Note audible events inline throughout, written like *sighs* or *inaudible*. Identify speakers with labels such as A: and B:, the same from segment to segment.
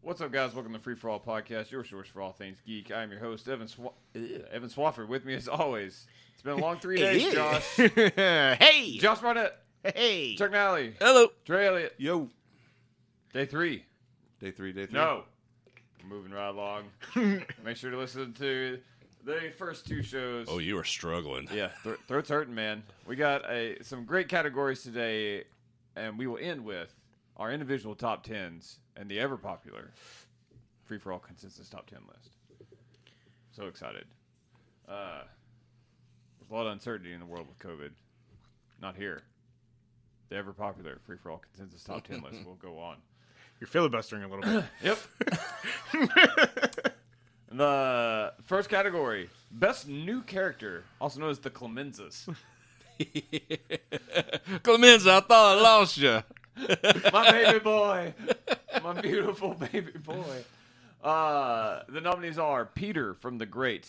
A: What's up, guys? Welcome to Free For All Podcast, your source for all things geek. I'm your host, Evan Swa- Evan Swafford. With me, as always, it's been a long three days, Josh.
B: *laughs* hey,
A: Josh Barnett,
B: hey.
A: Chuck Nally,
C: Hello.
A: Trey Elliott.
D: Yo.
A: Day three.
D: Day three, day three.
A: No. We're moving right
D: *laughs*
A: along. Make sure to listen to the first two shows.
C: Oh, you are struggling.
A: Yeah, thro- throat's hurting, man. We got a, some great categories today, and we will end with our individual top tens and the ever popular free for all consensus top ten list. So excited! Uh, there's a lot of uncertainty in the world with COVID. Not here. The ever popular free for all consensus top ten list will go on.
B: You're filibustering a little
C: *clears throat*
B: bit.
A: *laughs* Yep. *laughs* the first category best new character, also known as the Clemenzas.
C: Clemenza, I thought I lost you.
A: *laughs* my baby boy, my beautiful baby boy. Uh, the nominees are Peter from The Great,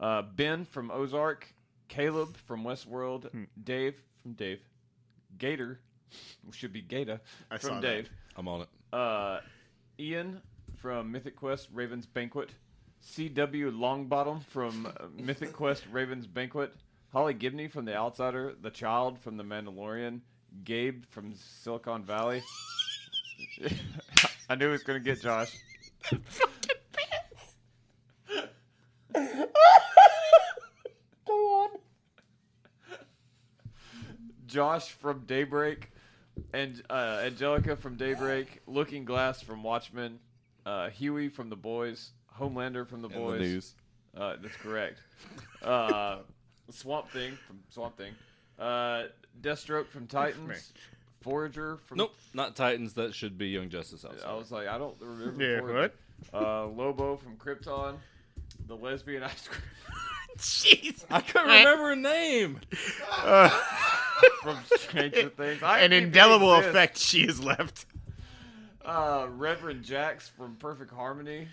A: uh, Ben from Ozark, Caleb from Westworld, Dave from Dave, Gator should be Gata
B: I saw
A: from
B: that.
A: Dave,
C: I'm on it.
A: uh, Ian from Mythic Quest Raven's Banquet, C.W. Longbottom from uh, Mythic Quest Raven's Banquet, Holly Gibney from The Outsider, The Child from The Mandalorian, Gabe from Silicon Valley. *laughs* I knew it was going to get Josh. Josh from Daybreak, and uh, Angelica from Daybreak, Looking Glass from Watchmen, uh, Huey from The Boys, Homelander from The
D: In the
A: Boys.
D: news.
A: Uh, that's correct. Uh, Swamp Thing from Swamp Thing, uh, Deathstroke from Titans, Forager from.
C: Nope, not Titans. That should be Young Justice.
A: I was like, I don't remember.
B: Yeah,
A: Forager. Uh, Lobo from Krypton, the lesbian *laughs* ice cream
B: *laughs* Jeez.
C: I couldn't remember her name. *laughs*
B: *laughs*
A: from Stranger Things, I
B: Uh, An
A: didn't even
B: indelible
A: exist.
B: effect she has left.
A: Uh, Reverend Jax from Perfect Harmony.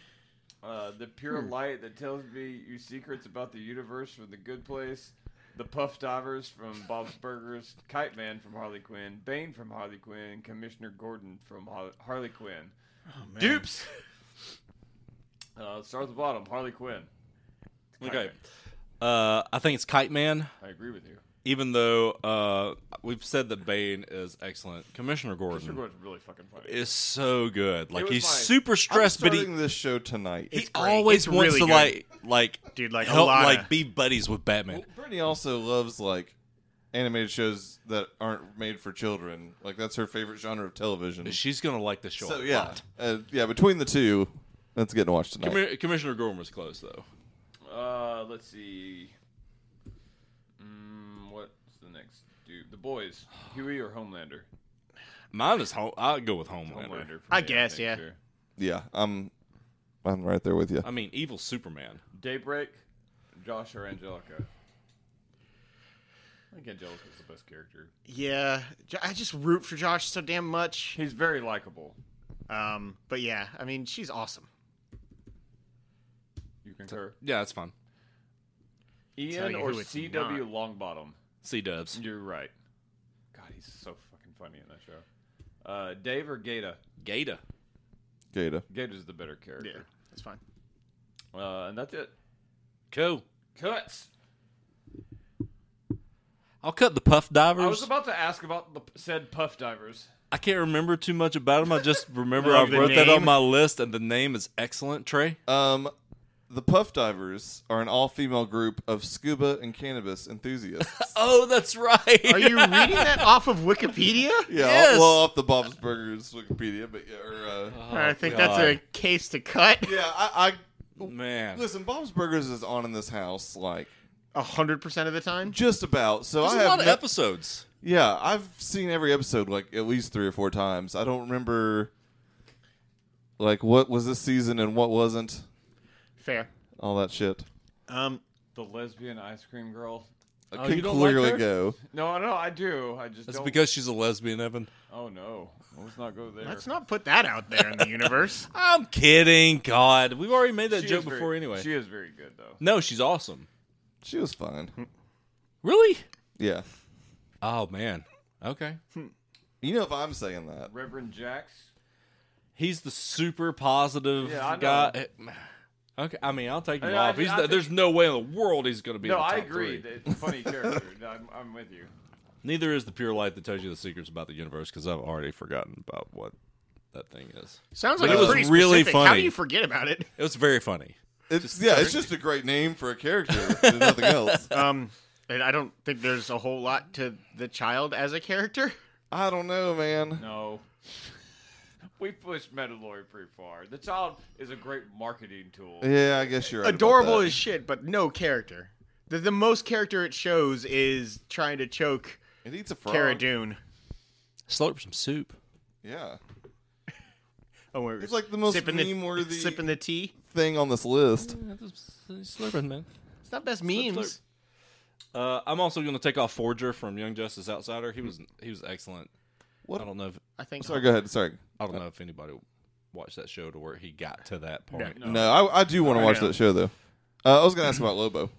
A: Uh, the
B: Hmm.
A: pure light that tells me you secrets about the universe from the good place. The Puff Divers from Bob's Burgers. Kite Man from Harley Quinn. Bane from Harley Quinn. Commissioner Gordon from Har- Harley Quinn.
C: Oh,
A: Dupes! Uh, let's start at the bottom. Harley Quinn.
C: Okay. Uh, I think it's Kite Man.
A: I agree with you.
C: Even though uh, we've said that Bane is excellent, Commissioner
A: Commissioner
C: Gordon
A: Gordon's really fucking funny.
C: is so good. Like
A: was
C: he's
A: my-
C: super
D: I'm
C: stressed, but he,
D: starting this show tonight.
C: he
B: great.
C: always
B: It's
C: wants
B: really
C: to
B: good.
C: like like
B: Dude, like,
C: help
B: Alana.
C: like be buddies with Batman.
D: Brittany also loves like animated shows that aren't made for children. Like that's her favorite genre of television.
C: She's gonna like the show.
D: so
C: a
D: yeah,
C: lot.
D: uh, yeah. Between the two, that's getting watched tonight.
C: Commi- Commissioner Gordon was close though.
A: Uh, let's see. Mm, what's the next dude? The Boys. Huey or Homelander?
C: Mine is home. I'll go with Homelander.
A: Homelander. for
B: I
A: me,
B: guess,
A: think,
B: yeah.
A: too.
D: Yeah, I'm, I'm right there with you.
C: I mean, evil Superman.
A: Daybreak, Josh or Angelica? I think Angelica's the best character.
B: Yeah, Jo- I just root for Josh so damn much.
A: He's very likable.
B: Um, but yeah, I mean, she's awesome.
A: You concur?
C: Yeah, that's fine.
B: Tell
A: Ian
B: you
A: or
B: who it's
A: C.W. Longbottom?
C: C Dubs.
A: You're right. God, he's so fucking funny in that show. Uh, Dave or Gata?
C: Gata.
D: Gata.
A: Gata's the better
B: Yeah,
A: character.
B: that's fine.
A: Uh, and that's it.
C: Cool.
A: Cuts.
C: I'll cut the puff divers.
A: I
C: I,
A: was about to ask about the said puff divers.
C: can't remember too much about them. I *laughs* just remember I
B: Love the
C: wrote that on
B: name.
C: my list, and the name is excellent. Trey.
D: Um, the Puff Divers are an all-female group of scuba and
C: *laughs*
D: cannabis enthusiasts.
C: Oh, that's right.
B: Are
C: *laughs*
B: you reading that off of Wikipedia?
D: Yeah,
C: Yes. Uh-huh.
D: well, off the Bob's Burgers Wikipedia, but yeah, or, uh,
C: Oh,
B: I think that's a case to cut.
D: yeah, I, I
C: man.
D: Listen, Bob's Burgers is on in this house like
B: A hundred percent of the time.
D: just about. So
C: There's
D: I
C: a
D: have
C: lot of
D: no-
C: episodes.
D: yeah, I've seen every episode like at least three or four times. I don't remember like what was this season and what wasn't.
B: Fair.
D: All that shit.
B: Um,
A: The lesbian ice cream girl. *laughs*
D: I
C: Oh,
D: can
C: you don't like
D: clearly
C: her?
D: go.
A: No, no, I do. I just
C: That's
A: don't.
C: because she's a lesbian, Evan.
A: oh no, let's not go there.
B: let's not put that out there in
C: *laughs*
B: the universe.
C: I'm kidding. God, we've already made that
A: She
C: joke
A: is very-
C: before anyway.
A: She is very good though.
C: no, she's awesome.
D: She was fine.
C: Really?
D: Yeah.
C: Oh man. Okay.
D: You know if I'm saying that.
A: Reverend Jax.
C: He's the super positive
A: Yeah, I know.
C: guy. Eh, Okay, I mean, I'll take him
A: I- I-
C: off. He's
A: I
C: the,
A: think-
C: there's no way in the world he's going to be.
A: No,
C: in the
A: I
C: top
A: agree.
C: three.
A: that It's
C: *laughs*
A: a funny character. No, I'm, I'm with you.
C: Neither is the pure light that tells you the secrets about the universe because I've already forgotten about what that thing is.
B: Sounds
C: But
B: like
C: it
B: it's
C: was
B: pretty
C: really
B: specific. How
C: funny.
B: do you forget about it?
C: It was very funny.
D: It's yeah, it's just a great name for a character, if
C: *laughs*
D: nothing else.
B: Um, and I don't think there's a whole lot to the child as a
D: *laughs*
B: character.
D: I don't know, man.
A: No. *laughs* We pushed Metalord pretty far. The child is a great marketing tool.
D: Yeah, I guess you're right about
B: Adorable
D: that.
B: as shit, but no character. The, the most character it shows is trying to choke
D: it eats a frog.
B: Cara Dune.
C: Slurp some soup.
D: Yeah,
B: Oh, we're
D: It's like the most
B: sipping the-
D: meme-worthy-
B: sipping the tea.
D: thing on this list.
C: Slurping, man.
B: It's not best memes.
C: Uh, I'm also going to take off Forger from Young Justice Outsider. He was he was excellent.
D: What-
C: I don't know. If,
B: I think.
D: Sorry, go ahead. Sorry.
C: I don't know if anybody watched that show to where he got to that point.
D: No, I, I do want to watch
B: yeah.
D: that show though. Uh, I was gonna ask about Lobo.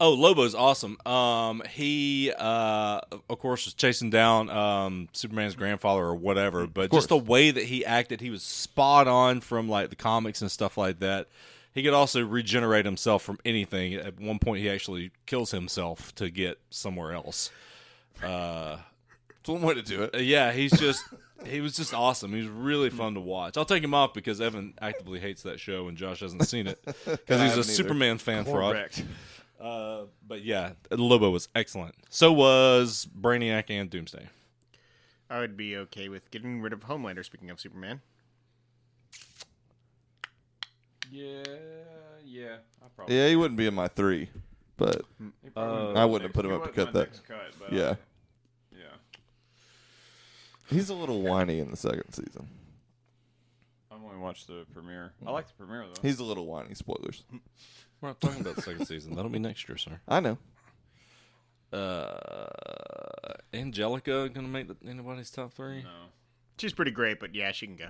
C: Oh, Lobo's awesome. Um, he, uh, of course, was chasing down um, Superman's grandfather or whatever, but just the way that he acted, he was spot on from like the comics and stuff like that. He could also regenerate himself from anything. At one point, he actually kills himself to get somewhere else. Uh,
D: It's one way to do *laughs*
C: uh,
D: it.
C: yeah, he's just *laughs* he was just awesome. He was really fun to watch. I'll take him off because Evan actively hates that show and Josh hasn't seen *laughs* it because
D: I
C: he's a
D: haven't either.
C: Superman fan fraud.
A: Correct.
C: Uh, but yeah, Lobo was excellent. So was Brainiac and Doomsday.
B: I would be okay with getting rid of Homelander. Speaking of Superman,
A: Yeah, yeah. I probably.
D: Yeah, he wouldn't be in my three, but
A: he probably
C: Uh,
D: I
A: wasn't
D: wouldn't have put
A: next-
D: him
A: he
D: up to
A: wasn't
D: cut
A: my
D: that.
A: next cut, but,
D: yeah,
A: yeah.
D: he's a little whiny in the second season.
A: I'm only watched the premiere.
C: Mm.
A: I like the premiere though.
D: He's a little whiny. Spoilers.
C: We're not talking about the *laughs* second season. That'll be next year, sir.
D: I know.
C: Uh, Angelica gonna make the, anybody's top three?
A: no.
B: she's pretty great, but yeah, she can go.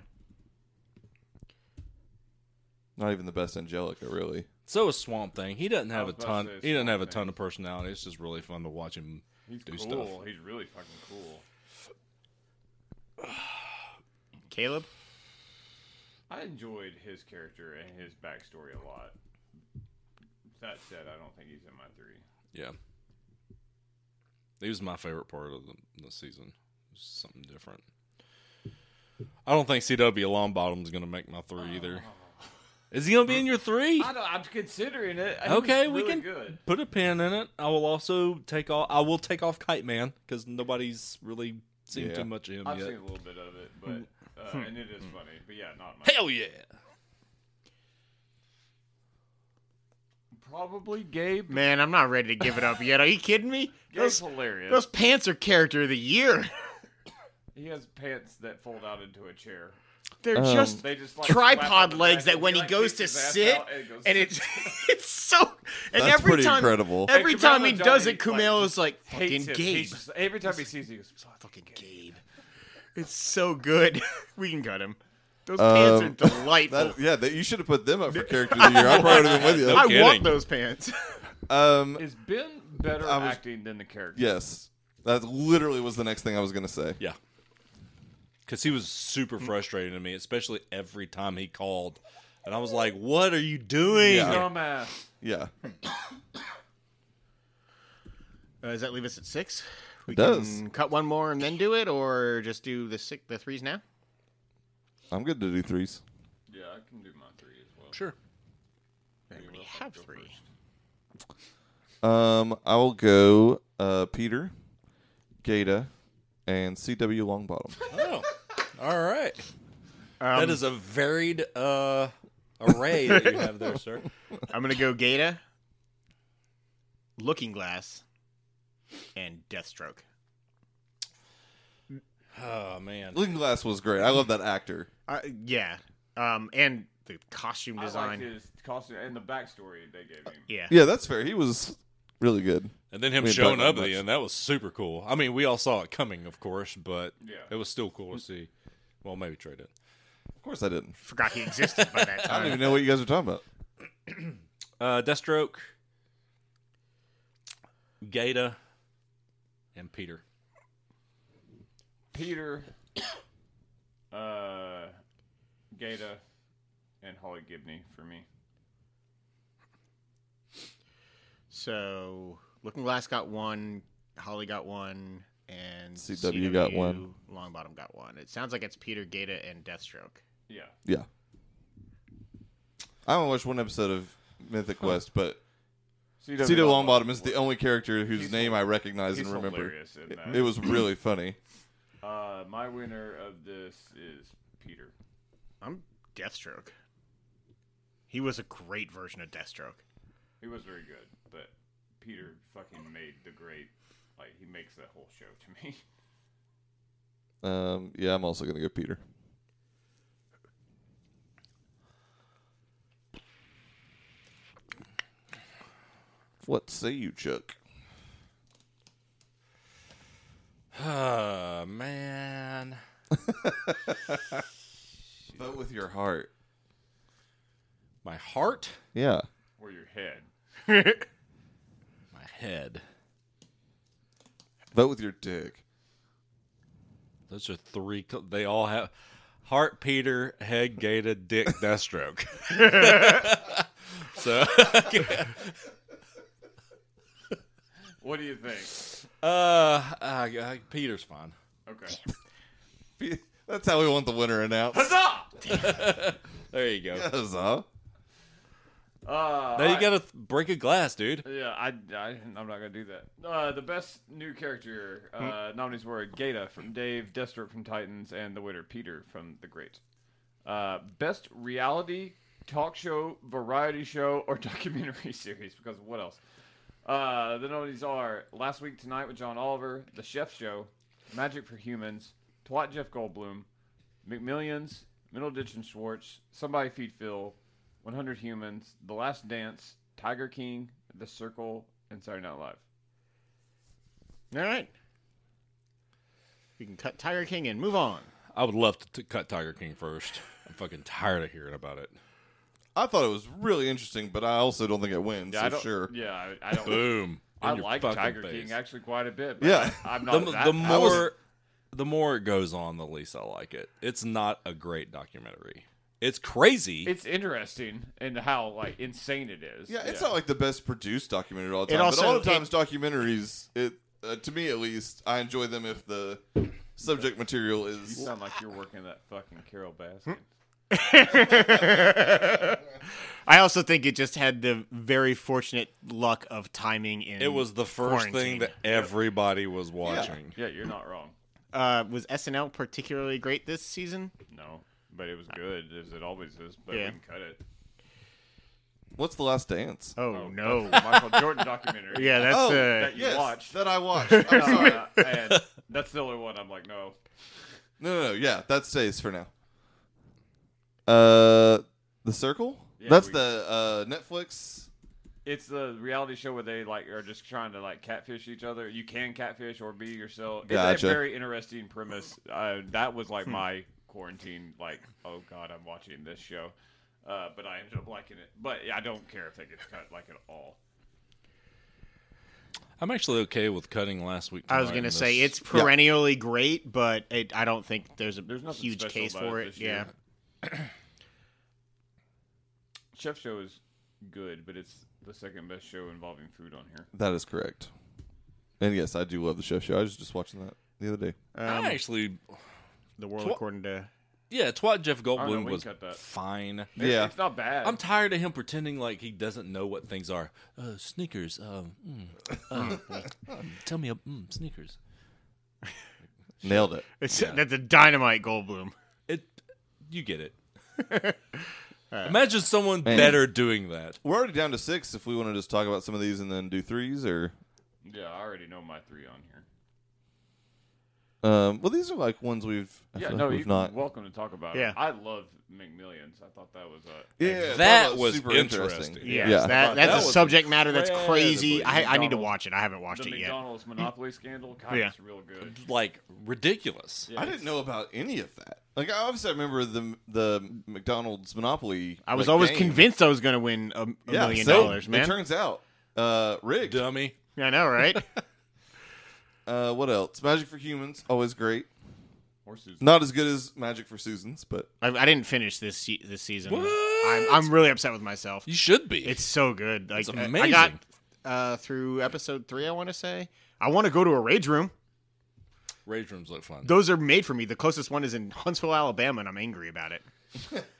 D: Not even the best Angelica, really.
C: So is Swamp Thing. He doesn't have a
A: was about
C: ton.
A: to say
C: He doesn't have
A: Swamp
C: a
A: Thing.
C: ton of personality. It's just really fun to watch him
A: He's
C: do
A: cool.
C: stuff.
A: He's really fucking cool.
B: Caleb,
A: I enjoyed his character and his backstory a lot. That said, I don't think he's in my three.
C: Yeah. He was my favorite part of the, the season. Something different. I don't think CW Longbottom is going to make my three either.
A: Oh.
C: Is he going to be in your three?
A: I don't, I'm considering it. He was
C: Okay, we
A: really
C: can
A: Good.
C: put a pin in it. I will also take off. I will take off Kite Man because nobody's really seen
D: Yeah. Hmm.
C: too much of him
A: I've
C: yet.
A: seen a little bit of it, but uh, and it is funny. But yeah, not my
C: Hell yeah!
A: probably Gabe.
B: man, I'm not ready to give it up yet. Are you kidding
D: *laughs*
B: me?
A: Gabe's
B: Those,
A: hilarious.
B: those pants are character of the year. *laughs*
A: He has pants that fold out into a chair.
B: They're
D: Um,
B: just
A: They just like slap on
B: tripod
A: the
B: legs
A: back
B: that
A: and
B: when
A: he,
B: he
A: like, takes
B: goes to
A: his ass
B: sit
A: out it goes-
B: and it's *laughs* it's so and
D: That's
B: every
D: pretty
B: time
D: incredible.
B: every
A: Hey,
B: time he
A: Kamala
B: does
A: Johnny,
B: it Kumail
A: like,
B: is like fucking
A: hates him. He's
B: Gabe
A: just- every time he sees you, he goes,
B: fucking Gabe it's so good *laughs* we can cut him those
D: Um,
B: pants are delightful
D: That, yeah, that, you should have put them up *laughs* for character of the year. I probably would have been *laughs* with you.
B: I
C: kidding.
B: want those pants *laughs*
D: Um,
A: "Is Ben better
D: I was-
A: acting than the character?"
D: yes, that literally was the next thing I was gonna say.
C: Yeah, because he was super frustrating to me, especially every time he called, and I was like, "What are you doing?"
D: Yeah.
A: Dumbass.
D: Yeah,
B: uh, does that leave us at six we
D: It does.
B: can cut one more and then do it or just do the six the threes now
D: I'm good to do threes.
A: Yeah, I can do my three as well.
C: Sure.
B: we already have three
D: Um, I will go uh, Peter, Gata, and CW Longbottom.
C: Oh, all right.
B: um,
C: that is a varied uh, array that you have there, sir.
B: I'm gonna go Gata Looking Glass and Deathstroke
C: Oh man,
D: *laughs* Looking Glass was great. I love that actor.
B: Uh, yeah. Um, and the costume
A: I liked
B: design.
A: his costume and the backstory they gave him.
B: yeah.
D: Yeah, that's fair. He was really good.
C: and then him
D: We didn't
C: showing
D: talk about
C: up at the
D: much.
C: end—that was super cool. I mean, we all saw it coming, of course, but
A: Yeah.
C: it was still cool to see. Well, maybe trade it.
D: Of course, I didn't.
B: Forgot he existed by
D: *laughs*
B: that
D: I don't
B: time.
D: even know what you guys are talking about.
C: Uh, Deathstroke, Gata, and Peter.
A: Peter, *coughs* uh, Gata, and Holly Gibney for me.
B: So Looking Glass got one, Holly got one, and
D: CW got one.
B: Longbottom got one. It sounds like it's Peter Gata and Deathstroke.
A: Yeah.
D: Yeah. I only watched one episode of Mythic Quest, but
A: CW
D: Tito Longbottom is the only character whose
A: He's-
D: name I recognize
A: He's
D: and remember.
A: hilarious in
D: It,
A: that.
D: it
A: *clears throat*
D: was really funny.
A: Uh, my winner of this is Peter.
B: I'm Deathstroke. He was a great version of Deathstroke. *laughs*
A: He was very good, but Peter fucking made the great. Like he makes that whole show to me. *laughs*
D: Um, yeah, I'm also gonna go Peter. What say you, Chuck?
C: Oh, man.
D: Vote with your heart.
C: My heart,
D: Yeah.
A: Or your head.
C: my head.
D: Vote with your dick. *laughs*
C: Those are three. co- They all have heart, Peter, head, Gata, dick, *laughs* Deathstroke. so, *laughs*
A: What do you think?
C: uh, uh, uh, Peter's fine.
D: *laughs*
A: Okay.
D: That's how we want the winner announced.
A: Huzzah!
C: There you go.
D: Huzzah.
A: Uh,
C: Now you
A: I-
C: gotta th- break a glass, dude.
A: Yeah, I, I, I'm not gonna do that. Uh, the best new character uh, nominees were Gata from Dave, Deathstroke from Titans, and the winner Peter from The Great. Uh, best reality talk show, variety show, or *laughs* documentary series. Because what else? Uh, the nominees are Last Week Tonight with John Oliver, The Chef Show, Magic for Humans, Twat Jeff Goldblum, McMillions, Middle Ditch and Schwartz, Somebody Feed Phil, 100 Humans, The Last Dance, Tiger King, The Circle, and Saturday Night Live.
B: All right. We can cut Tiger King and move on.
C: I would love to t- cut Tiger King first. I'm fucking tired of hearing about it.
D: I thought it was really interesting, but I also don't think it wins.
A: Yeah,
D: so
A: I don't,
D: sure.
A: Yeah, I,
C: *laughs*
A: I don't.
C: Boom.
A: I
C: In your
A: like
C: fucking
A: Tiger
C: face.
A: King actually quite a bit. But
D: Yeah.
A: I, am
C: The,
A: not.
C: m-
A: that-
C: the
A: I
C: more,
A: was-
C: the more it goes on, the least I like it. It's not a great documentary. It's crazy.
A: it's interesting in how like insane it is.
D: Yeah, it's not like the best produced documentary of all the
B: It
D: time.
B: also-
D: but all the
B: it-
D: times documentaries, it uh, to me at least, I enjoy them if the subject material
A: You
D: is.
A: sound like you're working that fucking Carol
C: Hmm.
A: Baskin.
B: *laughs* I also think it just had the very fortunate luck of timing in
C: it was the first
B: quarantine.
C: thing that everybody was watching.
A: yeah, you're not wrong.
B: uh, was SNL particularly great this season?
A: No, but it was good as it always is. But
B: Yeah.
A: we can cut it.
D: What's the last dance?
B: Oh, no.
A: that's the Michael Jordan documentary.
B: *laughs* yeah, that's
D: Oh,
B: uh,
A: that you
D: yes,
A: watched.
D: that
A: *laughs*
D: I watched. I'm sorry.
A: Uh, and that's the only one I'm like, no.
D: No, no, no. Yeah, that stays for now. Uh, the circle.
A: Yeah,
D: That's
A: we-
D: the uh, Netflix.
A: It's the reality show where they like are just trying to like catfish each other. You can catfish or be yourself. It's
D: Gotcha.
A: a very interesting premise. Uh, that was
B: Hmm.
A: like my quarantine. Like, oh god, I'm watching this show, uh, but I ended up liking it. But yeah, I don't care if they get cut like at all.
C: I'm actually okay with cutting last week.
B: I was
C: tonight
B: gonna
C: and
B: say
C: this.
B: it's perennially great, but it, I don't think there's a
A: There's nothing
B: huge
A: special
B: case
A: about
B: for
A: it
B: it.
A: this
B: Yeah,
A: year. *clears throat* Chef Show is good, but it's the second best show involving food on here.
D: That is correct. And yes, I do love the chef show. I was just watching that the other day.
C: I actually,
B: Um, the world
C: Tw-
B: according to *laughs*
C: yeah, Twat Jeff
A: know, we
C: Goldblum
A: can
C: was
A: cut that.
C: fine.
A: It-
D: Yeah.
A: it's not bad.
C: I'm tired of him pretending like he doesn't know what things are. Uh, sneakers. Um, mm,
B: *laughs*
C: uh, tell me, uh, mm, sneakers.
D: Nailed it.
B: it's, that's a dynamite Goldblum.
C: It, you get
B: *laughs*
C: it. Imagine someone better doing that.
D: We're already down to six. If we want to just talk about some of these and then do threes, or
A: yeah, I already know my three on here.
D: um, well, these are like ones we've I
A: Yeah,
D: feel like
A: no,
D: we've
A: you're
D: not.
A: welcome to talk about
B: Yeah.
A: it. I love McMillions. I thought that was a
D: yeah, talk
C: That
D: about
C: was
D: super
C: interesting.
B: Yes,
D: Yeah.
B: that,
C: That
B: that's
C: was
B: a subject matter that's crazy.
C: incredibly
B: I, I need to
A: McDonald's-
B: watch it. I haven't watched
A: the
B: it yet.
A: McDonald's monopoly scandal. God,
B: Yeah.
A: it's real good.
C: Like ridiculous.
A: Yeah,
D: I didn't know about any of that. Like, I obviously remember the the McDonald's Monopoly.
B: I was
D: like,
B: always
D: game.
B: convinced I was going to win a, a
D: Yeah,
B: million
D: so
B: dollars,
D: It
B: man.
D: turns out, uh, rigged.
C: Dummy.
B: I know, right?
D: Uh, what else? Magic for Humans, always great.
A: Or Susan.
D: Not as good as Magic for Susans, but
B: I, I didn't finish this se- this season.
C: What?
B: I'm, I'm really upset with myself.
C: You should be.
B: It's so good. Like
C: It's
B: I- I
C: amazing.
B: got uh, through episode three. I want to say I want to go to a rage room.
C: rage rooms look fun.
B: Those are made for me. The closest one is in Huntsville, Alabama, and I'm angry about it.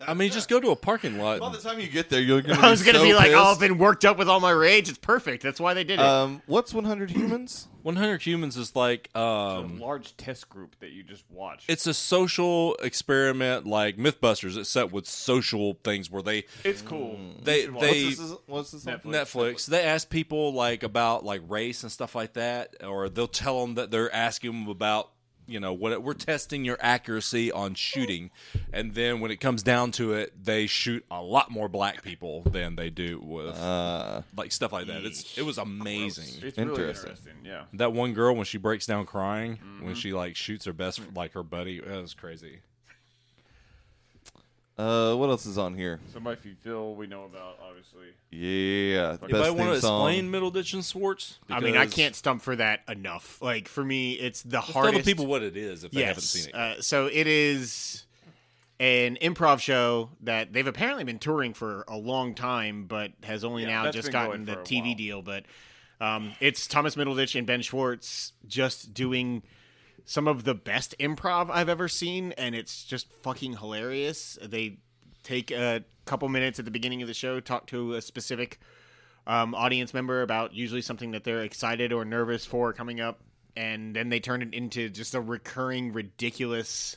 C: I mean, just go to a parking lot.
D: by the time you get
B: *laughs*
D: there, you're gonna.
B: I was gonna
D: so
B: be like,
D: pissed.
B: oh, I've been worked up with all my rage. It's perfect. That's why they did it.
D: *laughs* Um, what's 100 humans?
C: One hundred humans is like um,
A: a large test group that you just watched.
C: it's a social experiment like MythBusters, except with social things where they
A: it's cool.
D: Mm.
C: they
A: should watch
C: they
D: what's this? What's this?
A: Netflix.
C: Netflix. They ask people like about like race and stuff like that, or they'll tell them that they're asking them about you know what we're testing your accuracy on shooting, and then when it comes down to it, they shoot a lot more black people than they do with
D: Uh,
C: like stuff like that. It's it was amazing.
A: It's really
D: Interesting.
A: interesting. Yeah.
C: That one girl when she breaks down crying when she like shoots her best like her buddy, that was crazy.
D: uh, what else is on here?
A: Somebody Feed Phil, we know about, obviously.
D: Yeah,
C: Anybody
D: best
C: want
D: theme
C: to
D: song.
C: explain Middle Ditch and Swartz?
B: I mean, I
C: Because
B: can't stump for that enough. Like for me, it's the
C: Tell
B: hardest.
C: the people what it is if they
B: yes.
C: haven't seen it.
B: Uh, so it is an improv show that they've apparently been touring for a long time, but has only
A: Yeah,
B: now
A: that's been
B: just
A: going
B: gotten the
A: for a
B: TV
A: while.
B: deal. But um, it's Thomas Middleditch and Ben Schwartz just doing some of the best improv I've ever seen, and it's just fucking hilarious. They take a couple minutes at the beginning of the show, talk to a specific um, audience member about usually something that they're excited or nervous for coming up, and then they turn it into just a recurring ridiculous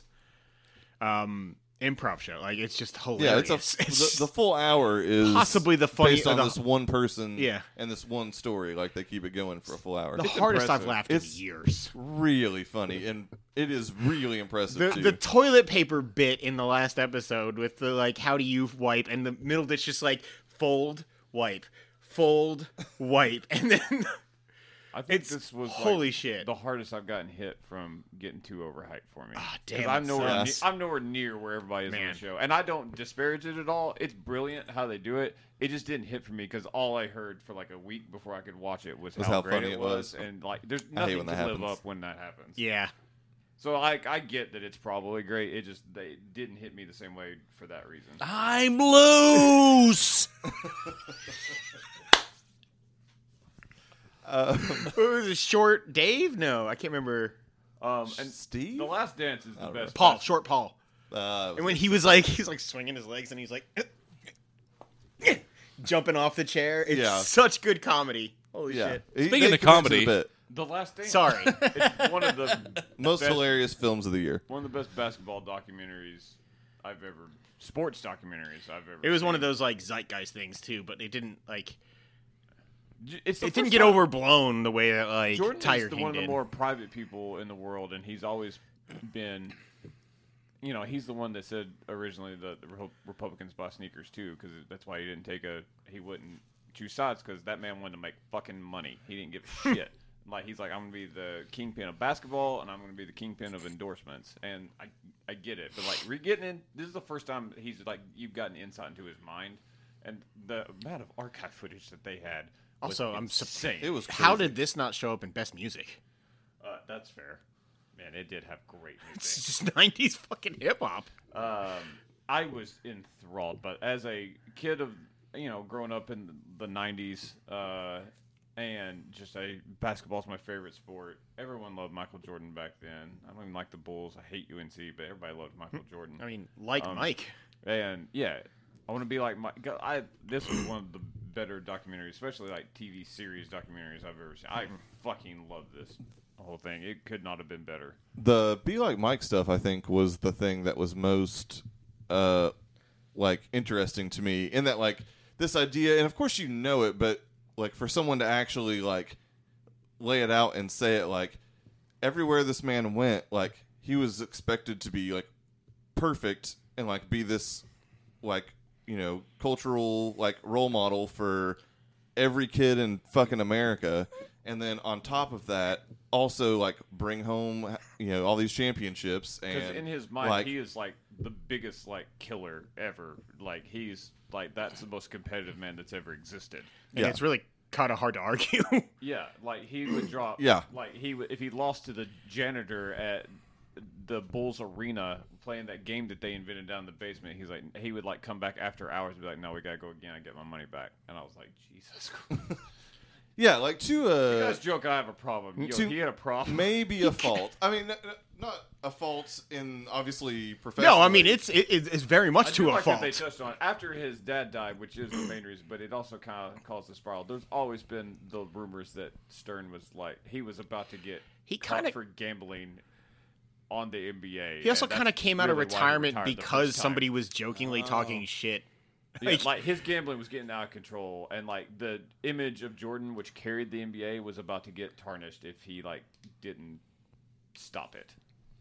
B: um, improv show. Like it's just
D: Yeah,
B: hilarious.
D: it's a
B: It's-
D: the, the full hour is
B: Possibly the funny-
D: based
B: or
D: on
B: the-
D: this one person.
B: Yeah.
D: and this one story. Like they keep it going for a full hour.
B: the
D: It's
B: hardest
D: impressive.
B: I've laughed
D: It's
B: in years.
D: really funny, and it is really impressive
B: The,
D: too.
B: the toilet paper bit in the last episode with the like, how do you wipe? And the middle ditch just like fold, wipe, fold, wipe, and then *laughs*
A: I think
B: It's-
A: this was like,
B: holy shit.
A: the hardest I've gotten hit from getting too overhyped for me.
B: Ah,
A: 'Cause
B: damn,
A: I'm
B: it
A: nowhere.
D: sucks.
A: ne- I'm nowhere near where everybody is on
B: Man.
A: the show, and I don't disparage it at all. It's brilliant how they do it. It just didn't hit for me because all I heard for like a week before I could watch it was,
D: how
A: great
D: funny
A: it
D: it
A: was,
D: was.
A: and like there's
D: I hate
A: nothing
D: when
A: to
D: that
A: live
D: happens.
A: up when that happens.
B: yeah,
A: So I I get that it's probably great. It just they didn't hit me the same way for that reason.
D: Ah,
C: I'm loose.
B: it was a short Dave. No, I can't remember.
A: Um, and
D: Steve.
A: the last dance is the best.
B: Paul,
A: That's-
B: short Paul.
D: Uh,
B: And when he was like, *laughs* he's like swinging his legs, and he's like *laughs* jumping off the chair. It's
D: Yeah.
B: such good comedy. Holy
D: yeah.
B: shit!
D: He-
C: Speaking
D: they
C: of
D: commit to the
C: comedy-
D: bit.
A: The last dance.
B: Sorry,
A: it's one of
D: *laughs*
A: the
D: most
A: Best-
D: hilarious films of the year.
A: One of the best basketball documentaries I've ever sports documentaries I've ever.
B: it was one of those like zeitgeist things too, but it didn't like
A: those. It's the
B: it didn't
A: first
B: get
A: time-
B: overblown the way that like
A: Jordan
B: Tiger
A: is the
B: King
A: one of the
B: did.
A: more private people in the world, and he's always been. You know, he's the one that said originally that the Repo- Republicans buy sneakers too, because that's why he didn't take a he wouldn't choose sides because that man wanted to make fucking money. He didn't give
B: *laughs*
A: a shit. Like he's like, I'm gonna be the kingpin of basketball, and I'm gonna be the kingpin of endorsements, and I I get it, but like re getting in, this is the first time he's like you've gotten insight into his mind, and the amount of archive footage that they had. was
B: Also, I'm sup-
A: insane.
D: It was crazy.
B: How did this not show up in best music? *laughs*
A: Uh, that's fair. Man, it did have great
B: It's
A: music.
B: just 90s fucking hip hop.
A: um, I was enthralled, but as a kid of you know growing up in the '90s, uh, and just a basketball's my favorite sport. Everyone loved Michael Jordan back then. I don't even like the Bulls. I hate UNC, but everybody loved Michael Jordan.
B: Hmm. I mean, like
A: Um,
B: Mike.
A: And yeah, I want to be like my. God, I this was one of the better documentaries, especially like TV series documentaries I've ever seen.
B: Hmm.
A: I fucking love this whole thing. It could not have been better.
D: the be like mike stuff i think was the thing that was most uh like interesting to me in that like this idea and of course you know it but like for someone to actually like lay it out and say it like everywhere this man went like he was expected to be like perfect and like be this like you know cultural like role model for every kid in fucking America and then on top of that also like bring home you know all these championships
A: Because
D: and
A: in his mind,
D: like,
A: he is like the biggest like killer ever. Like he's like that's the most competitive man that's ever existed.
B: And
D: yeah.
B: it's really kind of hard to argue. *laughs*
A: Yeah, like he would drop.
D: *clears throat* Yeah.
A: like he would if he lost to the janitor at the Bulls arena playing that game that they invented down in the basement. He's like, he would like come back after hours and be like, "No, we gotta go again. I get my money back." And I was like, "Jesus *laughs* Christ!"
D: Yeah, like to uh,
A: That's joke. I have a problem. Yo,
D: to-
A: he had a problem.
D: maybe a fault. I mean, n- n- not a fault in obviously professional.
B: No, I mean it's it, it's it's very much
A: I do
B: to a
A: like that
B: fault.
A: They touched on it. after his dad died, which is the main reason, but it also kind of caused the spiral. There's always been the rumors that Stern was like he was about to get
B: He
A: caught
B: kinda-
A: for gambling on the NBA.
B: He also
A: and
B: kind of
A: that's
B: came out
A: really why
B: of
A: he
B: retirement
A: retired the
B: because
A: first time. Oh.
B: somebody was jokingly talking shit.
A: Yeah,
B: Like-
A: like his gambling was getting out of control, and like the image of Jordan, which carried the NBA, was about to get tarnished if he like didn't stop it.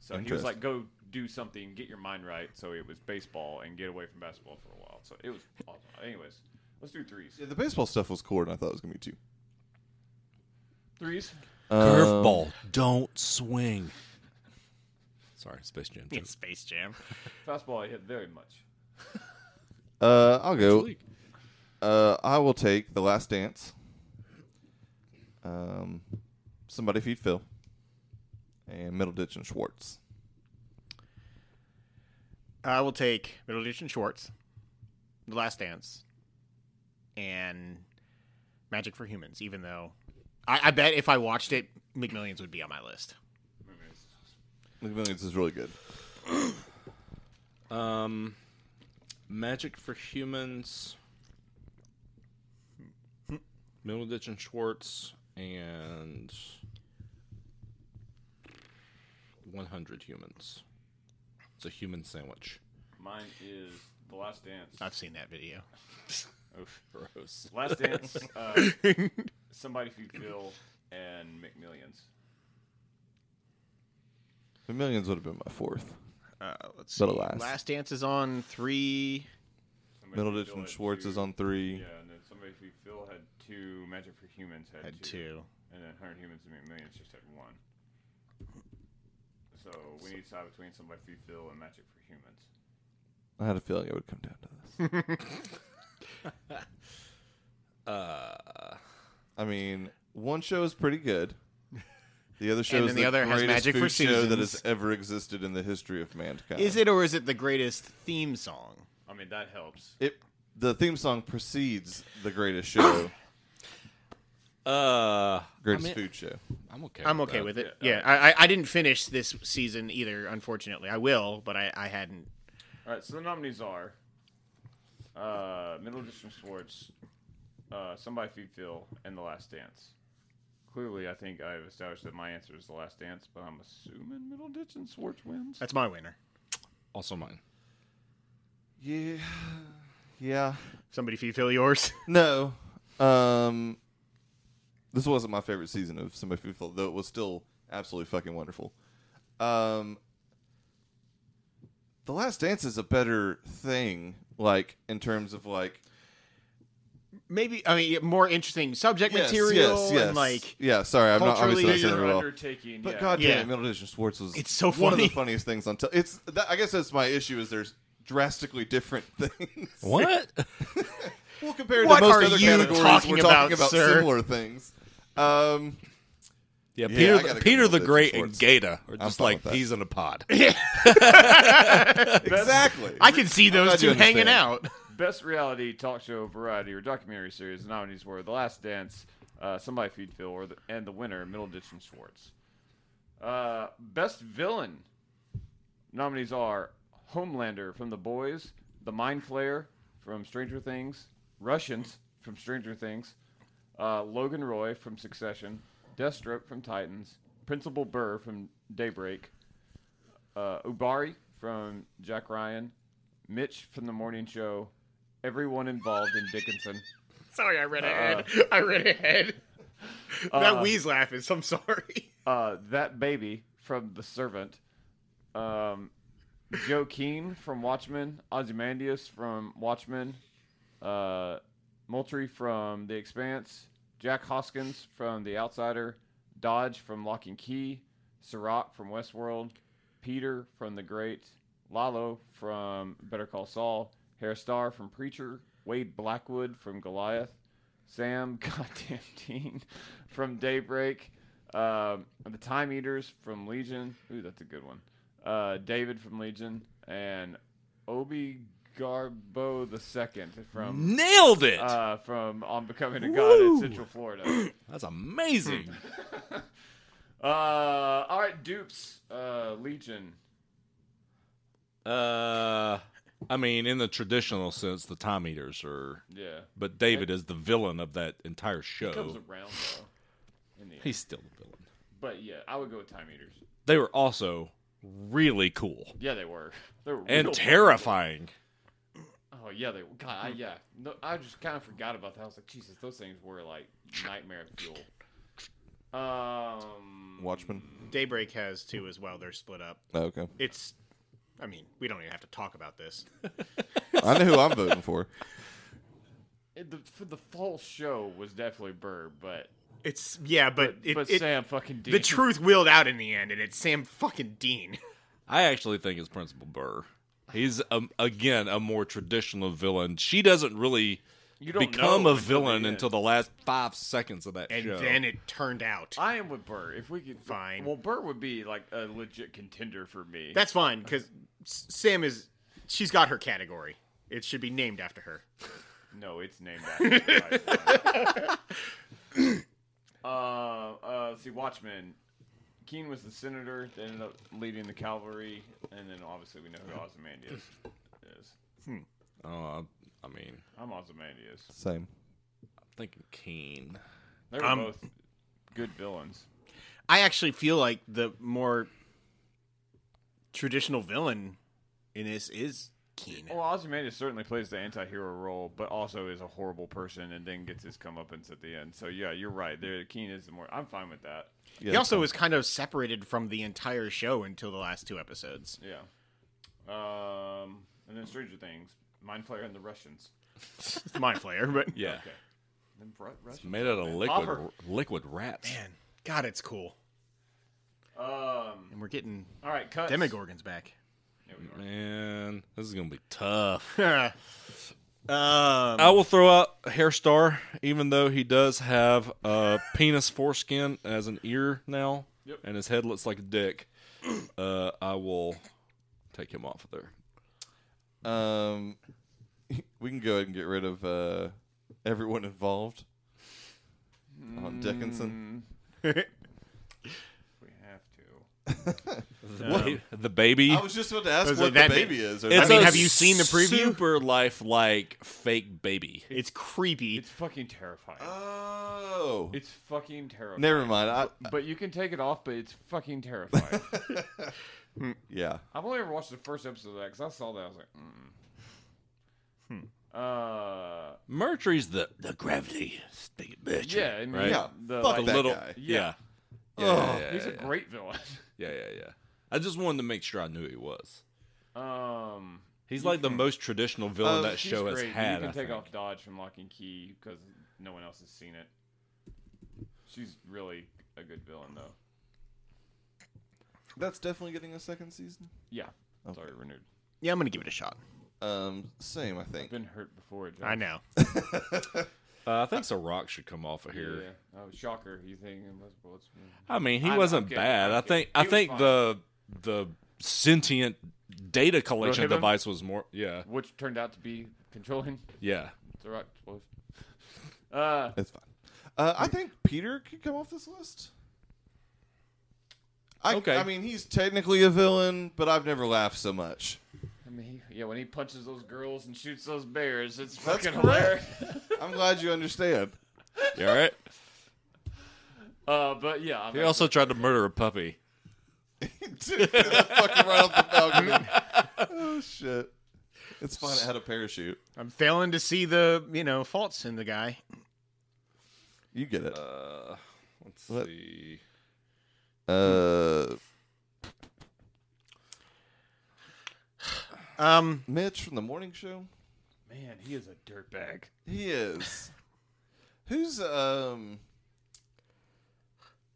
A: So he was
D: Interesting.
A: like, "Go do something, get your mind right." So it was baseball and get away from basketball for a while. So it was awesome. Anyways, let's do threes.
D: Yeah, the baseball stuff was cool, and I thought it was gonna be two.
A: Threes.
C: *laughs* Curveball, don't swing. Sorry, Space Jam.
B: in
C: joke.
B: Space Jam.
A: Fastball I hit very much.
D: Uh, I'll go. Uh, I will take the Last Dance. Um, somebody feed Phil, and Middle Ditch and Schwartz.
B: I will take Middle Ditch and Schwartz, The Last Dance, and Magic for Humans. Even though I, I bet if I watched it, McMillions would be on my list.
D: McMillions is really good.
C: Um, Magic for Humans, Middle Ditch and Schwartz, and 100 Humans. It's a human sandwich.
A: Mine is the last dance.
B: I've seen that video.
A: Oof.
C: Gross.
D: *laughs*
A: Last dance. Uh, somebody feed Phil and McMillions.
D: McMillions would have been my fourth.
B: Uh, let's see.
D: But alas.
B: Last Dance is on three.
A: Somebody
D: Middle
A: feed
D: Ditch
A: Phil
D: and
A: had
D: Schwartz
A: two.
D: is on three.
A: Yeah, and then somebody feed Phil had two. Magic for Humans had,
B: Had
A: two.
B: two.
A: And then 100 Humans and McMillions just had one. So we need to decide between somebody feed Phil and Magic for Humans.
D: I had a feeling it would come down to
B: *laughs*
D: this. *laughs*
C: Uh,
D: I mean, one show is pretty good. The other show
B: And
D: is
B: then the other has
D: greatest
B: Magic for
D: food show that has
B: Seasons.
D: ever existed in the history of mankind.
B: Is it or is it the greatest theme song?
A: I mean, that helps.
D: It the theme song precedes the
B: *coughs*
D: greatest show,
C: uh,
D: greatest
C: I mean,
D: food show.
C: I'm okay.
B: I'm
C: with
B: okay
A: Uh,
C: that.
B: with it. Yeah, I, I I didn't finish this season either. Unfortunately, I will, but I, I hadn't.
A: All right, so the nominees are uh, Middle Distance Sports, uh, Somebody Feed Phil, and The Last Dance. Clearly, I think I've established that my answer is The Last Dance, but I'm assuming Middle Distance Sports wins.
B: That's my winner.
C: Also mine.
D: Yeah, yeah.
B: Somebody feed Phil yours. *laughs*
D: No, um, this wasn't my favorite season of Somebody Feed Phil, though it was still absolutely fucking wonderful. Um, the Last Dance is a better thing, like in terms of like
B: Maybe I mean more interesting subject
D: Yes,
B: material
D: yes, yes.
B: and like
D: yeah. Sorry, I'm not
B: culturally-
D: obviously not
B: That's
D: saying it
A: Bigger
D: well.
A: undertaking,
D: But
A: yeah.
D: goddamn,
B: Yeah.
D: Middle Ditch and Schwartz was
B: It's so
D: one of the
B: funny.
D: funniest things on television. It's that, I guess that's my issue is there's drastically different *laughs* things.
C: What?
D: well, compared
B: What
D: to most
B: are
D: other
B: you
D: categories,
B: talking
D: we're
B: about,
D: talking about
B: sir?
D: similar things. Um,
C: *laughs* yeah,
D: Yeah,
C: Peter,
D: I gotta
C: the,
D: go
C: Peter
D: with
C: the
D: it,
C: Great
D: Schwartz.
C: and Gata are just
D: fine
C: like
D: with that.
C: peas in a *laughs* pod.
D: exactly.
B: I can see those
D: glad you
B: two hanging out. *laughs*
D: understand.
A: Best reality talk show, variety, or documentary series. The nominees were The Last Dance, uh, Somebody Feed Phil, or the, and the winner, Middle Ditch and Schwartz. Uh, best villain nominees are Homelander from The Boys, The Mind Flayer from Stranger Things, Russians from Stranger Things, uh, Logan Roy from Succession, Deathstroke from Titans, Principal Burr from Daybreak, uh, Ubari from Jack Ryan, Mitch from The Morning Show, everyone involved in Dickinson.
B: Sorry, I read ahead. I read ahead. that wheeze laugh is. I'm sorry. *laughs*
A: uh, that baby from The Servant, um, Joe Keen from Watchmen, Ozymandias from Watchmen, uh, Moultrie from The Expanse, Jack Hoskins from The Outsider, Dodge from Lock and Key, Syrah from Westworld, Peter from The Great, Lalo from Better Call Saul, Hair Star from Preacher, Wade *laughs* Blackwood from Goliath, Sam Goddamn Dean from Daybreak, Um, the Time Eaters from Legion. Ooh, that's a good one. Uh, David from Legion and Obi Garbo the Second from
C: Nailed it.
A: uh, from On Becoming a God in
C: Woo!
A: Central Florida.
C: That's amazing.
A: Uh, all right, Dupes uh, Legion.
C: uh, I mean, in the traditional sense, the Time Eaters are,
A: Yeah,
C: but David is the villain of that entire
A: comes
C: show.
A: around though. In the end.
C: He's still the villain.
A: But yeah, I would go with Time Eaters.
C: They were also really cool
A: Yeah, they were. *laughs* They were
C: and
A: real-
C: terrifying.
A: *laughs* Oh yeah, they. God, I, yeah. No, I just kind of forgot about that. I was like, Jesus, those things were like nightmare fuel. Um,
D: Watchmen.
B: Daybreak has two as well. They're split up.
D: Oh, okay.
B: It's, I mean, we don't even have to talk about this.
D: I know who I'm voting for. *laughs*
A: it- the for the fall show was definitely Burr, but
B: It's yeah, but it,
A: but
B: it-
A: Sam fucking did.
B: the truth willed out in the end, and it's Sam fucking Dean.
C: I actually think it's Principal Burr. He's um, again a more traditional villain. She doesn't really
A: You don't
C: become
A: know
C: a
A: until
C: villain
A: the end.
C: until the last five seconds of that
B: And
C: show.
B: then it turned out.
A: I am with Burr. If we could
B: Fine.
A: Well, Burr would be like a legit contender for me.
B: That's fine because Sam is she's got her category. It should be named after her.
A: no, it's named after. the right one. uh, uh, let's see, Watchmen. Keene was the senator. They ended up leading the cavalry, and then obviously we know who Ozymandias is.
C: Uh, I mean,
A: I'm Ozymandias.
D: Same.
C: I'm thinking Keen.
A: They were
B: Um,
A: both good villains.
B: I actually feel like the more traditional villain in this is Keen.
A: Well, Ozymandias certainly plays the anti-hero role, but also is a horrible person, and then gets his comeuppance at the end. So yeah, you're right. There, Keen is the more. I'm fine with that.
D: Yeah,
B: he also was kind of separated from the entire show until the last two episodes.
A: Yeah. Um, and then Stranger Things, Mind Flayer and the Russians.
B: It's Mind Flayer,
C: *laughs*
B: but
C: Yeah,
A: Okay. Then Ru- Russians.
C: made out of liquid
A: Hopper.
C: liquid rats.
B: man, God, it's cool.
A: Um.
B: And we're getting
A: All right. Cuts.
B: Demogorgons back. *laughs*
A: There we are.
C: Man, this is gonna be tough.
B: um,
C: I will throw out Hairstar, even though he does have a penis foreskin as an ear now,
A: Yep.
C: and his head looks like a dick. Uh, I will take him off of there.
D: Um, *laughs* we can go ahead and get rid of uh, everyone involved. Um, Dickinson.
A: We have to.
C: The, ba- the baby.
D: I was just about to ask
B: Was it
D: what the
B: that big?
D: baby is. Or
C: It's
D: that-
B: mean,
C: a
B: have you seen the preview?
C: Super lifelike fake baby.
B: it's creepy.
A: It's fucking terrifying.
D: oh,
A: it's fucking terrifying.
D: never mind. I,
A: But you can take it off, but it's fucking
D: *laughs*
A: terrifying.
D: yeah,
A: I've only ever watched the first episode of that because I saw that. I was like, mm. Hmm. Uh,
C: Mercury's the the gravity stinking bitch.
A: yeah, I mean,
C: right?
D: Yeah,
A: the,
D: fuck
A: like,
D: that
C: the little
D: guy.
C: yeah. Yeah,
D: Ugh.
C: yeah, yeah,
A: he's a
C: yeah.
A: great villain. *laughs*
C: yeah, yeah, yeah. I just wanted to make sure I knew who he was.
A: Um,
C: He's like the most traditional villain
D: Uh,
C: that
A: Oh, he's
C: show has
A: great.
C: had.
A: You
C: I
A: can take
C: think.
A: off Dodge from Lock and Key because no one else has seen it. She's really a good villain, though.
D: that's definitely getting a second season.
A: Yeah, sorry, renewed.
B: yeah, I'm gonna give it a shot.
D: Um, same, I think.
A: Been hurt before. Josh.
B: I know.
C: Uh, I think so. Rock should come off of here.
A: Yeah. Oh, shocker. You think? Let's, let's,
C: I mean, he
A: I-
C: wasn't
A: okay,
C: bad. I
A: okay.
C: think.
A: He
C: I
A: was
C: think
A: fine.
C: the the sentient data collection
A: Rohibam?
C: device was more. Yeah,
A: which turned out to be controlling
C: yeah.
A: the rock explosive. *laughs* Uh,
D: It's fine. Uh, I think Peter could come off this list. I,
C: Okay.
D: I mean, he's technically a villain, but I've never laughed so much.
A: I mean, he, yeah, when he punches those girls and shoots those bears, it's
D: That's
A: fucking
D: correct.
A: hilarious.
D: I'm glad you understand. *laughs*
C: You all right?
A: Uh, but yeah,
C: *laughs*
A: I'm
C: He also tried to murder a puppy.
D: Dude, fucking right off the balcony. oh shit! It's fine. It had a parachute.
B: I'm failing to see the you know faults in the guy.
D: You get it.
C: Uh, let's
D: What?
C: see.
D: Uh,
B: Um,
D: Mitch from the morning show.
A: man, he is a dirtbag.
D: He is. Who's um?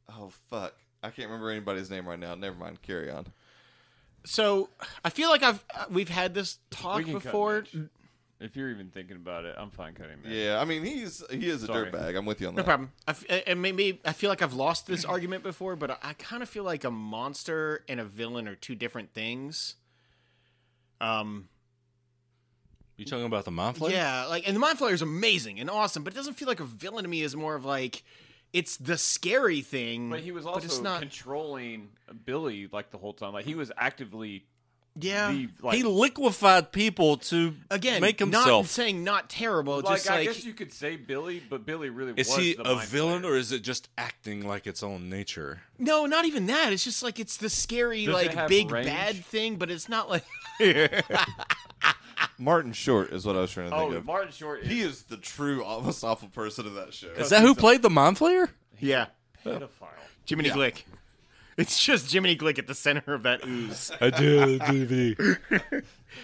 D: Oh fuck! I can't remember anybody's name right now. Never mind. Carry on.
B: so I feel like I've uh, we've had this
A: We
B: talk
A: can cut
B: before.
A: Mitch. If you're even thinking about it, I'm fine cutting him.
D: Yeah, I mean he's he is a
A: Sorry.
D: dirtbag. I'm with you on
B: No
D: that.
B: problem. I, f- and maybe I feel like I've lost this *clears throat* argument before, but I, I kind of feel like a monster and a villain are two different things. Um,
C: You talking about the mind flayer?
B: yeah, like, and the Mind Flayer is amazing and awesome, but it doesn't feel like a villain to me. Is more of like, it's the scary thing.
A: But he was
B: but it's
A: also
B: not.
A: controlling Billy like the whole time. Like he was actively
B: yeah.
A: the, like,
C: he liquefied people to
B: Again,
C: make
B: not
C: himself.
B: saying not terrible,
A: like,
B: just
A: I
B: like
A: guess you could say Billy, but Billy really
C: Is
A: was
C: he
A: the
C: a
A: mind
C: villain
A: player.
C: or is it just acting like its own nature?
B: No, not even that. It's just like it's the scary,
A: Does it
B: like
A: have
B: big
A: range?
B: bad thing, but it's not like
D: Martin Short is what I was trying to think
A: Oh,
D: of.
A: Martin Short. Is
D: he is the true almost awful person in that show.
C: Is that who played the mind flayer?
B: yeah,
A: pedophile.
B: Jiminy Glick. It's just Jiminy Glick at the center of *sighs* that ooze,
C: I do *laughs* DVD.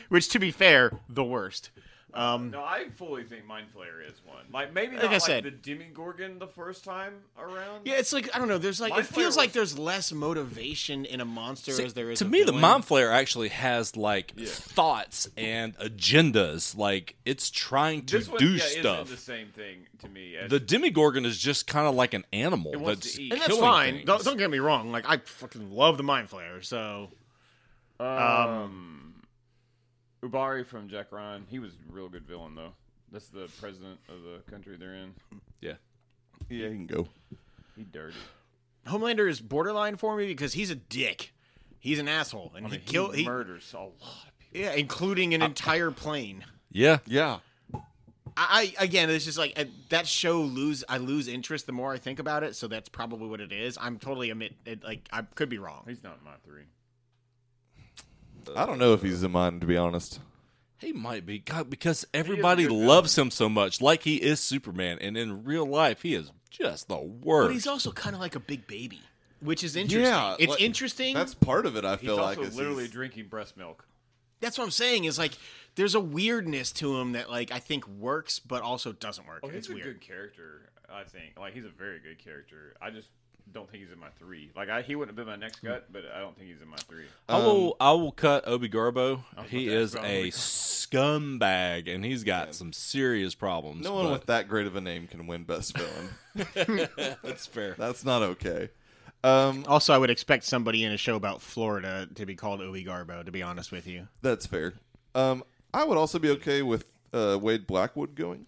B: which, to be fair, the worst. Um,
A: No, I fully think Mind Flayer is one. Like maybe
B: Like
A: not
B: I said.
A: like the Demogorgon the first time around.
B: yeah, it's like I don't know. There's like
A: My
B: it feels
A: flavor
B: like
A: was-
B: there's less motivation in a monster as there is
C: to
B: a
C: me, the
B: villain.
C: mind flayer actually has like thoughts and agendas. Like it's trying to
A: this one
C: do
A: yeah,
C: stuff.
A: isn't the same thing to me. As,
C: The Demigorgon is just kind of like an animal
A: It wants
C: that's
A: to eat.
B: and that's
C: killing
B: fine.
C: things.
B: Don't, don't get me wrong. Like I fucking love the Mind Flayer, so
A: um, Ubari from Jack Ryan. He was a real good villain though. That's the president of the country they're in.
C: yeah.
D: Yeah, he can go.
A: He dirty.
B: Homelander is borderline for me because he's a dick. He's an asshole, and he killed. He,
A: murders a lot. of people.
B: yeah, including an entire plane.
C: Yeah.
D: Yeah,
B: I I- again, it's just like uh, that show lose. I lose interest the more I think about it. So that's probably what it is. I'm totally admit it, like I could be wrong.
A: He's not in my three.
D: I don't know if he's in mine to be honest.
C: He might be God, because everybody
A: good
C: loves him so much, like he is Superman, and in real life he is just the worst.
B: But he's also kind of like a big baby, which is interesting.
D: Yeah,
B: it's
D: like,
B: interesting.
D: That's
B: That's
D: part of it. I
A: He's
D: feel like
A: also
D: is
A: literally
D: he's-
A: drinking breast milk.
B: that's what I'm saying. Is like there's a weirdness to him that like I think works, but also doesn't work.
A: Oh, he's
B: it's
A: a
B: weird.
A: good character. I think like he's a very good character. I just don't think he's in my three. Like I, he wouldn't have been my next cut, but I don't think he's in my three.
C: I will Um, I will cut Obi Garbo.
A: was
C: He
A: about to
C: is
A: ask about
C: a
A: Obi
C: scumbag, and he's got some serious problems.
D: No one
C: but
D: with that great of a name can win
B: *laughs*
D: best villain.
C: *laughs* that's fair.
D: That's not okay. Um,
B: Also, I would expect somebody in a show about Florida to be called Obi Garbo. To be honest with you,
D: that's fair. Um, I would also be okay with uh, Wade Blackwood going.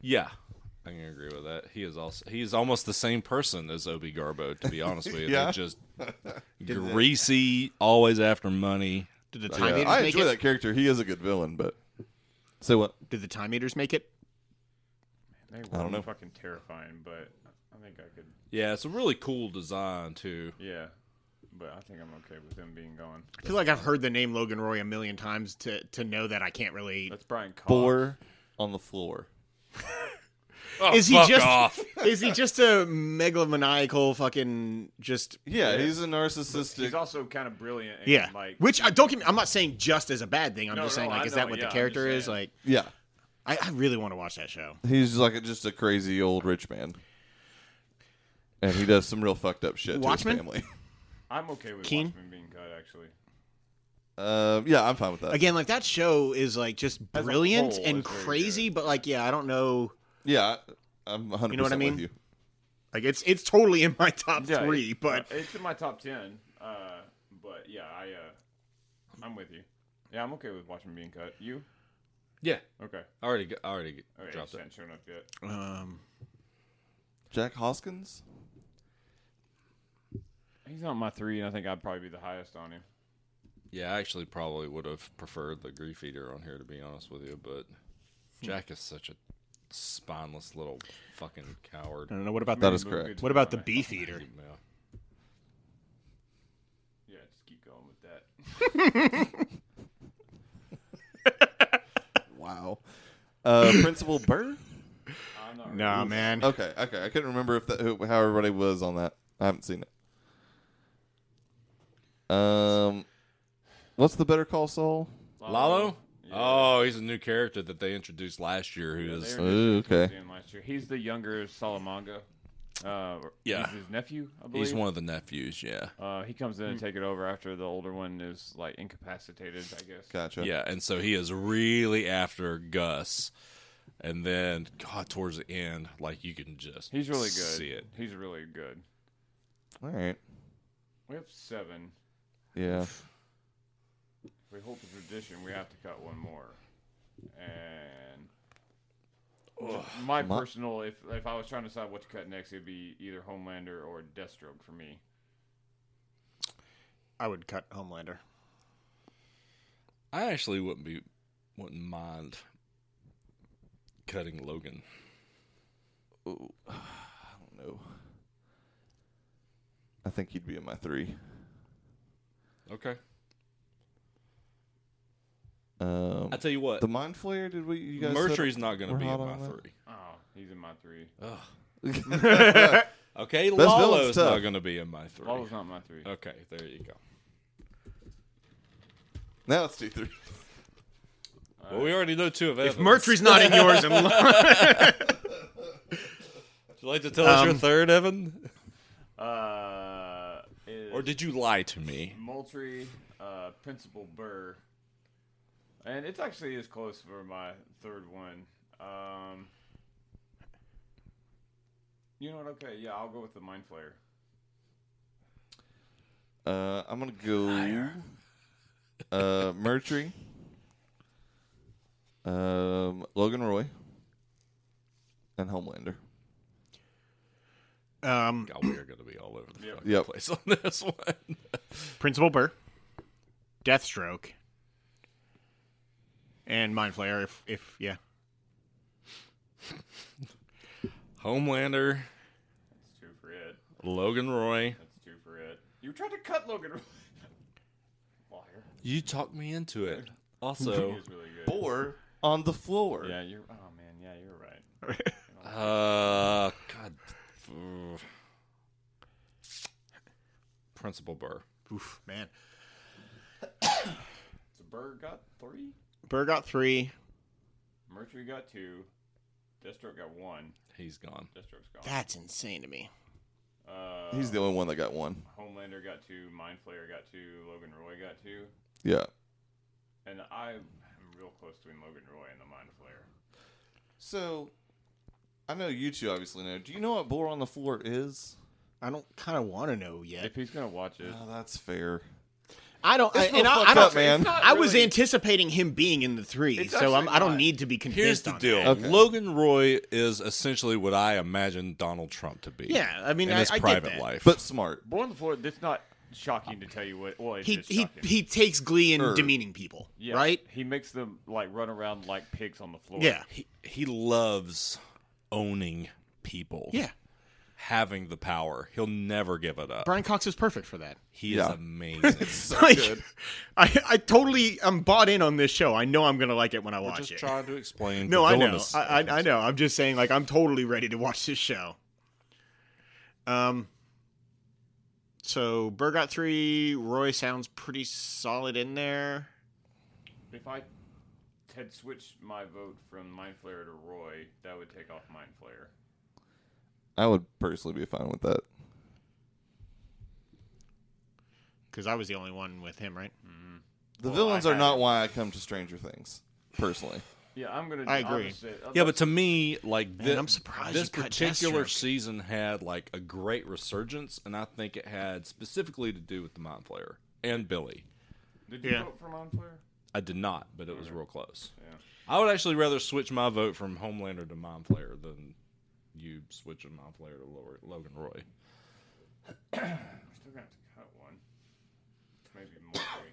C: Yeah, I can agree with that. He is also he is almost the same person as Obi Garbo. To be honest with
B: *laughs*
C: you,
D: Yeah.
C: they're just greasy, always after money.
B: did the
D: Yeah,
B: time eaters
D: I
B: make
D: enjoy
B: it?
D: that character. He is a good villain, but say what?
B: Did the time eaters make it?
A: They were
D: don't know.
A: Fucking terrifying, but I think I could.
C: Yeah, it's a really cool design too.
A: Yeah, but I think I'm okay with him being gone.
B: I feel like I've heard the name Logan Roy a million times to to know that I can't really.
A: That's Brian Cox.
D: Boar on the floor.
B: is he
C: Oh, fuck
B: just
C: off.
B: *laughs* is he just a megalomaniacal fucking just
D: Yeah, he's a
A: He's
D: narcissistic.
A: also kind of brilliant. And
B: yeah?
A: like
B: Which I don't. Get me, I'm not saying just as a bad thing. I'm
A: No,
B: just
A: no,
B: saying like,
A: I
B: is
A: know,
B: that what
A: yeah,
B: the
A: I'm
B: character
A: just
B: is
A: saying.
B: like?
D: yeah,
B: I, I really want to watch that show.
D: he's like a, just a crazy old rich man, and he does some real fucked up shit
B: Watchmen?
D: to his family. *laughs*
A: I'm okay with
B: Keen?
A: Watchmen being cut. Actually,
D: Um, yeah, I'm fine with that.
B: Again, like that show is like just
A: As a
B: brilliant
A: whole,
B: and
A: it's very
B: crazy, but like yeah, I don't know.
D: Yeah, I- I'm 100
B: You know what I mean?
D: with you.
B: Like it's it's totally in my top
A: Yeah,
B: three,
A: it-
B: but
A: uh, it's in my top ten. Uh, but yeah, I uh, I'm with you. Yeah, I'm okay with Watchmen being cut. You
C: *laughs* Yeah,
A: okay?
C: I already got- I already
A: Okay,
C: dropped
A: just
C: it.
A: hadn't shown up yet.
B: um,
D: Jack Hoskins?
A: He's on my three, and I think I'd probably be the highest on him.
C: Yeah, I actually probably would have preferred the grief eater on here to be honest with you, but Jack is such a spineless little fucking
B: I
C: coward.
B: don't know. What about
D: That
B: the,
D: is correct.
B: what about the beef eater?
C: Yeah.
A: Yeah, just keep going with that. *laughs*
D: Wow. Uh, Principal Burr?
A: I'm not really-
B: Nah, man.
A: Oh.
D: Okay, okay. I couldn't remember if that who, how everybody was on that. I haven't seen it. Um, what's the Better Call Saul?
C: Lalo? Oh, he's a new character that they introduced last year who is
A: They
D: Ooh,
A: introduced him
D: okay.
A: to him Last year. He's the younger Salamanga. Uh,
C: Yeah.
A: he's his nephew. I believe
C: He's one Hmm. of the nephews. Yeah.
A: Uh, he comes in and take it over after the older one is like incapacitated. I guess.
D: Gotcha.
C: Yeah, and so he is really after Gus, and then God towards the end, like you can just
A: He's really good.
C: See it.
A: He's really good.
D: All right.
A: We have seven.
D: Yeah.
A: If we hold the tradition. We have to cut one more. And my
D: My-
A: personal, if if I was trying to decide what to cut next, it'd be either Homelander or Deathstroke for me.
B: I would cut Homelander.
C: I actually wouldn't be wouldn't mind cutting Logan. *sighs*
D: No. I think he'd be in my three.
C: Okay.
D: Um,
C: I tell you what,
D: the mind flare. Did we? You guys. set
C: Mercury's
D: up-
C: not going to
D: we're
C: be in
D: hot
C: my
D: on that?
C: three.
A: Oh, he's in my three.
C: Okay,
D: villain's
C: Lalo's not
D: tough.
C: going to be in my three.
A: Lalo's not my three.
C: Okay, there you go.
D: Now it's two three.
C: well, we already know two of Evan's.
B: If Mercury's not in
A: *laughs*
B: yours, and
C: Would you like to tell us your
B: Um,
C: third, Evan?
A: Uh, is
C: Or did you lie to me?
A: Moultrie, uh, Principal Burr, and it's actually is close for my third one. Um, you know what? Okay, yeah, I'll go with the Mind Flayer.
D: Uh, I'm gonna go. Uh, Mercury. Um, Logan Roy. And Homelander.
B: um,
C: God, we are going to be all over the
A: Yep.
C: fucking
D: Yep.
C: place on this one.
B: Principal Burr, Deathstroke, and Mind Flayer. If if yeah,
C: Homelander,
A: That's two for it.
C: Logan Roy.
A: That's two for it. You tried to cut Logan. Roy. *laughs* Liar.
C: You talked me into it. Also,
A: He is really good.
D: Or on the floor.
A: Yeah, you're. Oh man, yeah, you're right.
C: uh, God, ugh. Principal Burr.
B: oof, man.
A: So Burr got three.
B: Burr got three.
A: Mercury got two. Deathstroke got one.
C: He's gone.
A: Deathstroke's gone.
B: That's insane to me.
A: Uh,
D: He's the only one that got one.
A: Homelander got two, Mind Flayer got two, Logan Roy got two,
D: Yeah.
A: and I am real close between Logan Roy and the Mind Flayer.
D: So, I know you two obviously know. Do you know what Boar on the Floor is?
B: I don't kind of want to know yet.
A: If he's gonna watch it,
D: Oh, that's fair.
B: I don't. I,
D: It's real
B: and I,
D: fucked
B: I don't.
D: up, man.
B: I was anticipating him being in the three,
A: It's
B: so I'm,
A: actually
B: I don't
A: not.
B: need to be convinced.
C: Here's the
B: on
C: deal.
B: that.
D: Okay.
C: Logan Roy is essentially what I imagine Donald Trump to be.
B: Yeah, I mean,
C: in
B: I,
C: his
B: I get
C: private
B: that.
C: life.
D: But smart.
A: Born on the Floor, that's not shocking to tell you what. Well, it
B: He
A: is
B: he
A: shocking.
B: he takes glee in
D: Sure.
B: demeaning people,
A: Yeah,
B: right?
A: He makes them like run around like pigs on the floor.
B: Yeah,
C: he, he loves owning people.
B: yeah.
C: having the power. He'll never give it up.
B: Brian Cox is perfect for that.
C: he
B: *laughs*
D: Yeah.
C: is amazing.
D: So
B: like,
D: good.
B: *laughs* I, I totally am bought in on this show. I know I'm gonna like it when I watch
C: just
B: it.
C: trying to explain.
B: No,
C: the
B: I know.
C: villainous-
B: I, I, I know. I'm just saying, like, I'm totally ready to watch this show. Um. So Burr got three. Roy sounds pretty solid in there.
A: If I had switched my vote from Mind Flayer to Roy, that would take off Mind Flayer.
D: I would personally be fine with that.
B: Because I was the only one with him, right?
D: The
A: Well,
D: villains
A: I
D: are not
A: had-
D: why I come to Stranger Things, personally.
A: Yeah, I'm gonna.
B: I
A: I'll
B: agree.
A: just say-
C: Yeah, but to me, like thi-
B: I'm surprised
C: this
B: you cut
C: particular
B: Deathstroke.
C: season had like a great resurgence, and I think it had specifically to do with the Mind Flayer and Billy.
A: did you
B: Yeah.
A: vote for Mind Flayer?
C: I did not, but it was real close.
A: Yeah.
C: I would actually rather switch my vote from Homelander to Mind Flayer than you switching Mind Flayer to Lo- Logan Roy.
A: We're still gonna have to cut one. Maybe
B: *coughs*
A: Mercury.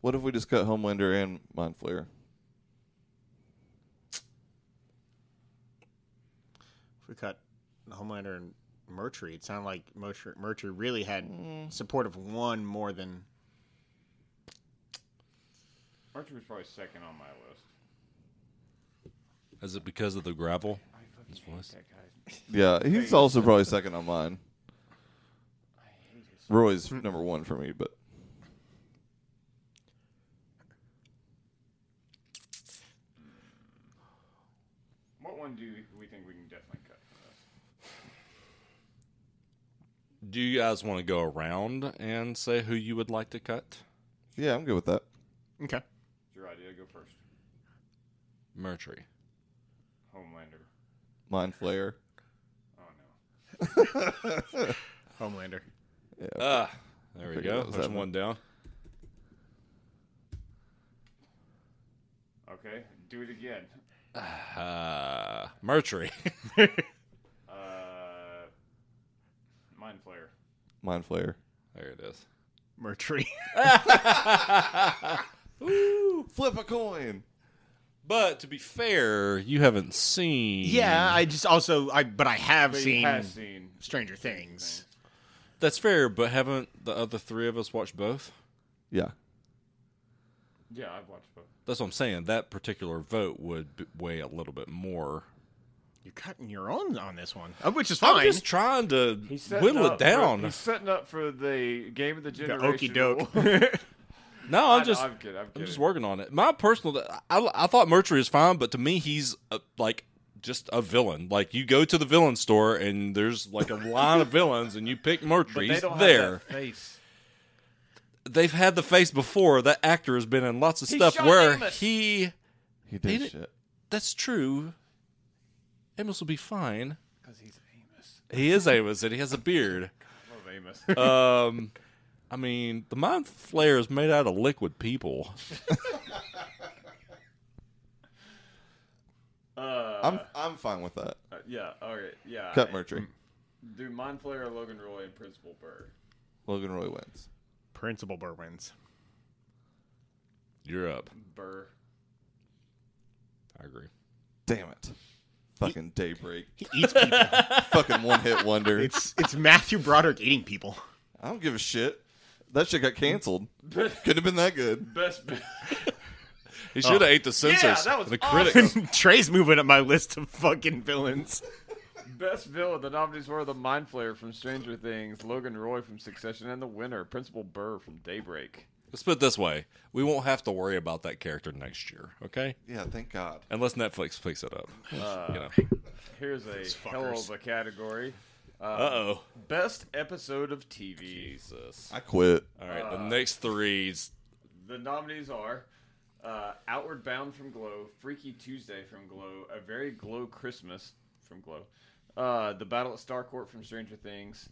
D: What if we just cut Homelander and Mind Flayer?
B: If we cut Homelander and Mercury, it sounded like Mercury, Mercury really had support of one more than.
A: Archer was probably second on my list.
C: Is it because of the gravel?
A: I fucking hate that guy.
D: Yeah, he's also probably second on mine.
A: I hate his.
D: Roy's number one for me, but
A: What one do we think we can definitely cut from this?
C: Do you guys want to go around and say who you would like to cut?
D: Yeah, I'm good with that.
B: Okay.
A: It's your idea. Go first.
C: Mercury.
A: Homelander.
D: Mind Flayer.
A: Oh no.
B: Homelander. *laughs*
C: Ah, there we
D: Figure
C: go.
D: that was
C: There's
D: happening.
C: one down.
A: Okay, do it again.
C: Uh, Mercury. *laughs*
A: Uh, mind flayer.
D: Mind Flayer.
C: there it is.
B: Mercury.
D: Flip a coin.
C: But to be fair, you haven't seen.
B: *laughs* yeah, I just also I but I have
A: But
B: seen
A: he has seen.
B: Stranger Things.
C: that's fair. But haven't the other three of us watched both?
D: Yeah.
A: Yeah, I've watched both.
C: That's what I'm saying. That particular vote would b- weigh a little bit more.
B: You're cutting your own on this one, uh, which is
C: I'm
B: fine.
C: just trying to
A: He's setting
C: whittle
A: up
C: it
A: for-
C: down.
A: he's setting up for the game of the
B: The
A: generation.
B: okey *laughs* doke.
A: award.
C: no,
A: I
C: I'm
A: know,
C: just
A: I'm kidding. I'm kidding.
C: I'm just working on it. My personal, I, I thought Mercury is fine, but to me, he's a, like just a villain. Like you go to the villain store and there's like a line of villains, and you
A: *laughs*
C: pick Mercury. He's there.
A: face.
C: They've had the face before. That actor has been in lots of stuff
A: shot
C: where
A: Amos.
C: he.
D: He
C: He
D: did
C: did-
D: shit.
C: That's true. Amos will be fine.
A: Because he's Amos.
C: He is Amos, and he has a beard.
A: I love Amos.
C: Um, I mean, the mind flare is made out of liquid people.
A: *laughs* Uh,
D: I'm I'm fine with that.
A: yeah, okay, yeah.
D: Cut Mercury.
A: Do Mind Flayer, Logan Roy, and Principal Burr.
D: Logan Roy wins.
B: Principal Berwins.
C: You're up.
A: Burr.
C: I agree.
D: Damn it. Fucking daybreak.
B: He eats people.
D: Fucking one *laughs* hit wonder.
B: *laughs* it's it's Matthew Broderick eating *laughs* people.
D: I don't give a shit. That shit got canceled. Couldn't have been that good.
A: Best. *laughs* Be-
C: He should have ate the censors.
A: that was
C: the
A: awesome.
C: critics.
B: Trey's moving up my list of fucking villains.
A: best villain. The nominees were the Mind Flayer from Stranger Things, Logan Roy from Succession, and the winner, Principal Burr from Daybreak.
C: Let's put it this way: we won't have to worry about that character next year, okay?
D: Yeah, thank God.
C: Unless Netflix picks it up. you know.
A: Here's a hell
B: fuckers.
A: of a category.
C: Uh oh.
A: Best episode of TV.
C: Jesus. Uh.
D: I quit.
C: All right. the next three's
A: The nominees are uh, Outward Bound from Glow, Freaky Tuesday from Glow, A Very Glow Christmas from Glow, uh, The Battle at Starcourt from Stranger Things,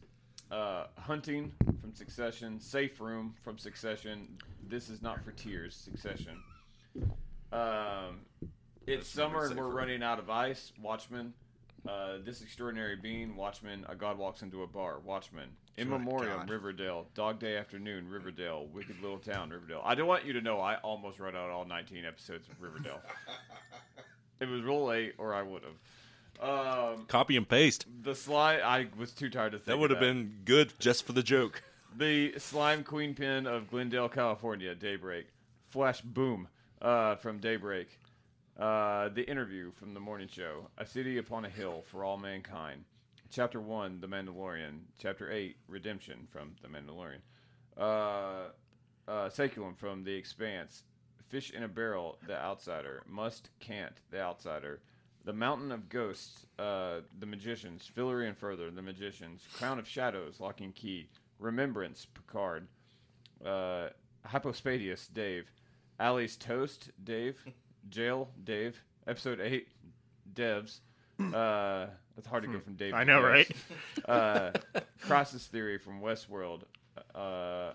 A: uh, Hunting from Succession, Safe Room from Succession, This Is Not for Tears, Succession. Um, it's summer and
C: Safe
A: we're
C: Room.
A: running out of ice, Watchmen. Uh, this extraordinary being, Watchmen. A God walks into a bar, Watchmen. In Memoriam,
B: God.
A: Riverdale. Dog Day Afternoon, Riverdale. Wicked Little Town, Riverdale. I don't want you to know I almost read out all 19 episodes of Riverdale. it was real late, or I would have. Um,
C: copy and paste.
A: the slime. I was too tired to think.
C: That would have
A: about it.
C: been good just for the joke.
A: the slime queen pin of Glendale, California. Daybreak. Flash boom uh, from Daybreak. Uh, the interview from the morning show. A city upon a hill for all mankind. Chapter one, The Mandalorian. Chapter eight, Redemption from The Mandalorian. Uh, uh, Saculum from The Expanse, Fish in a Barrel, The Outsider, Must Can't, The Outsider, The Mountain of Ghosts, uh, The Magicians, Fillory and Further, The Magicians, Crown of Shadows, Lock and Key, Remembrance, Picard, uh, Hypospadius, Dave, Alley's Toast,
B: *laughs*
A: Dave, Jail, Dave, Episode 8, Devs. Uh, that's hard to go from Dave.
B: Hmm. I
A: to
B: know,
A: Devs
B: right? *laughs*
A: uh, Crisis Theory from Westworld. Uh,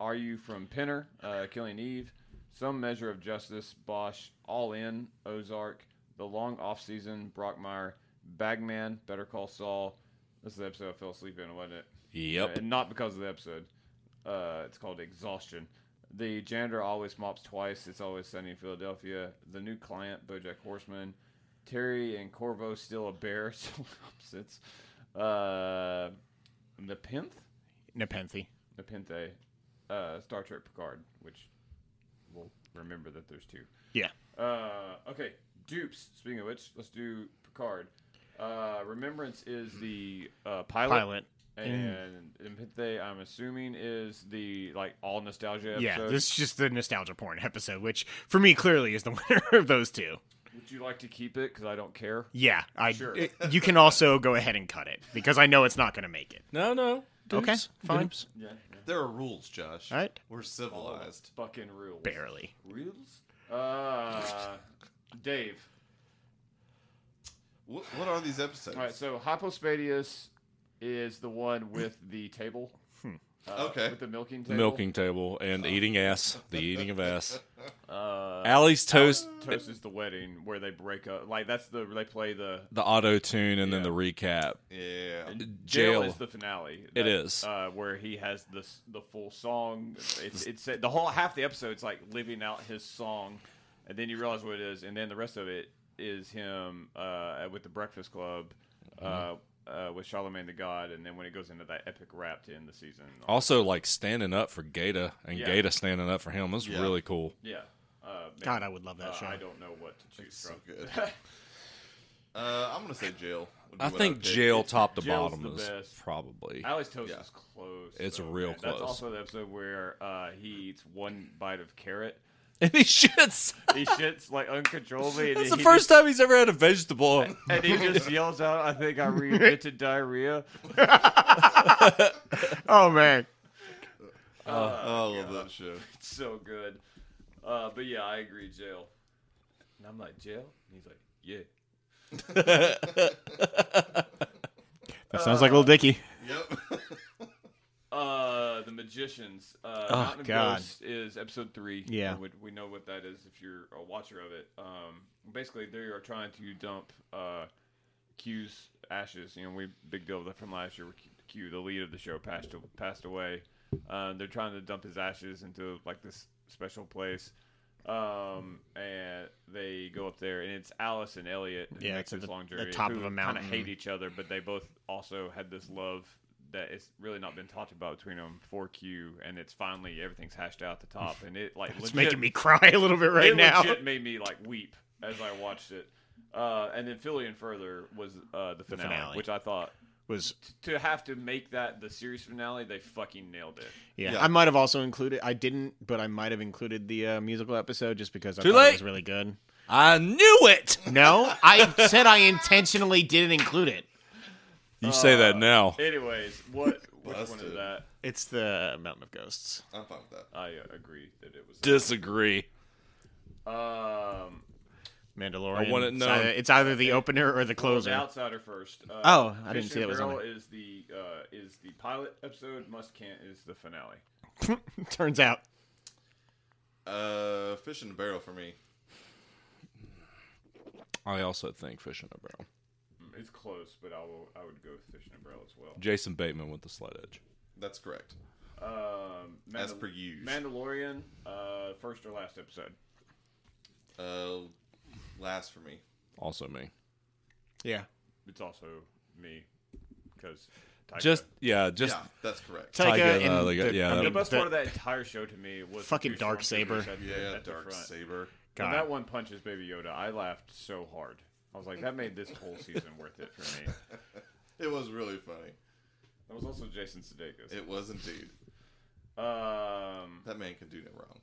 A: Are You from Penner? Uh, Killing Eve. Some Measure of Justice. Bosch. All In. Ozark. The Long Off Season. Brockmire. Bagman. Better Call Saul. This is the episode I fell asleep in, wasn't it?
C: Yep.
A: And not because of the episode. Uh, it's called Exhaustion. The janitor always mops twice. It's always sunny in Philadelphia. The new client, Bojack Horseman. Terry and Corvo still a bear. *laughs* So opposites. Uh, Nepenthe?
B: Nepenthe.
A: Nepenthe. Uh, Star Trek Picard, which we'll remember that there's two.
B: Yeah.
A: Uh, okay, dupes. Speaking of which, let's do Picard. Uh, Remembrance is the uh, pilot,
B: Pilot.
A: and Empathy, I'm assuming, is the like all nostalgia. Episode.
B: Yeah, this is just the nostalgia porn episode, which for me clearly is the *laughs* winner of those two.
A: Would you like to keep it? Because I don't care.
B: Yeah, I.
A: Sure.
B: it- you can also go ahead and cut it because I know it's not going to make it.
C: No, no.
B: Okay,
C: Dudes?
B: fine.
C: Dudes?
A: Yeah, yeah.
D: There are rules, Josh.
B: All right.
D: We're civilized.
A: Fucking rules.
B: Barely.
A: Reels? Uh, Dave.
D: What, what are these episodes?
A: All right, so Hypospadius is the one with the table.
B: Hmm.
A: Uh,
D: Okay.
A: With the milking
C: The
A: table.
C: milking table and eating ass. The eating of ass.
A: Uh,
C: Allie's toast.
A: Toast is the wedding where they break up. Like that's the they play the
C: The auto tune and then
A: Yeah.
C: the recap.
D: yeah.
C: Jail.
A: jail, is the finale.
C: It is.
A: uh, where he has the s- the full song. It's it's the whole half the episode's like living out his song, and then you realize what it is, and then the rest of it is him uh, with the Breakfast Club.
C: Mm-hmm.
A: Uh, uh, with Charlemagne the God, and then when it goes into that epic rap to end the season.
C: Also, like standing up for Gata and
A: Yeah.
C: Gata standing up for him. That's
D: Yeah.
C: really cool.
A: yeah. Uh, man,
B: God, I would love that
A: uh,
B: show.
A: I don't know what to choose *laughs*
D: So
A: from.
D: good. Uh, I'm gonna say jail. would be
C: I
D: what
C: think
D: I'd pick.
C: jail top to
A: Jail's
C: bottom
A: the
C: is
A: best.
C: probably. *laughs*
A: Alice Toast
D: Yeah.
A: is close.
C: It's
A: though,
C: real
A: man. That's
C: close.
A: also the episode where uh, he eats one bite of carrot.
C: And he shits.
A: He shits like
C: *laughs*
A: uncontrollably. And
C: That's
A: he
C: the first time he's ever had a vegetable.
A: *laughs* and he
C: *laughs*
A: just yells out, "I think I reinvented diarrhea."
B: Oh man.
D: I
A: Oh,
D: love that show.
A: It's so good. Uh, but yeah, I agree, jail. And I'm like, jail? And he's like, yeah.
B: That sounds like Little Dicky.
D: Yep. *laughs*
A: Uh, the magicians. Uh,
B: Oh,
A: Mountain of
B: God.
A: Ghosts is episode three.
B: Yeah.
A: we, we know what that is if you're a watcher of it. Um, basically, they are trying to dump uh, Q's ashes. You know, we big deal with that from last year. where Q- Q, the lead of the show, passed passed away. Uh, they're trying to dump his ashes into like this special place. Um, and they go up there, and it's Alice and Elliot. Who
B: Yeah,
A: make
B: it's at
A: this
B: the-
A: long
B: the
A: journey.
B: top
A: who
B: of a
A: kinda
B: mountain.
A: hate each other, but they both also had this love that it's really not been talked about between them for Q, and it's finally everything's hashed out at the top, and it like
B: *laughs* It's
A: legit-
B: making me cry a little bit right
A: it
B: now.
A: legit made me like weep as I watched it. Uh, and then Philly and Further was uh, the, finale,
B: finale.
A: which I thought
B: Was
A: to have to make that the series finale, they fucking nailed it.
B: yeah.
D: Yeah.
B: I might have also included. I didn't, but I might have included the uh, musical episode just because I
C: Too
B: thought
C: late.
B: it was really good.
C: I knew it.
B: No,
C: *laughs*
B: I said I intentionally didn't include it.
C: You say that now.
A: Anyways, what which one is
D: Busted.
A: that?
B: It's the Mountain of Ghosts.
D: I'm fine with that.
A: I uh, agree that it was.
C: Disagree.
A: um,
B: Mandalorian.
C: I want it
B: It's
C: known.
B: either, it's either the opener or the
A: The
B: closer.
A: Outsider first. Uh,
B: Oh, I didn't
A: Fish in
B: see
A: a
B: that was on
A: Barrel Is the uh, is the pilot episode? Must can't is the finale.
B: *laughs* Turns out.
D: Uh, fish in a barrel for me.
C: I also think fish in a barrel.
A: Mm, It's close, but I will. I would go with Fish in a Barrel as well.
C: Jason Bateman with the slight edge.
D: That's correct.
A: Um,
D: As
A: Mandal-
D: per usual.
A: Mandalorian, uh, first or last episode?
D: Uh, last for me.
C: Also me.
B: Yeah.
A: It's also me because
C: Just yeah, just
D: yeah, that's correct.
B: Taika
C: Taika,
B: and
C: uh, they got-
B: the-
C: yeah,
B: I
C: that-
A: the
B: mean,
A: best
B: the-
A: part of that entire show to me was the
B: Fucking
A: two
B: Dark
A: stormtroopers
B: saber.
A: at the-
D: yeah,
A: at the
D: dark
A: front.
D: saber.
A: When
B: God.
A: that one punches Baby Yoda, I laughed so hard. I was like, that made this whole season worth it for
D: *laughs*
A: me.
D: It was really funny.
A: That was also Jason Sudeikis.
D: It was indeed.
A: Um,
D: That man can do no wrong.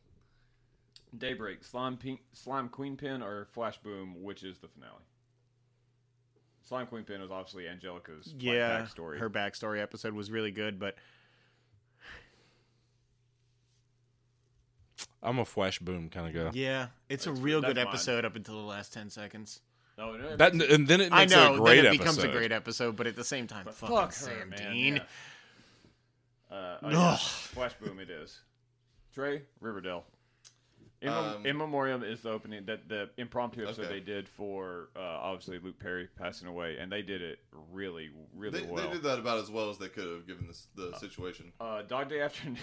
A: Daybreak, Slime, Pink, Slime Queen Pin, or Flash Boom, which is the finale? Slime Queen Pin was obviously Angelica's like,
B: yeah,
A: backstory.
B: her backstory episode was really good, but
C: I'm a flash boom kind of guy.
B: yeah, it's a
A: That's-
B: real
A: that's
B: good
A: mine.
B: episode up until the last ten seconds.
D: Oh,
A: No, no,
C: That and then it
B: I
C: makes
B: know,
C: it a great
B: then it
C: episode.
B: becomes a great episode, but at the same time,
A: but
B: fucking
A: fuck her,
B: Sam
A: man.
B: Dean.
A: yeah. Uh, oh, yeah.
B: Ugh.
A: Flash Boom, it is. Trey Riverdale. In, Mem-
D: Um,
A: In Memoriam is the opening that the impromptu episode
D: Okay.
A: they did for uh, obviously Luke Perry passing away, and they did it really, really
D: They,
A: well.
D: they did that about as well as they could have given this the situation.
A: uh, Dog Day Afternoon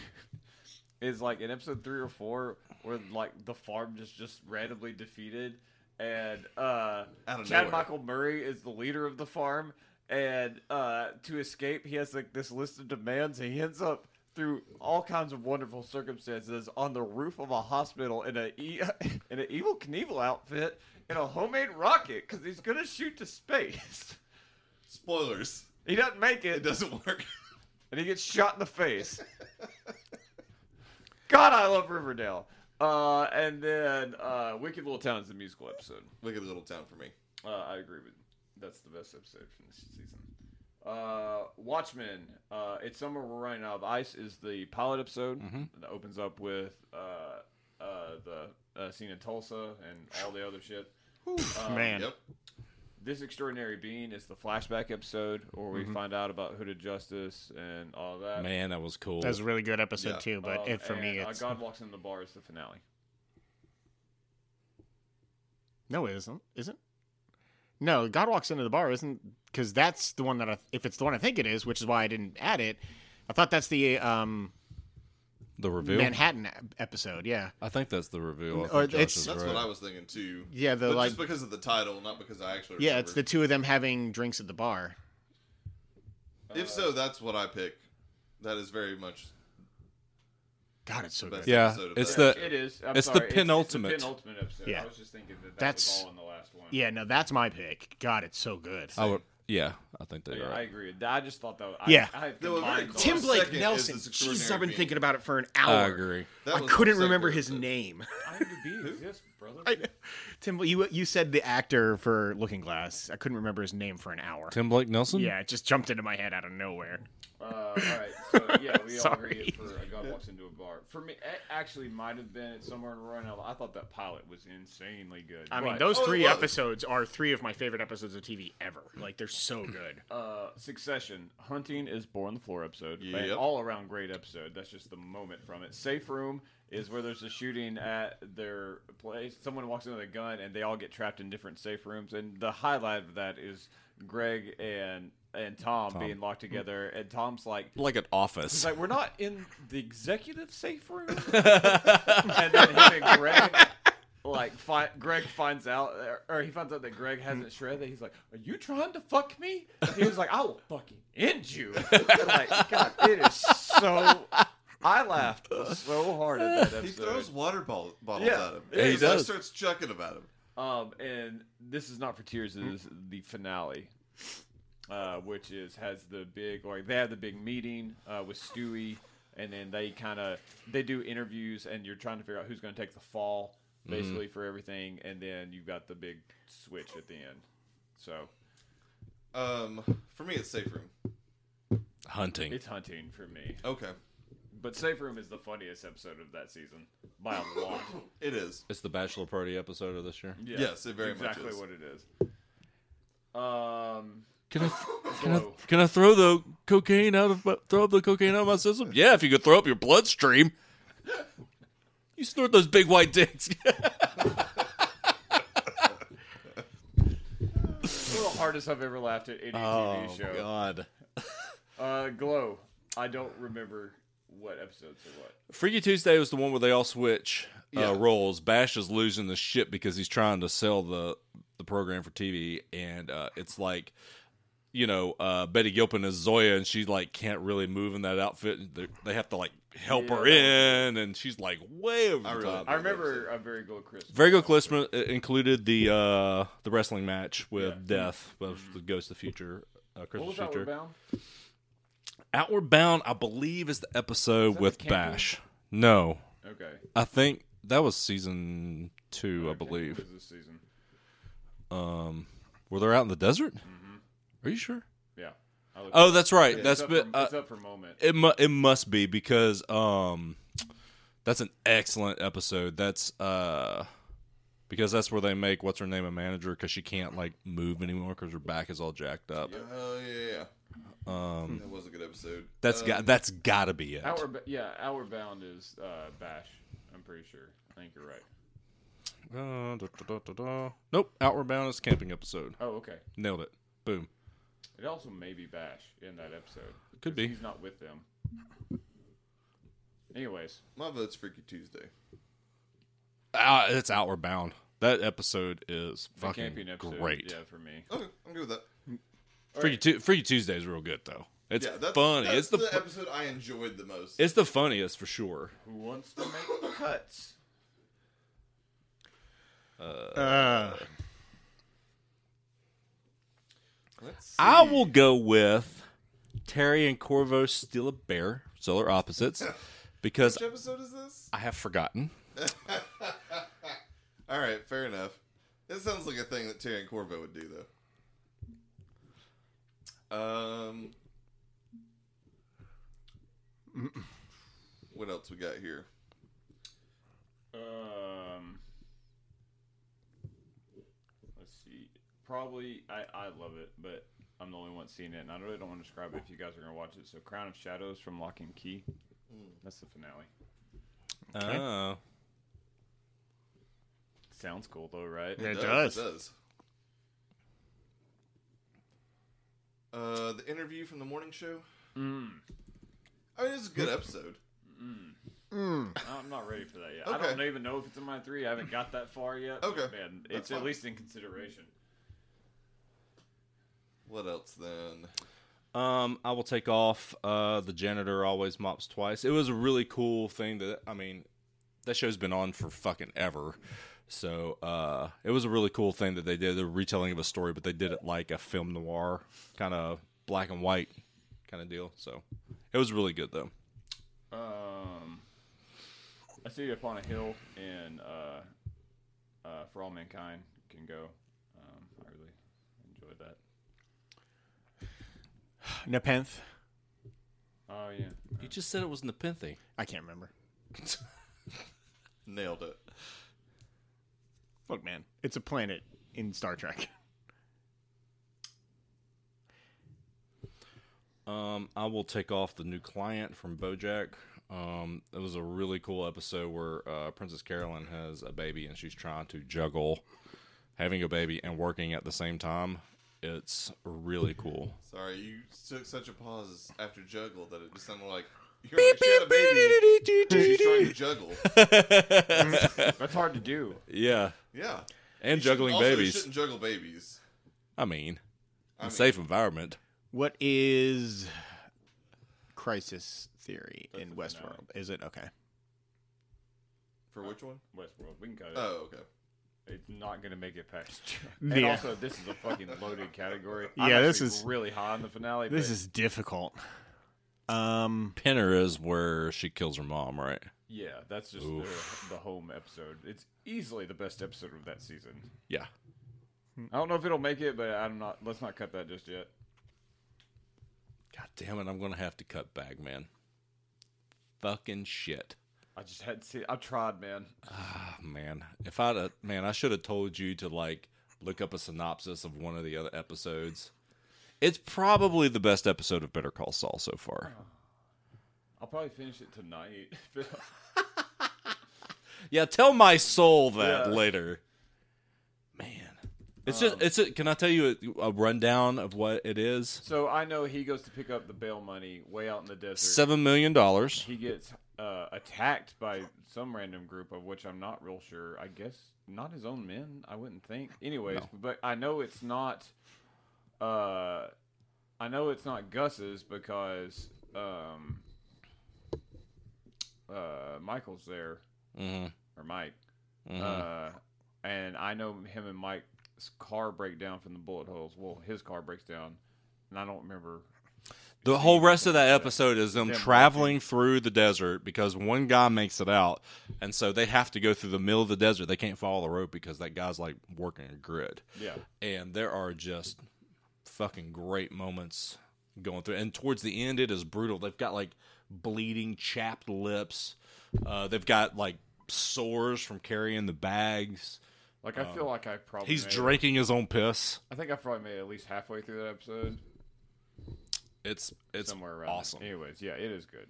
A: *laughs* is like in episode three or four where like the farm just just randomly defeated, and uh,
D: Out of
A: Chad
D: nowhere.
A: Michael Murray is the leader of the farm, and uh, to escape he has like this list of demands, and he ends up. Through all kinds of wonderful circumstances, on the roof of a hospital in a e- *laughs* in an evil Knievel outfit in a homemade rocket because he's gonna shoot to space. *laughs*
D: Spoilers.
A: he doesn't make
D: It doesn't work. *laughs*
A: and he gets shot in the face. *laughs* God, I love Riverdale. Uh, and then uh, Wicked Little Town is the musical episode.
D: Wicked Little Town for me.
A: Uh, I agree with that's the best episode from this season. Uh, Watchmen. Uh, it's summer. We're running out of ice. Is the pilot episode
C: Mm-hmm.
A: that opens up with uh, uh, the uh, scene in Tulsa and all the other shit. Um,
B: Man,
D: Yep.
A: This extraordinary being is the flashback episode, where we find out about Hooded Justice and all that.
C: Man, that was cool.
B: that was a really good episode
D: Yeah.
B: too. But
A: Um,
B: it, for me,
A: and, uh,
B: it's
A: God walks in the bar is the finale.
B: no, it isn't. Is it? No, God walks into the bar isn't because that's the one that I, if it's the one I think it is, which is why I didn't add it. I thought that's the um,
C: the reveal.
B: Manhattan ep- episode. Yeah,
C: I think that's the reveal. I
B: Or
C: think Josh
B: it's-
C: is
D: That's
C: right.
D: what I was thinking too.
B: Yeah, the,
D: but
B: like-
D: just because of the title, not because I actually.
B: yeah, it's the
D: remembered.
B: two of them having drinks at the bar.
C: Uh,
D: if so, that's what I pick. That is very much.
B: God, it's so
D: Best.
B: good.
C: Yeah,
D: episode of
C: it's
D: that.
C: the
A: It is. I'm
C: It's the
A: sorry,
C: penultimate.
A: It's the penultimate episode.
B: Yeah.
A: I was just thinking that that
B: That's-
A: was all in the last one.
B: Yeah, no, that's my pick. God, it's so good.
D: Oh,
C: I would. Yeah, I think they
A: Yeah,
C: are.
A: I agree. That- I just thought that. I,
B: Yeah.
A: I,
D: They were very
A: combined
D: close.
B: Tim
A: all-
B: Blake
D: Second is
B: Nelson.
D: this
B: Jeez, I've
D: extraordinary
B: been
D: being.
B: thinking about it for an hour.
C: I agree.
D: That
B: I
D: was
B: couldn't
D: the
B: remember
D: second
B: his
D: episode.
B: name.
A: IMDb exists, brother.
B: Tim, you you said the actor for Looking Glass. I couldn't remember his name for an hour.
C: Tim Blake Nelson.
B: Yeah, it just jumped into my head out of nowhere.
A: Uh, all right. So
B: *laughs*
A: yeah, we all agree
B: Sorry.
A: for a god walks into a bar. For me, it actually might have been it's somewhere in Run Out. I thought that pilot was insanely good.
B: I mean,
A: But,
B: those
D: Oh, it
B: three
D: was.
B: episodes are three of my favorite episodes of TV ever. Like they're so good.
A: Uh, Succession, Hunting is born the floor episode. An
D: Yep.
A: all around great episode. That's just the moment from it. Safe room is where there's a shooting at their place. Someone walks in with a gun, and they all get trapped in different safe rooms. And the highlight of that is Greg and and Tom, Hmm. being locked together. And Tom's like,
C: like an
A: He's
C: office.
A: like, we're not in the executive safe room. and then him and
D: *laughs*
A: Greg, like, fi- Greg finds out, or he finds out that Greg
D: Hmm.
A: hasn't shredded. He's like, are you trying to fuck me? He was like, I will fucking end
D: *laughs*
A: you. like, God, it is so. I laughed so hard at that episode.
D: He throws water ball- bottles
A: Yeah.
D: at him.
A: Yeah,
C: he
D: just, like,
C: does.
D: starts chucking them at him.
A: Um, and this is not for tears.
D: Hmm.
A: This is the finale, uh, which is has the big or they have the big meeting uh, with Stewie, and then they kind of they do interviews, and you're trying to figure out who's going to take the fall
D: Hmm.
A: basically for everything, and then you've got the big switch at the end. So
D: Um, for me, it's safe room.
C: *laughs* Hunting.
A: it's hunting for me,
D: Okay, *clears throat*
A: but Safe Room is the funniest episode of that season by a lot.
D: *laughs* it is.
C: It's the bachelor party episode of this year.
A: Yeah,
D: Yes, it very
A: it's
D: much
A: exactly
D: is.
A: what it is. Um,
C: Can I, can, I,
A: so-
C: can I throw the cocaine out of my, throw up the cocaine out of my *laughs* system? Yeah, if you could throw up your bloodstream. You snort those big white dicks. *laughs*
A: It's the hardest I've ever laughed at any
D: Oh,
A: TV show.
C: Oh, God.
A: Uh, Glow. I don't remember what episodes or what.
C: Freaky Tuesday was the one where they all switch uh,
D: Yeah.
C: roles. Bash is losing the ship because he's trying to sell the the program for TV, and uh, it's like, you know, uh, Betty Gilpin is Zoya, and she like can't really move in that outfit. and They they have to like help her in, and she's like way over
D: I
C: the
D: really-
C: top.
A: I remember a very good Christmas.
C: Very good Christmas uh, included the uh, the wrestling match with Death, which was the Ghost of the Future, uh,
A: What
C: Christmas
A: was Outward
C: Future.
A: Bound?
C: Outward Bound, I believe, is the episode
A: that
C: with
A: the camping?
C: Bash. No,
A: Okay.
C: I think that was season two, I believe,
A: It was this season.
C: where they're out in the desert.
A: Mm-hmm.
C: Are you sure?
A: Yeah. I looked
C: Oh, that's right.
A: it
C: That's
A: up
C: been,
A: for,
C: uh,
A: it's up for a moment.
C: it. Mu- it must be because um, that's an excellent episode. That's uh, because that's where they make what's her name a manager because she can't like move anymore because her back is all jacked up.
D: Oh yeah, yeah, yeah. Um, that was a good episode. Uh,
C: That's got that's gotta be it.
A: Uh, Outward, Ba- yeah, Outward Bound is uh, Bash. I'm pretty sure. I think you're right.
C: Uh, da, da, da, da, da. Nope, Outward Bound is camping episode.
A: Oh, okay.
C: Nailed it. Boom.
A: It also may be Bash in that episode.
C: Could
A: 'cause
C: be.
A: He's not with them. Anyways,
D: My vote's Freaky Tuesday.
C: Ah, it's Outward Bound. That episode is
A: the
C: fucking
A: camping episode.
C: great.
A: Yeah, for me.
D: Okay, I'm good with that.
C: Freaky, Tu- Freaky Tuesday is real good though. It's funny.
D: that's
C: it's the,
D: episode I enjoyed the most.
C: it's the funniest for sure.
A: Who wants to make the cuts?
B: Uh,
D: Let's see.
C: I will go with Terry and Corvo steal a bear, solar
D: *laughs*
C: opposites, because
D: Which episode is this?
C: I have forgotten.
D: All right, fair enough. That sounds like a thing that Terry and Corvo would do, though. Um, what else we got here?
A: Um, let's see. Probably, I, I love it, but I'm the only one seeing it, and I really don't want to describe it if you guys are going to watch it. So, Crown of Shadows from Lock and Key. That's the finale.
C: Oh.
A: Sounds cool, though, right?
B: Yeah. It does.
D: It does. Uh, the interview from the morning show.
B: Mm.
D: I mean, it's a good episode.
A: I'm not ready for that yet. I
D: Okay.
A: don't even know if it's in my three. I haven't got that far yet. but
D: Okay.
A: Man,
D: That's
A: it's at
D: fine.
A: least in consideration.
D: What else then?
C: Um, I will take off. Uh, the janitor always mops twice. It was a really cool thing that I mean, that show's been on for fucking ever. So uh, it was a really cool thing that they did the retelling of a story, but they did it like a film noir kind of black and white kind of deal. So it was really good though.
A: Um, I see it upon a hill in uh, uh, For All Mankind Can Go. Um, I really enjoyed that.
B: Nepenthe.
A: Oh, yeah.
C: You just said it was Nepenthe.
B: I can't remember.
D: Nailed it.
B: Fuck, man. It's a planet in Star Trek. *laughs*
C: Um, I will take off the new client from BoJack. Um, it was a really cool episode where uh, Princess Carolyn has a baby and she's trying to juggle having a baby and working at the same time. It's really cool.
D: Sorry, you took such a pause after juggle that it just sounded like you're like, she had
B: *laughs*
D: a baby. She's trying to juggle.
A: That's hard to do.
C: *laughs* Yeah,
D: Yeah.
C: and juggling
D: also, you
C: babies.
D: shouldn't juggle babies.
C: I mean,
D: mean-
C: safe environment.
B: What is crisis theory in Westworld? Is it okay?
D: For which one?
A: Westworld. We can cut it.
D: Oh, okay.
A: it's not going to make it past. *laughs* And
B: Yeah.
A: also, this is a fucking loaded category.
B: Yeah,
A: I'm
B: this
A: actually
B: is-
A: really high on the finale.
B: This
A: but-
B: is difficult. Um,
C: Pinner is where she kills her mom, right?
A: yeah. That's just the, the home episode. It's easily the best episode of that season.
C: Yeah.
A: I don't know if it'll make it, but I'm not. Let's not cut that just yet.
C: God damn it! I'm gonna have to cut back, man. Fucking shit.
A: I just had to see. I tried, man.
C: Ah, man if i'd have, man i should have told you to like look up a synopsis of one of the other episodes it's probably the best episode of better call saul so far
A: Oh. I'll probably finish it tonight. *laughs*
C: yeah tell my soul that
A: Yeah. Um,
C: later man it's just it's a, can i tell you a, a rundown of what it is
A: so I know he goes to pick up the bail money way out in the desert.
C: seven million dollars
A: he gets uh, attacked by some random group of which I'm not real sure. I guess not his own men. I wouldn't think. Anyways, but I know it's not. Uh, I know it's not Gus's because um, uh, Michael's there
C: mm-hmm.
A: or Mike, uh, and I know him and Mike's car break down from the bullet holes. Well, his car breaks down, and I don't remember.
C: the whole rest of that episode is them
A: Them
C: traveling through the desert because one guy makes it out and so they have to go through the middle of the desert they can't follow the road because that guy's like working a grid
A: Yeah,
C: and there are just fucking great moments going through and towards the end it is brutal they've got like bleeding chapped lips uh, they've got like sores from carrying the bags
A: like I feel like I probably
C: he's
A: made-
C: drinking his own piss
A: I think I probably made it at least halfway through that episode.
C: it's it's
A: somewhere around. there.
C: awesome
A: Anyways, yeah, it is good.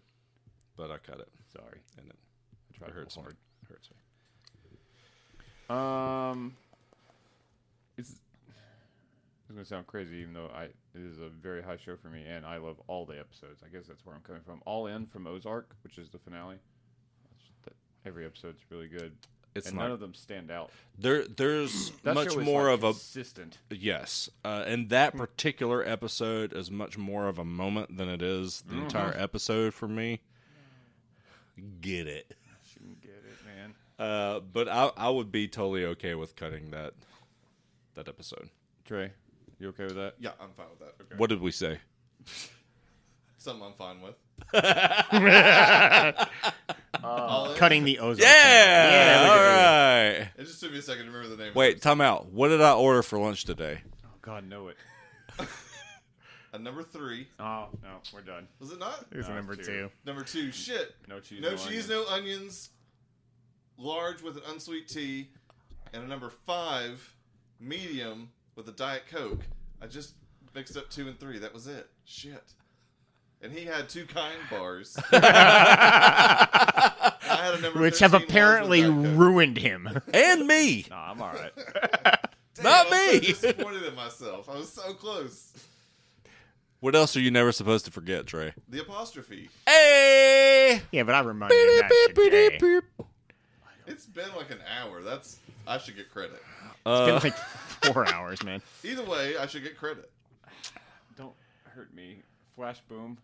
C: but i cut it
A: Sorry,
C: and it
A: I tried
C: hurts me
A: hard.
C: It hurts me
A: Um, it's it's gonna sound crazy, even though I it is a very high show for me, and I love all the episodes. I guess that's where I'm coming from. All in from Ozark, which is the finale. That's- that- Every episode's really good,
C: It's
A: and
C: not-
A: none of them stand out.
C: there there's
A: *clears throat* That
C: much
A: show is,
C: more
A: like,
C: of a
A: consistent.
C: Yes, uh, and that particular episode is much more of a moment than it is
A: Mm-hmm.
C: the entire episode for me. Get it?
A: She didn't get it, man.
C: Uh, but I, I would be totally okay with cutting that that episode.
A: Trey, you okay with that?
D: Yeah, I'm fine with that.
C: What did we say?
D: Something I'm fine with.
B: cutting the ozone.
C: Yeah, all right.
D: It just took me a second to remember the name. of
C: Wait, time out. What did I order for lunch today?
A: Oh God, no it.
D: A number three.
A: Oh no, we're done.
D: Was it not?
B: Here's
A: No,
B: number
A: two.
B: *laughs* two.
D: Number two. Shit.
A: No cheese.
D: No
A: no onions.
D: cheese, no onions. Large with an unsweet tea, and a number five, medium with a diet coke. I just mixed up two and three. That was it. Shit. And he had two kind
C: *laughs*
D: bars. I had a
B: *laughs*
D: number
B: Which have
D: 13 large with
B: apparently
D: Diet Coke.
B: ruined him. *laughs*
C: and me.
A: Nah, I'm all right.
D: Damn,
C: not
B: *laughs*
D: I'm so
C: me.
D: disappointed in myself. I was so close.
C: What else are you never supposed to forget, Trey?
D: The apostrophe.
C: Hey.
B: Yeah, but I remind you of that today. It's
D: It's been like an hour. That's I should get credit.
C: Uh,
B: been like four hours, man.
D: Either way, I should get credit.
A: Don't hurt me. Flash boom.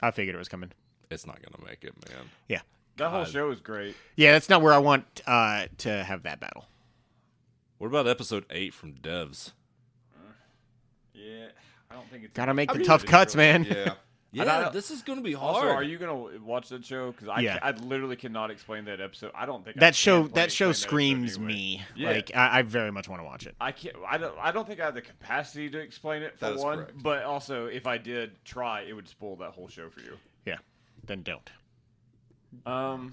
B: I figured it was coming.
C: It's not gonna make it, man.
B: Yeah,
A: That whole show is great.
B: yeah. That's not where I want uh, to have that battle.
C: What about episode eight from Devs?
A: Yeah, I don't think it's
B: Gotta make
A: I
B: the
A: mean,
B: tough
A: it's
B: cuts,
A: really-
B: man. *laughs*
D: Yeah.
A: Yeah,
C: this is gonna be
A: Also, are you gonna watch that show? Because I,
B: Yeah.
A: ca- I literally cannot explain that episode. I don't think I
B: That show.
A: can play-
B: That show
A: explain that
B: screams
A: episode anyway.
B: me.
A: Yeah.
B: Like I, I very much want to watch it.
A: I can't. I don't. I don't think I have the capacity to explain it for
D: That is
A: one.
D: correct.
A: But also, if I did try, it would spoil that whole show for you.
B: Yeah. Then don't.
A: Um,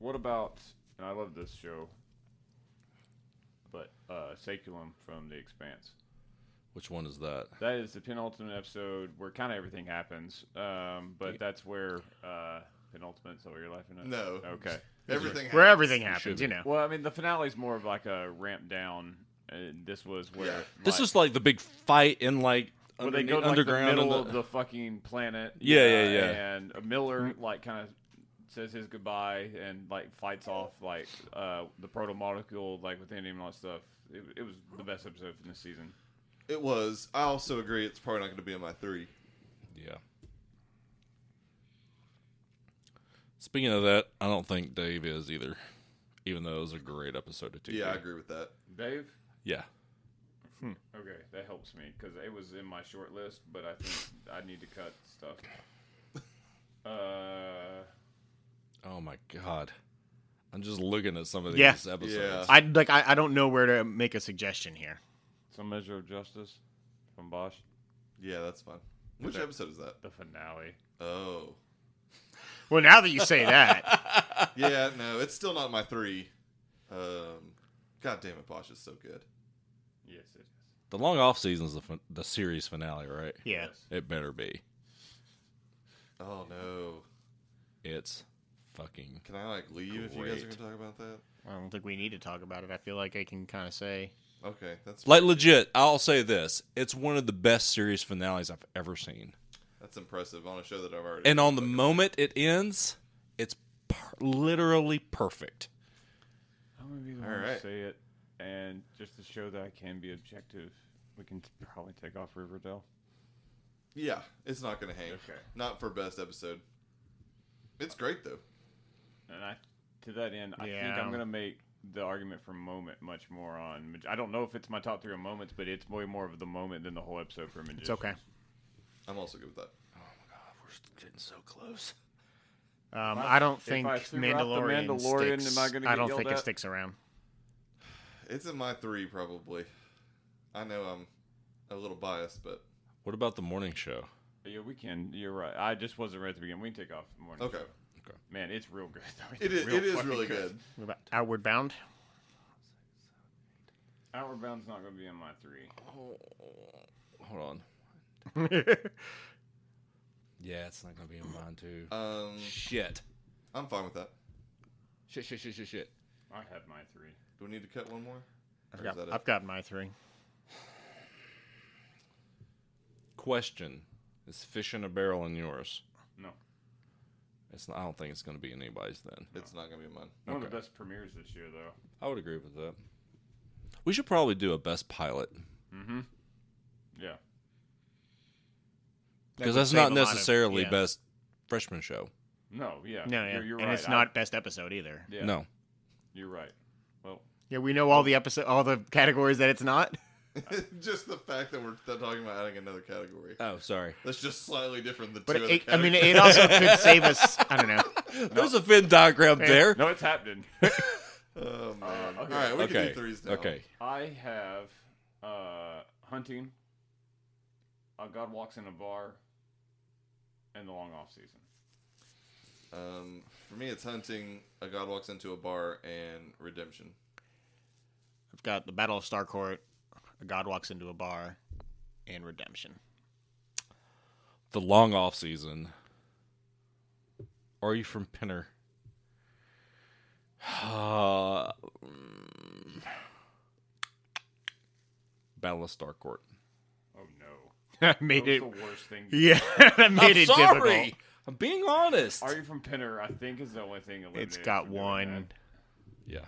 A: what about? And I love this show, but uh, Saculum from The Expanse.
C: Which one is that?
A: That is the penultimate episode where kind of everything happens. Um, but that's where uh, penultimate. So you're laughing at?
D: No. *laughs*
A: Okay.
D: Everything.
B: Where
D: happens.
B: everything happens, you know.
A: Well, I mean, the finale's more of like a ramp down. And this was where
D: Yeah.
C: This
A: like-
C: is like the big fight in like
A: where they
C: underne-
A: go to, like, the
C: underground. and
A: middle
C: the-
A: of the fucking planet. Uh,
C: Yeah, yeah, yeah. Mm-hmm.
A: And Miller like kind of says his goodbye and like fights off like uh, the proto molecule like within him and all that stuff. It, it was the best episode from this season.
D: It was. I also agree. It's probably not going to be in my three.
C: Yeah. Speaking of that, I don't think Dave is either, even though it was a great episode of TV.
D: Yeah, I agree with that.
A: Dave.
C: Yeah.
A: Okay, that helps me because it was in my short list, but I think I need to cut stuff. Uh,
C: Oh my god, I'm just looking at some of these
B: Yeah.
C: episodes.
D: Yeah.
B: I like. I, I don't know where to make a suggestion here.
A: some measure of justice from Bosch.
D: Yeah, that's fine. Which episode is that?
A: The finale.
D: Oh,
B: Well, now that you
A: *laughs*
B: say that, *laughs*
D: yeah. No, it's still not my three. Um, God damn it, Bosch is so good.
A: Yes, it is.
C: The long off season is the fin- the series finale, right?
B: yeah.
C: It better be.
D: Oh no,
C: It's fucking
D: can I like leave if you
C: Great.
D: guys are going to talk about that?
B: I don't think we need to talk about it. I feel like I can kind of say.
D: Okay, that's
C: like legit. I'll say this: it's one of the best series finales I've ever seen.
D: that's impressive on a show that I've already.
C: And on the moment it ends, it's per- literally perfect.
A: I'm gonna be the
D: All
A: one to
D: right.
A: say it, and just to show that I can be objective, we can t- probably take off Riverdale.
D: yeah, it's not going to hang.
A: Okay.
D: Not for best episode. It's great though.
A: And I, to that end, I
B: Yeah.
A: think I'm gonna make the argument for moment much more on. Maj- I don't know if it's my top three on moments, but it's way more of the moment than the whole episode for Magicians.
B: It's okay.
D: I'm also good with that.
C: We're getting so close.
B: Um, I don't
A: if
B: think
A: I threw out the
B: Mandalorian,
A: Mandalorian,
B: sticks.
A: am I gonna
B: I
A: get
B: don't
A: yelled
B: think it
A: at?
B: sticks around.
D: It's in my three probably. I know I'm a little biased, but
C: What about the morning show?
A: Yeah, we can. You're right. I just wasn't ready at the beginning. We can take off in the morning.
D: okay.
A: Man, it's real good. *laughs* though. It's
D: It is.
A: real
D: It is
A: fucking
D: really good.
B: What about Outward Bound? *laughs*
A: Outward Bound's not gonna be in my three.
C: Oh, Hold on. yeah, it's not gonna be in mine too.
D: Um,
C: shit.
D: I'm fine with that.
C: Shit, shit, shit, shit, shit.
A: I had my three.
D: Do we need to cut one more? Or
B: I've
D: is
B: got,
D: that it?
B: I've got my three.
C: Question: Is fish in a barrel in yours?
A: No,
C: It's not, I don't think it's gonna be anybody's then.
D: It's not gonna be mine.
A: one of
C: Okay.
A: the best premieres this year, though.
C: I would agree with that. We should probably do a best pilot
A: Mm-hmm. Yeah.
B: That
C: because
B: would
C: that's
B: save
C: not
B: a lot of-
C: necessarily
B: yeah.
C: best freshman show.
A: No. Yeah.
B: No, yeah,
A: You're, you're
B: and
A: right.
B: it's
A: I-
B: not best episode either.
A: Yeah.
C: No,
A: You're right. Well,
B: Yeah, we know all the episode, all the *laughs* categories that it's not.
D: *laughs* just the fact that we're th- talking about adding another category.
C: Oh, sorry.
D: That's just slightly different than
B: But
D: two other
B: it, I mean, it
D: categories.
B: also could
C: *laughs*
B: save us. I don't know.
C: *laughs* There's a Venn diagram there.
A: no, it's happening.
D: *laughs* oh man.
A: Uh, okay.
D: All right, we
C: okay.
D: can do threes now.
C: Okay.
A: I have uh, hunting. uh, God Walks in a Bar, and The Long Off Season.
D: Um, for me, it's hunting. A God walks into a bar and redemption.
B: I've got the Battle of Starcourt, a god walks into a bar, and Redemption. *laughs*
C: The long off season. Are you from Pinner? *sighs* Uh, mm, Battle of Starcourt.
A: Oh no,
B: I made
A: that
B: it.
A: was the worst thing.
B: *laughs* Yeah, that *laughs* made it difficult.
C: I'm being honest.
A: Are you from Pinner? I think is the only thing. eliminated
B: It's got
A: from doing
B: one.
A: that.
C: Yeah.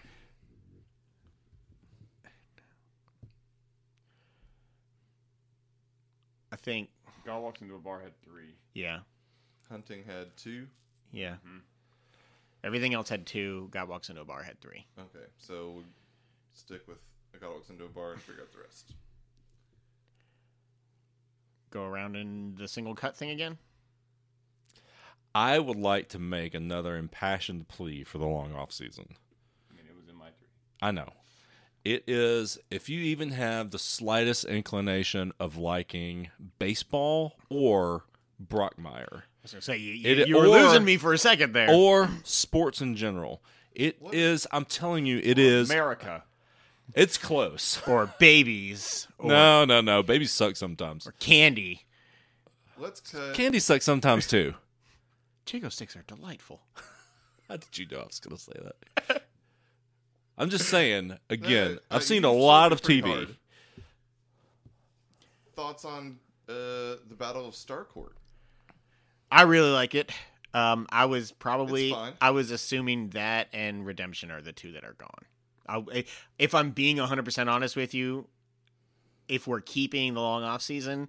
B: I think.
A: God Walks into a Bar had three.
B: Yeah,
D: Hunting had two.
B: yeah.
C: Mm-hmm.
B: Everything else had two. God walks into a bar had three.
D: Okay, so we stick with a God walks into a bar and figure out the rest.
B: Go around in the single cut thing again.
C: I would like to make another impassioned plea for the long off season.
A: I mean, it was in my three.
C: I know. It is if you even have the slightest inclination of liking baseball or Brockmire
B: I was gonna say you, you,
C: It-
B: you were
C: or-
B: losing me for a second there.
C: or sports in general. It is- I'm telling you, it is.
A: America.
C: It's close.
B: Or babies. Or
C: No, no, no. Babies suck sometimes.
B: candy.
D: Let's cut.
C: Candy sucks sometimes too.
B: Chico sticks are delightful.
C: How did you know I was going to say that?
D: *laughs*
C: I'm just saying, again,
D: Uh, uh,
C: I've seen
D: you
C: a lot of
D: pretty
C: TV.
D: hard. Thoughts on uh, the Battle of Starcourt?
B: I really like it. Um, I was
D: It's
B: probably
D: fine.
B: I was assuming that and Redemption are the two that are gone. I, if I'm being 100% honest with you, if we're keeping the long off season,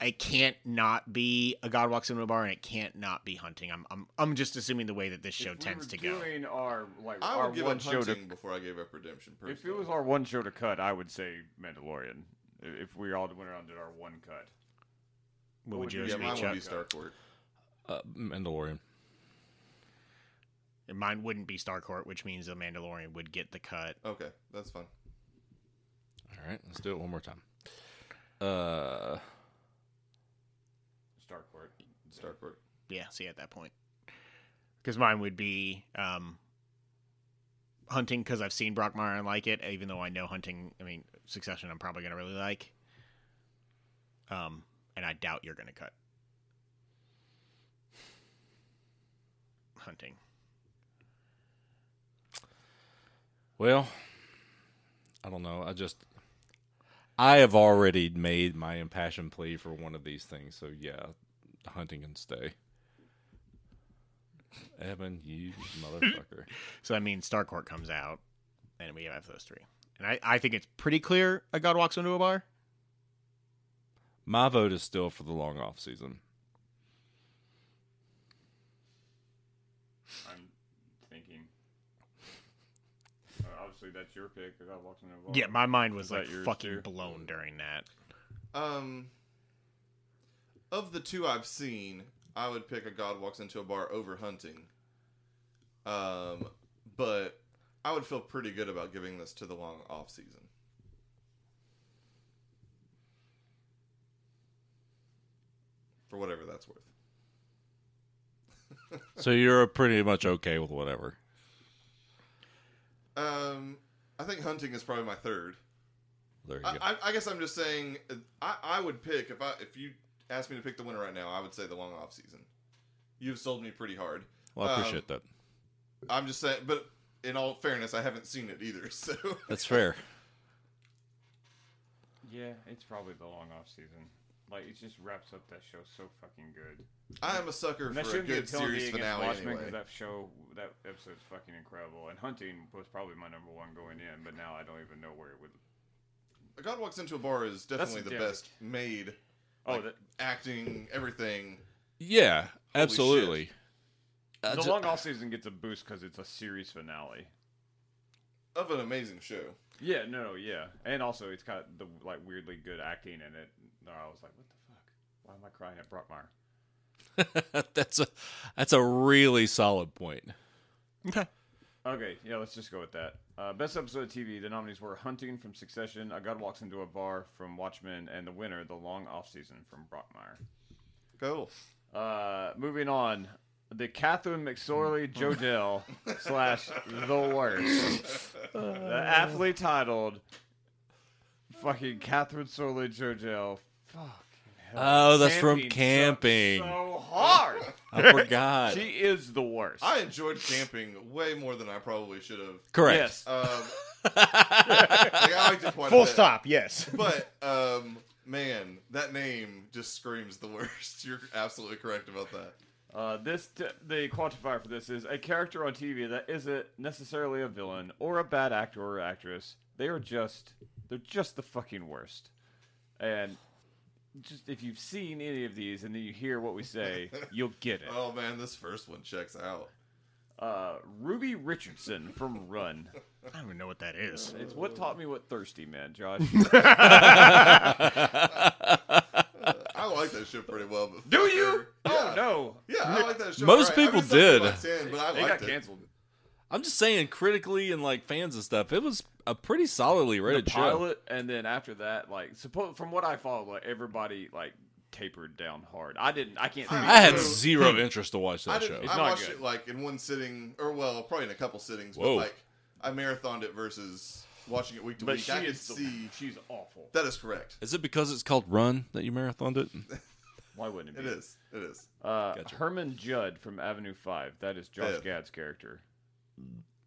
B: it can't not be a God walks into a bar and it can't not be hunting. I'm I'm, I'm just assuming the way that this show
A: If we
B: tends
A: were
B: to go.
A: Doing our like
D: I
A: our
D: would give
A: one
D: up
A: show to
D: hunting before I gave up redemption.
A: If it
D: personally.
A: was our one show to cut, I would say Mandalorian. I- If we all went around and did our one cut,
B: What would
A: Yeah,
B: yours
D: yeah,
B: be,
D: mine would
B: Chuck?
D: be Starcourt.
C: Uh, Mandalorian.
B: Mine wouldn't be Starcourt, which means the Mandalorian would get the cut.
D: Okay, that's fine.
C: All right, let's do it one more time. Uh,
A: Starcourt.
D: Starcourt.
B: Yeah, see at that point. Because mine would be um, hunting because I've seen Brockmire and like it, even though I know hunting. I mean, Succession, I'm probably gonna really like. Um, and I doubt you're gonna cut hunting.
C: well, I don't know. I just, I have already made my impassioned plea for one of these things. So yeah, hunting can stay. Evan, you
A: *laughs*
C: motherfucker.
B: So that means Starcourt comes out, and we have those three. And I, I think it's pretty clear a god walks into a bar.
C: My vote is still for the long off season.
A: I'm thinking. Uh, obviously, that's your pick. I got walking over.
B: Yeah, my mind was
A: Is that
B: like
A: yours
B: fucking
A: too?
B: blown during that.
D: Um, of the two I've seen, I would pick a God walks into a bar over hunting. Um, but I would feel pretty good about giving this to the long off season. For whatever that's worth.
C: So you're pretty much okay with whatever.
D: Um, I think hunting is probably my third.
C: There you
D: I,
C: go.
A: Uh,
D: I, I guess I'm just saying uh, I, I would pick if I if you asked me to pick the winner right now, I would say the long off season. You've sold me pretty hard.
C: Well, I
A: uh,
D: um,
C: appreciate that.
D: I'm just saying, but in all fairness, I haven't seen it either. *laughs* So
C: That's fair.
A: Yeah, it's probably the long off season. Like it just wraps up that show so fucking good.
D: I am a sucker
A: And that
D: for a
A: shouldn't be a
D: good
A: penalty
D: series
A: against
D: finale
A: Watchmen
D: anyway.
A: that show, that episode's fucking incredible. And Hunting was probably my number one going in, but now I don't even know where it would.
D: A God Walks Into a Bar is definitely the
A: Derek.
D: best made
A: Oh,
D: Like,
A: that,
D: acting, everything.
C: Yeah, absolutely. I
A: the
C: ju- *laughs*
A: long off season gets a boost because it's a series finale.
D: Of an amazing show.
A: Yeah, no, yeah, and also it's got the like weirdly good acting in it. No, I was like, what the fuck? Why am I crying at Brockmire?
C: that's a that's a really solid point.
B: Okay.
A: Okay, yeah, let's just go with that. Uh, best episode of TV. The nominees were Hunting from Succession, A God Walks into a Bar from Watchmen, and the winner, The Long Offseason from Brockmire.
D: Cool.
A: Uh, moving on, the Catherine McSorley Jodell slash The Worst. the aptly titled fucking Catherine Sorley Jodell. Fuck.
C: Oh, that's from
A: sucks
C: camping.
A: So hard.
C: I forgot.
A: *laughs* she is the worst.
D: I enjoyed camping way more than I probably should have.
C: Correct.
A: yes.
D: Um,
A: *laughs*
D: like, I liked it quite a
B: Full
D: bit.
A: *laughs*
B: stop. Yes.
D: But um, man, that name just screams the *laughs* worst. You're absolutely correct about that.
A: Uh, this t- the quantifier for this is a character on TV that isn't necessarily a villain or a bad actor or actress. They are just they're just the fucking worst. And just if you've seen any of these and then you hear what we
D: *laughs*
A: say, you'll get it.
D: Oh man, this first one checks out.
A: Uh, Ruby Richardson from Run.
B: I don't even know what that is.
A: It's what taught me what thirsty meant,
D: *laughs*
A: Josh.
D: I like that show pretty well. But
A: Do you? Oh
D: Yeah.
A: no,
D: Yeah, I like that show.
C: Most
D: All right. I
C: people
D: mean, some people
C: did.
D: liked it, but I
A: they
D: liked
A: got
D: it.
A: canceled.
C: *laughs* I'm just saying, critically and like fans and stuff, it was a pretty solidly
A: the
C: rated show.
A: pilot, and then after that, like suppo- from what I followed, like everybody like tapered down hard. I didn't. I can't.
C: I
A: Think
C: had zero interest to watch
D: I
C: that show.
D: didn't.
A: It's
D: I
A: not
D: watched
A: good.
D: it like in one sitting, or well, probably in a couple sittings.
C: Whoa.
D: But like, I marathoned it versus watching it week to
A: but
D: week.
A: she
D: I could
A: is the-
D: see
A: she's awful.
D: that is correct.
C: Is it because it's called Run that you marathoned it?
A: Why wouldn't it
D: It
A: be?
D: is. It is.
A: Uh,
C: Gotcha.
A: Herman Judd from Avenue Five. That is Josh
D: Yeah.
A: Gad's character.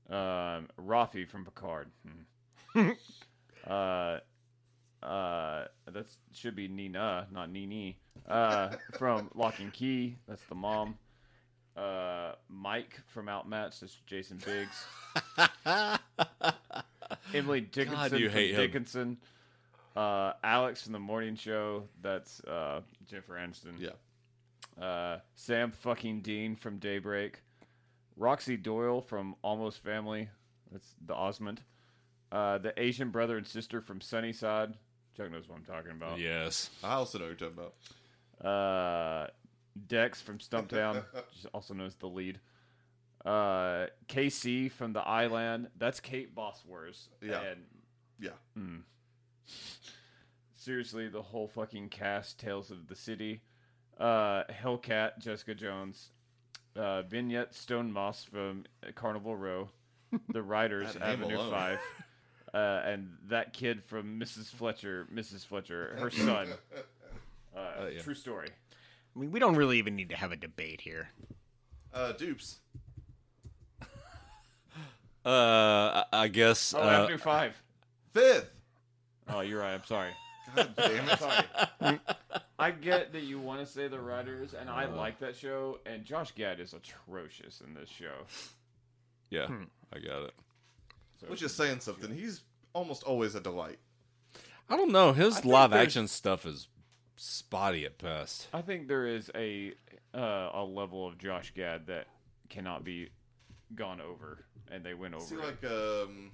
A: Um, Rafi from Picard. Hmm. uh, uh, that should be Nina, not Nini. Uh, from Lock and Key. That's the mom. Uh, Mike from Outmatched. That's Jason Biggs. Oh. Emily Dickinson
C: you
A: from
C: hate him.
A: Dickinson. Uh, Alex from the Morning Show. That's uh, Jennifer Aniston
D: Yeah.
A: uh, Sam fucking Dean from Daybreak, Roxy Doyle from Almost Family, that's the Osmond, uh, the Asian brother and sister from Sunnyside. Chuck knows what I'm talking about.
C: Yes.
D: I also know what you're talking about.
A: Uh, Dex from
D: *laughs*
A: Stumptown, she's also knows the lead. Uh, KC from The Island. That's Kate Bosworth.
D: Yeah.
A: And hmm.
D: Yeah.
A: seriously, the whole fucking cast, Tales of the City, uh, Hellcat, Jessica Jones, uh, Vignette, Stone Moss from Carnival Row,
D: *laughs*
A: The Riders,
D: That name
A: Avenue
D: alone. *laughs*
A: 5, uh, and that kid from Mrs. Fletcher, Mrs. Fletcher, her son.
D: *laughs*
A: Uh,
D: Oh,
C: yeah.
A: True story.
B: I mean, we don't really even need to have a debate here.
D: Uh, dupes.
C: Uh, I- I guess.
A: Oh,
C: uh,
A: Avenue 5.
D: Fifth.
A: *laughs* Oh, you're right. I'm sorry.
D: God
A: *laughs*
D: damn it.
A: Sorry. I get that you want to say the writers, and I like that show. And Josh Gad is atrocious in this show.
C: yeah,
A: hmm.
C: I got it.
A: So
D: Which is saying something. He's almost always a delight.
C: I don't know. His
A: think
C: live
A: there's-
C: action stuff is spotty at best.
A: I think there is a uh, a level of Josh Gad that cannot be gone over, and they went over.
D: See,
A: it.
D: like, um,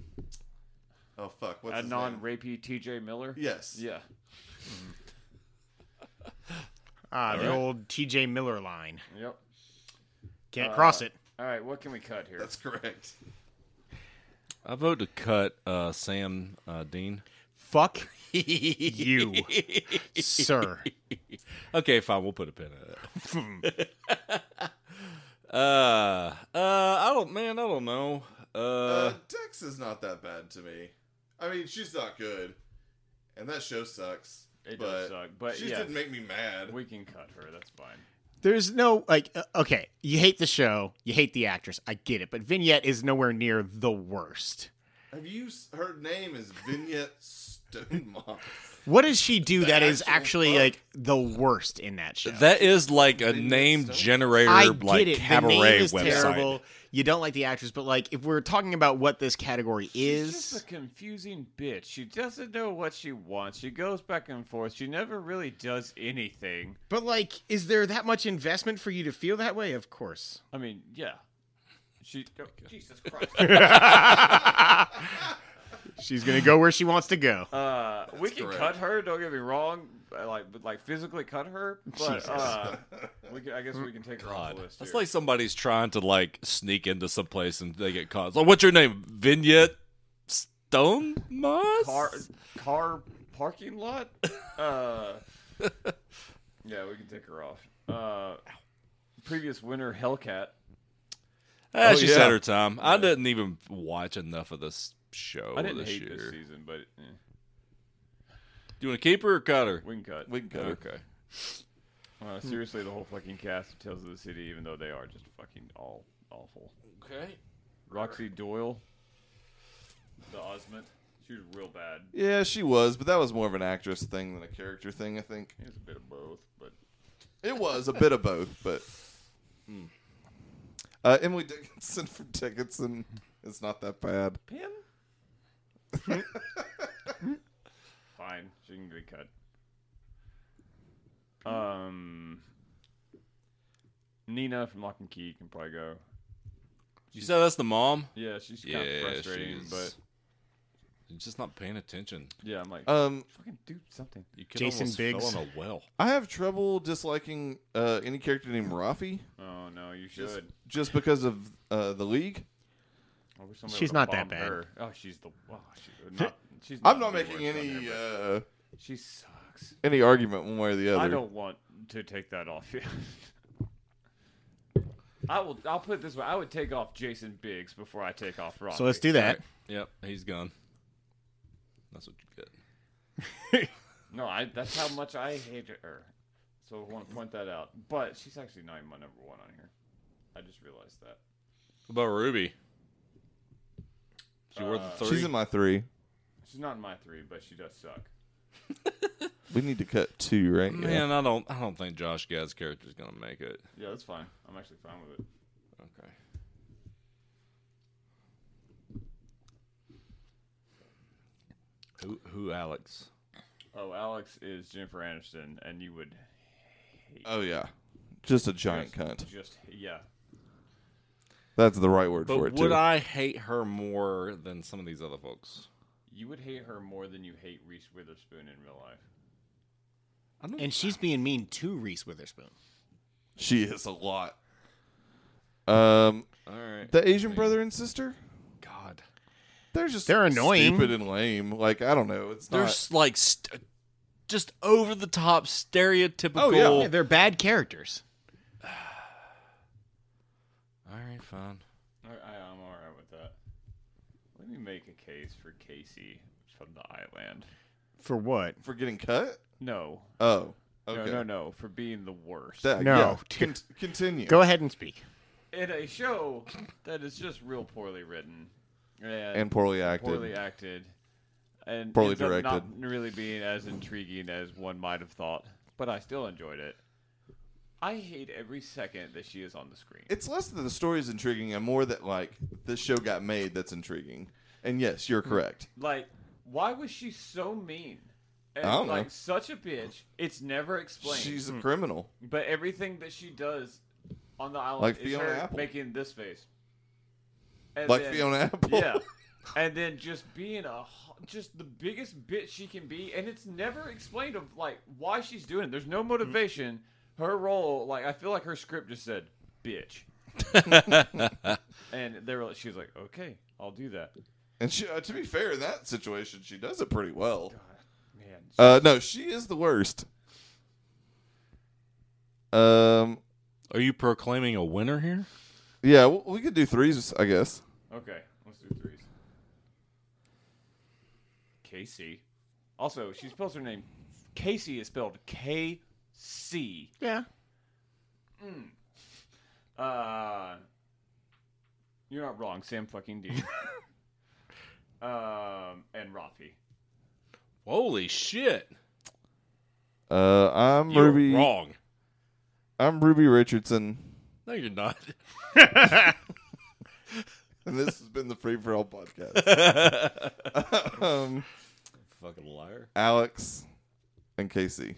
D: oh fuck, what's
A: a
D: his
A: non
D: name?
A: rapey T.J. Miller.
D: Yes.
A: Yeah.
B: Ah, the old T.J. Miller line.
A: Yep.
B: Can't cross it.
A: All right. What can we cut here?
D: that's correct.
C: I vote to cut uh, Sam uh, Dean.
B: Fuck
A: *laughs*
B: you, *laughs* sir.
C: Okay, fine. We'll put a pin in it. *laughs* uh, uh, I don't, man. I don't know.
D: Uh,
C: Uh,
D: Dex is not that bad to me. I mean, she's not good, and that show sucks.
A: It
D: but
A: does suck, but
D: she
A: yeah.
D: didn't make me mad.
A: we can cut her. That's fine.
B: There's no like. uh, okay, you hate the show, you hate the actress. I get it, but Vignette is nowhere near the worst.
D: Have you? s- Her name is Vignette Stone *laughs* Moss.
B: What does she do that is
D: actual
B: actually
D: fuck.
B: like the worst in that show?
C: that is like a name generator,
B: I get
C: like
B: it. the
C: cabaret
B: name is
C: website.
B: terrible. You don't like the actress, but like if we're talking about what this category
A: She's just
B: is,
A: a confusing bitch. She doesn't know what she wants. She goes back and forth. She never really does anything.
B: but like, is there that much investment for you to feel that way? Of course.
A: I mean, yeah. She. Uh, Jesus *laughs* Christ.
B: *laughs* She's gonna go where she wants to go.
A: Uh, we can
D: correct.
A: cut her. Don't get me wrong, uh, like but, like physically cut her. But uh, we can, I guess we can take her off
C: God.
A: the list.
C: That's
A: here.
C: like somebody's trying to like sneak into some place and they get caught. It's like, what's your name? Vignette Stone Moss?
A: car car parking lot. Uh, yeah, we can take her off. Uh, previous winner Hellcat.
C: Ah,
D: Oh,
C: she
D: yeah.
C: said her time. I didn't even watch enough of this show
A: I didn't
C: Oh, this
A: hate
C: year.
A: this season, but eh,
C: Do you want to keep her or cut her?
A: we can cut.
D: We can cut her.
C: Okay.
A: Uh, seriously, the whole fucking cast of Tales of the City, even though they are just fucking all awful.
C: Okay.
A: Roxy Doyle, the Osment, she was real bad.
D: Yeah, she was, but that was more of an actress thing than a character thing. I think
A: It was a bit of both, but
D: it was a bit of both, but hmm. uh, Emily Dickinson *laughs* from Dickinson is not that bad.
A: Pim. Hmm. Fine, she can be cut. Um, Nina from Lock and Key can probably go.
C: You said that's the mom?
A: Yeah, she's kind
C: Yeah,
A: of frustrating,
C: she's-
A: but
C: You're just not paying attention.
A: yeah, I'm like,
D: Um,
A: fucking do something.
C: You could
B: Jason
C: almost
B: Biggs.
C: fell in a well.
D: I have trouble disliking uh, any character named Rafi
A: Oh no, you should.
D: just, just because of uh, the league.
A: I wish somebody
B: She's
A: would've
B: not that
A: bombed
B: bad.
A: Her. Oh, she's the. Oh,
B: *laughs*
A: she's not, she's
D: I'm not
A: the
D: making
A: worst on
D: any
A: there,
D: uh,
A: but she sucks.
D: any argument one way or the other.
A: I don't want to take that off. yet. *laughs* I will. I'll put it this way: I would take off Jason Biggs before I take off Rocky.
B: So let's do that.
C: Yep, he's gone. That's what you get.
A: No, I, that's how much I hate her. So I want to point that out. But she's actually not even my number one on here. I just realized that.
C: What about Ruby? She wore the
A: Uh,
C: three.
D: She's in my three.
A: She's not in my three, but she does suck.
D: We need to cut two, right?
C: Man, I don't. I don't think Josh Gad's character is gonna make it.
A: Yeah, that's fine. I'm actually fine with it.
C: Okay. Who? Who? Alex?
A: Oh, Alex is Jennifer Aniston, and you would
D: Oh yeah, just a giant cunt.
A: just yeah.
D: That's the right word
C: But
D: for it.
C: would
D: too.
C: I hate her more than some of these other folks?
A: You would hate her more than you hate Reese Witherspoon in real life.
C: I don't.
B: And she's being mean to Reese Witherspoon.
D: She is a lot. Um,
C: all right.
D: the Asian brother and sister,
C: God.
D: they're just
B: They're annoying.
D: stupid and lame. Like I don't know. It's
C: They're
D: not.
C: s like st- just over the top stereotypical.
D: Oh, yeah.
B: Yeah, they're bad characters.
C: All right, fine.
A: I, I, I'm all right with that. Let me make a case for Casey from the island.
B: For what?
D: for getting cut.
A: No,
D: Oh, okay.
A: no, no, no, for being the worst
D: That-
B: No,
D: yeah.
B: dude.
D: Con- continue.
B: Go ahead and speak.
A: in a show that is just real poorly written and,
D: and poorly acted.
A: poorly acted and
D: Poorly
A: ends up
D: directed.
A: Not really being as intriguing as one might have thought, but I still enjoyed it. I hate every second that she is on the screen.
D: it's less that the story is intriguing and more that like this show got made. That's intriguing. And yes,
A: Hmm.
D: you're correct.
A: Like, why was she so mean? And
D: I don't know.
A: like such a bitch. It's never explained.
D: She's a criminal.
A: But everything that she does on the island
D: Like
A: is
D: Fiona
A: her
D: Apple.
A: making this face. And
D: Like
A: then-
D: Fiona
A: *laughs*
D: Apple.
A: Yeah. And then just being a ho- just the biggest bitch she can be, and it's never explained of like why she's doing it. There's no
D: Mm.
A: motivation. Her role, like I feel like her script just said
D: *laughs*
A: "bitch," and they were like, she was like, "Okay, I'll do that."
D: *laughs* And she, uh, to be fair, in that situation, she does it pretty well.
A: Man,
D: Uh, no, she is the worst. Um,
C: Are you proclaiming a winner here?
D: yeah, w- we could do threes, I guess.
A: Okay, let's do threes. Casey. Also, she spells her name. Casey is spelled K C.
B: Yeah.
A: Uh, you're not wrong, Sam fucking
C: *laughs*
A: D. um, and Rafi.
C: Holy shit!
D: Uh, I'm
C: You're
D: Ruby.
C: wrong.
D: I'm Ruby Richardson,
C: No, you're not. *laughs*
D: and this has been the Free for All
A: *laughs*
D: podcast. um,
C: Fucking liar.
D: Alex and Casey.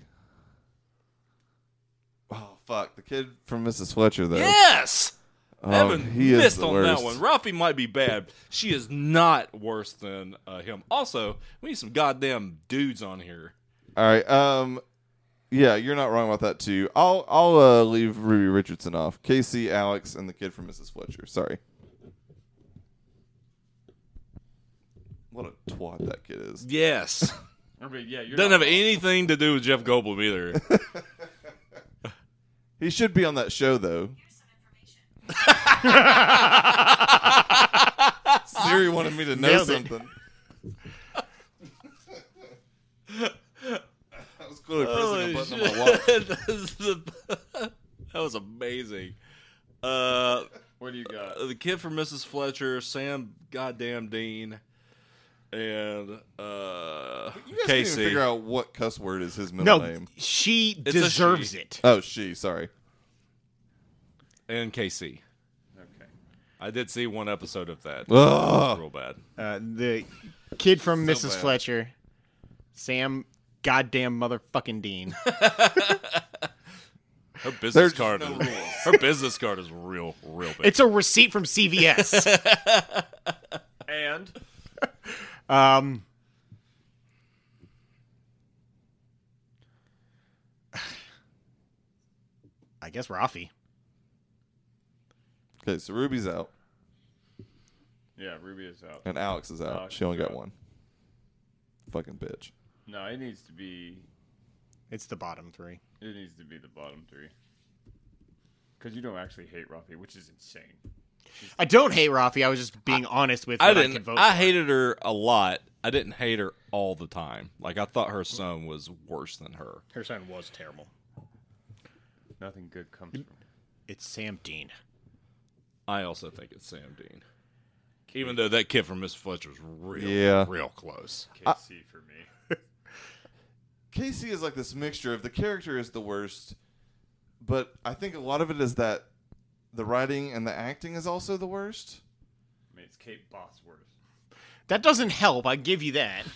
D: Oh fuck, the kid from Mrs. Fletcher though.
C: Yes.
D: Oh,
C: Evan
D: he is
C: missed
D: the
C: on
D: worst.
C: that one. Rafi might be bad. She is not worse than uh, him. Also, we need some goddamn dudes on here.
D: All right, um, Yeah, you're not wrong about that too. I'll I'll uh, leave Ruby Richardson off. Casey, Alex, and the kid from Mrs. Fletcher. Sorry. What a twat that kid is.
C: Yes.
A: Everybody- yeah, you're
C: *laughs* Doesn't
A: not
C: have anything to do with Jeff Goldblum
D: *laughs*
C: either.
D: He should be on that show though.
E: Here's some information.
D: *laughs* Siri wanted me to know
B: Nailed it.
D: something. *laughs* I was clearly pressing a button on my
C: *laughs*
D: watch.
C: that is the- that was amazing. Uh,
A: What do you got?
C: the kid from Mrs. Fletcher, Sam Goddamn Dean, and uh,
D: You guys can't even
C: Casey.
D: figure out what cuss word is his middle
B: No,
D: name.
B: she
C: a
B: deserves
C: she.
B: it.
D: Oh, she. Sorry.
C: and Casey.
A: Okay.
C: I did see one episode of that.
D: Ugh.
C: Real bad.
B: Uh, the kid from
C: So
B: Mrs.
C: bad.
B: Fletcher, Sam, goddamn motherfucking Dean.
C: Her
D: There's
C: business
D: just
C: card.
D: no
C: is,
D: rules.
C: *laughs* her business card is real, real bad.
B: it's a receipt from CVS.
A: And
B: um, *sighs* I guess Rafi.
D: Okay, so Ruby's out
A: yeah, Ruby is out.
D: and Alex is out.
A: Alex
D: she only
A: is
D: got
A: out.
D: one. Fucking bitch.
A: No, it needs to be.
B: It's the bottom three.
A: It needs to be the bottom three. Because you don't actually hate Rafi, which is insane.
B: I don't hate Rafi. I was just being honest with.
C: I
B: what I,
C: didn't.
B: could
C: I,
B: vote for.
C: hated her a lot. I didn't hate her all the time. Like I thought her son was worse than her.
B: Her son was terrible.
A: Nothing good comes from it.
B: It's Sam Dean.
C: I also think it's Sam Dean. Even though that kid from Miss Fletcher's real,
D: Yeah.
C: real close.
A: KC for me.
D: Casey is like this mixture of the character is the worst, but I think a lot of it is that the writing and the acting is also the worst.
A: I mean, it's Kate Bosworth.
B: That doesn't help. I give you *laughs* that.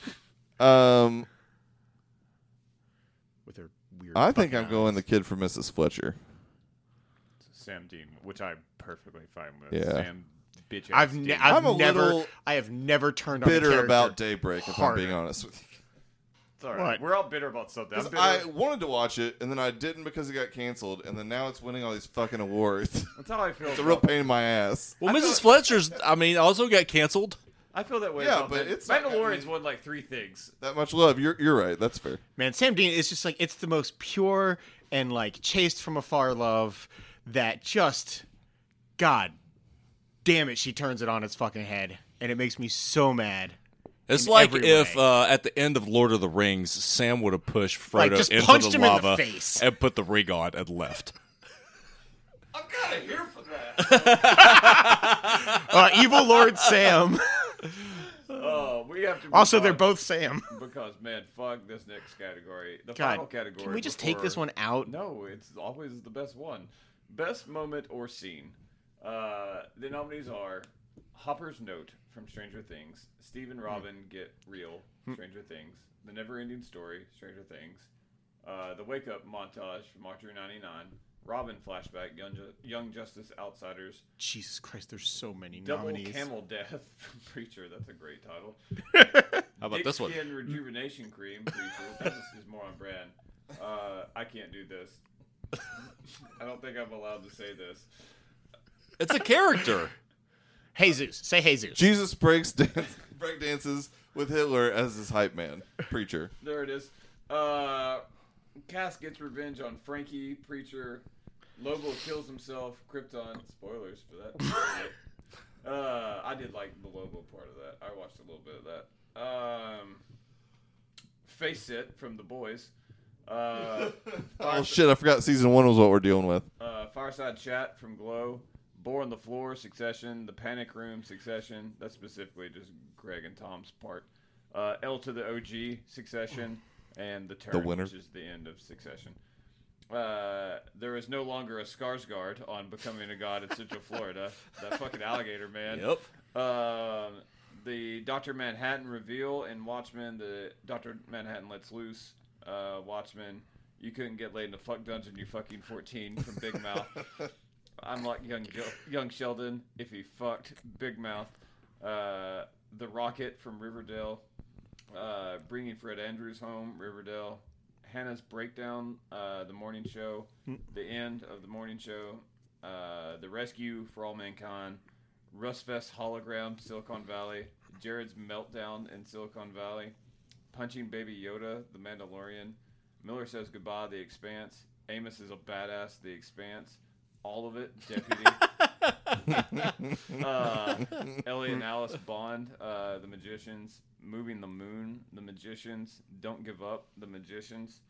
D: Um,
B: With her weird.
D: I think
B: fucking
D: I'm going the
B: eyes.
D: kid from Mrs. Fletcher.
A: Sam Dean, which I'm perfectly fine with.
D: Yeah.
A: Sam bitch.
B: I've,
A: ass
B: ne-
A: Dean.
B: I've
D: I'm a
B: never.
D: little
B: I have never turned on a
D: Bitter
B: character.
D: about Daybreak, if I'm being
B: harder.
D: honest with you.
A: It's all right.
B: What?
A: We're all bitter about something. I'm
D: 'Cause
A: bitter.
D: I wanted to watch it, and then I didn't because it got canceled, and then now it's winning all these fucking awards. *laughs*
A: That's how I feel.
D: it's a real
A: about-
D: pain in my ass.
C: Well,
A: I
C: Mrs.
A: thought-
C: Fletcher's. I mean, also got canceled.
A: I feel that way.
D: Yeah,
A: about
D: but
A: that.
D: it's not-
A: Mandalorian's
D: I mean-
A: won like three things.
D: That much love. You're you're right. That's fair.
B: Man, Sam Dean is just like it's the most pure and like chased from afar love that just God damn it, she turns it on its fucking head. And it makes me so mad.
C: It's
B: In
C: like
B: every
C: if
B: way.
C: uh, at the end of Lord of the Rings, Sam would have pushed Frodo
B: Like, just
C: into
B: punched
C: the
B: him in the
C: lava
B: face.
C: and put the ring on and left.
A: I'm kind of here for that. *laughs*
B: Uh, evil Lord Sam.
A: oh, we have to. move
B: Also, they're
A: on
B: both Sam.
A: because man, fuck this next category. The final
B: God,
A: category.
B: can we just take
A: before-
B: this one out?
A: No, it's always the best one. Best moment or scene. Uh, the nominees are Hopper's note from Stranger Things, Steve and Robin get real, Stranger Things, The Never Ending Story, Stranger Things, uh, the Wake Up montage from Archer '99, Robin flashback, Young, Ju- Young Justice Outsiders,
B: Jesus Christ, there's so many
A: Double
B: nominees.
A: Camel Death *laughs* from Preacher. That's a great title.
C: How about
A: Dick
C: this one? Mm.
A: Skin Rejuvenation Cream Preacher. this is more on brand. Uh, I can't do this. *laughs* I don't think I'm allowed to say this.
C: It's a character.
B: Jesus, say Jesus.
D: Jesus breaks dance, *laughs* break dances with Hitler as his hype man preacher.
A: There it is. Uh, Cass gets revenge on Frankie Preacher. Lobo kills himself. Krypton. Spoilers for
C: *laughs*
A: that. uh, I did like the Lobo part of that. I watched a little bit of that. Um, Face it from the boys.
C: *laughs*
A: Uh,
D: Oh shit! I forgot season one was what we're dealing with.
A: uh, Fireside Chat from Glow, Bore on the Floor, Succession, The Panic Room, Succession. That's specifically just Greg and Tom's part. Uh, L to the OG, Succession, and The Turn,
D: winner.
A: which is the end of Succession. Uh, there is no longer a Skarsgård on Becoming a God in Central Florida. That fucking alligator, man.
C: Yep.
A: Um, the Doctor Manhattan reveal in Watchmen. The Doctor Manhattan lets loose. Uh, Watchmen. You couldn't get laid in a fuck dungeon. You fucking fourteen from Big Mouth. I'm like young Gil- young Sheldon if he fucked Big Mouth. Uh, the Rocket from Riverdale. Uh, bringing Fred Andrews home. Riverdale. Hannah's breakdown, uh, the morning show, the end of the morning show, uh, the rescue for all mankind, Rustfest hologram, Silicon Valley, Jared's meltdown in Silicon Valley, punching Baby Yoda, the Mandalorian, Miller says goodbye, the Expanse, Amos is a badass, the Expanse, all of it, Deputy. uh, Ellie and Alice Bond, uh, The Magicians, Moving the Moon, The Magicians, Don't Give Up, The Magicians,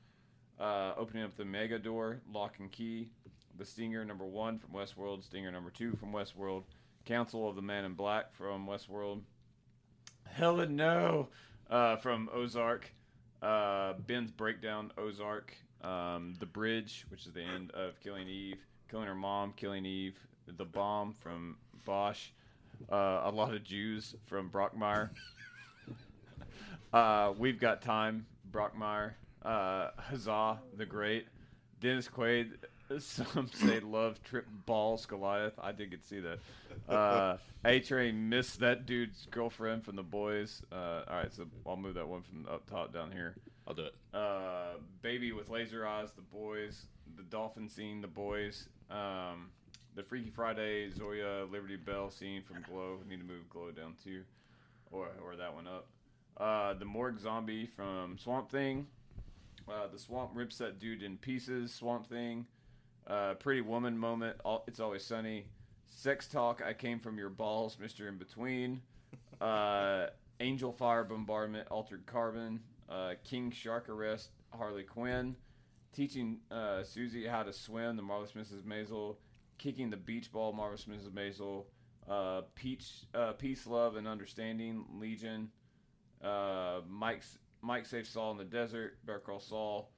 A: uh, Opening Up the Mega Door, Lock and Key, The Stinger number one from Westworld, Stinger number two from Westworld, Council of the Man in Black from Westworld, Hella No uh, from Ozark, uh, Ben's Breakdown, Ozark, um, The Bridge, which is the end of Killing Eve, Killing Her Mom, Killing Eve, The Bomb from Bosch, uh, A Lot of Jews from Brockmire. Uh, we've got time, Brockmire, uh, Huzzah, the Great, Dennis Quaid. *laughs* Some say love trip balls Goliath. I did get to see that. Uh, A Train missed that dude's girlfriend from the boys. Uh, all right, so I'll move that one from up top down here.
C: I'll do it.
A: Uh, Baby with Laser Eyes, The Boys, The Dolphin Scene, The Boys, um, The Freaky Friday, Zoya, Liberty Bell scene from Glow. Need to move Glow down too, or or that one up. Uh, the Morgue Zombie from Swamp Thing. Uh, the Swamp rips that dude in pieces. Swamp Thing. Uh, pretty Woman moment. All, it's always sunny. Sex talk. I came from your balls, Mister In Between. Uh, Angel Fire Bombardment, Altered Carbon, uh, King Shark Arrest, Harley Quinn, teaching uh, Susie how to swim, the Marvelous Mrs. Maisel, kicking the beach ball, Marvelous Mrs. Maisel, uh, Peach, uh, Peace, Love, and Understanding, Legion, uh, Mike's Mike saves Saul in the desert, Bear Crawl Saul,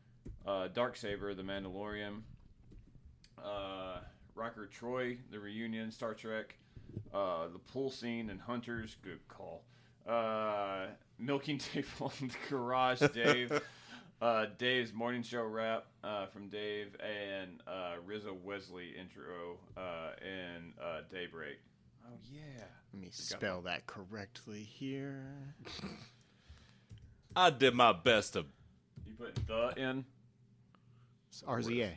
A: uh, Dark Saber, The Mandalorian, uh, Rocker Troy, The Reunion, Star Trek, uh, the pool scene and Hunters, good call. Uh, milking *laughs* tape on the garage,
B: *laughs*
A: Dave. uh, Dave's morning show wrap uh, from Dave and uh, Rizzo Wesley intro uh, and uh, Daybreak. Oh yeah,
B: Let me spell that correctly here.
C: I did my best to. uh,
A: you put the in.
B: It's RZA.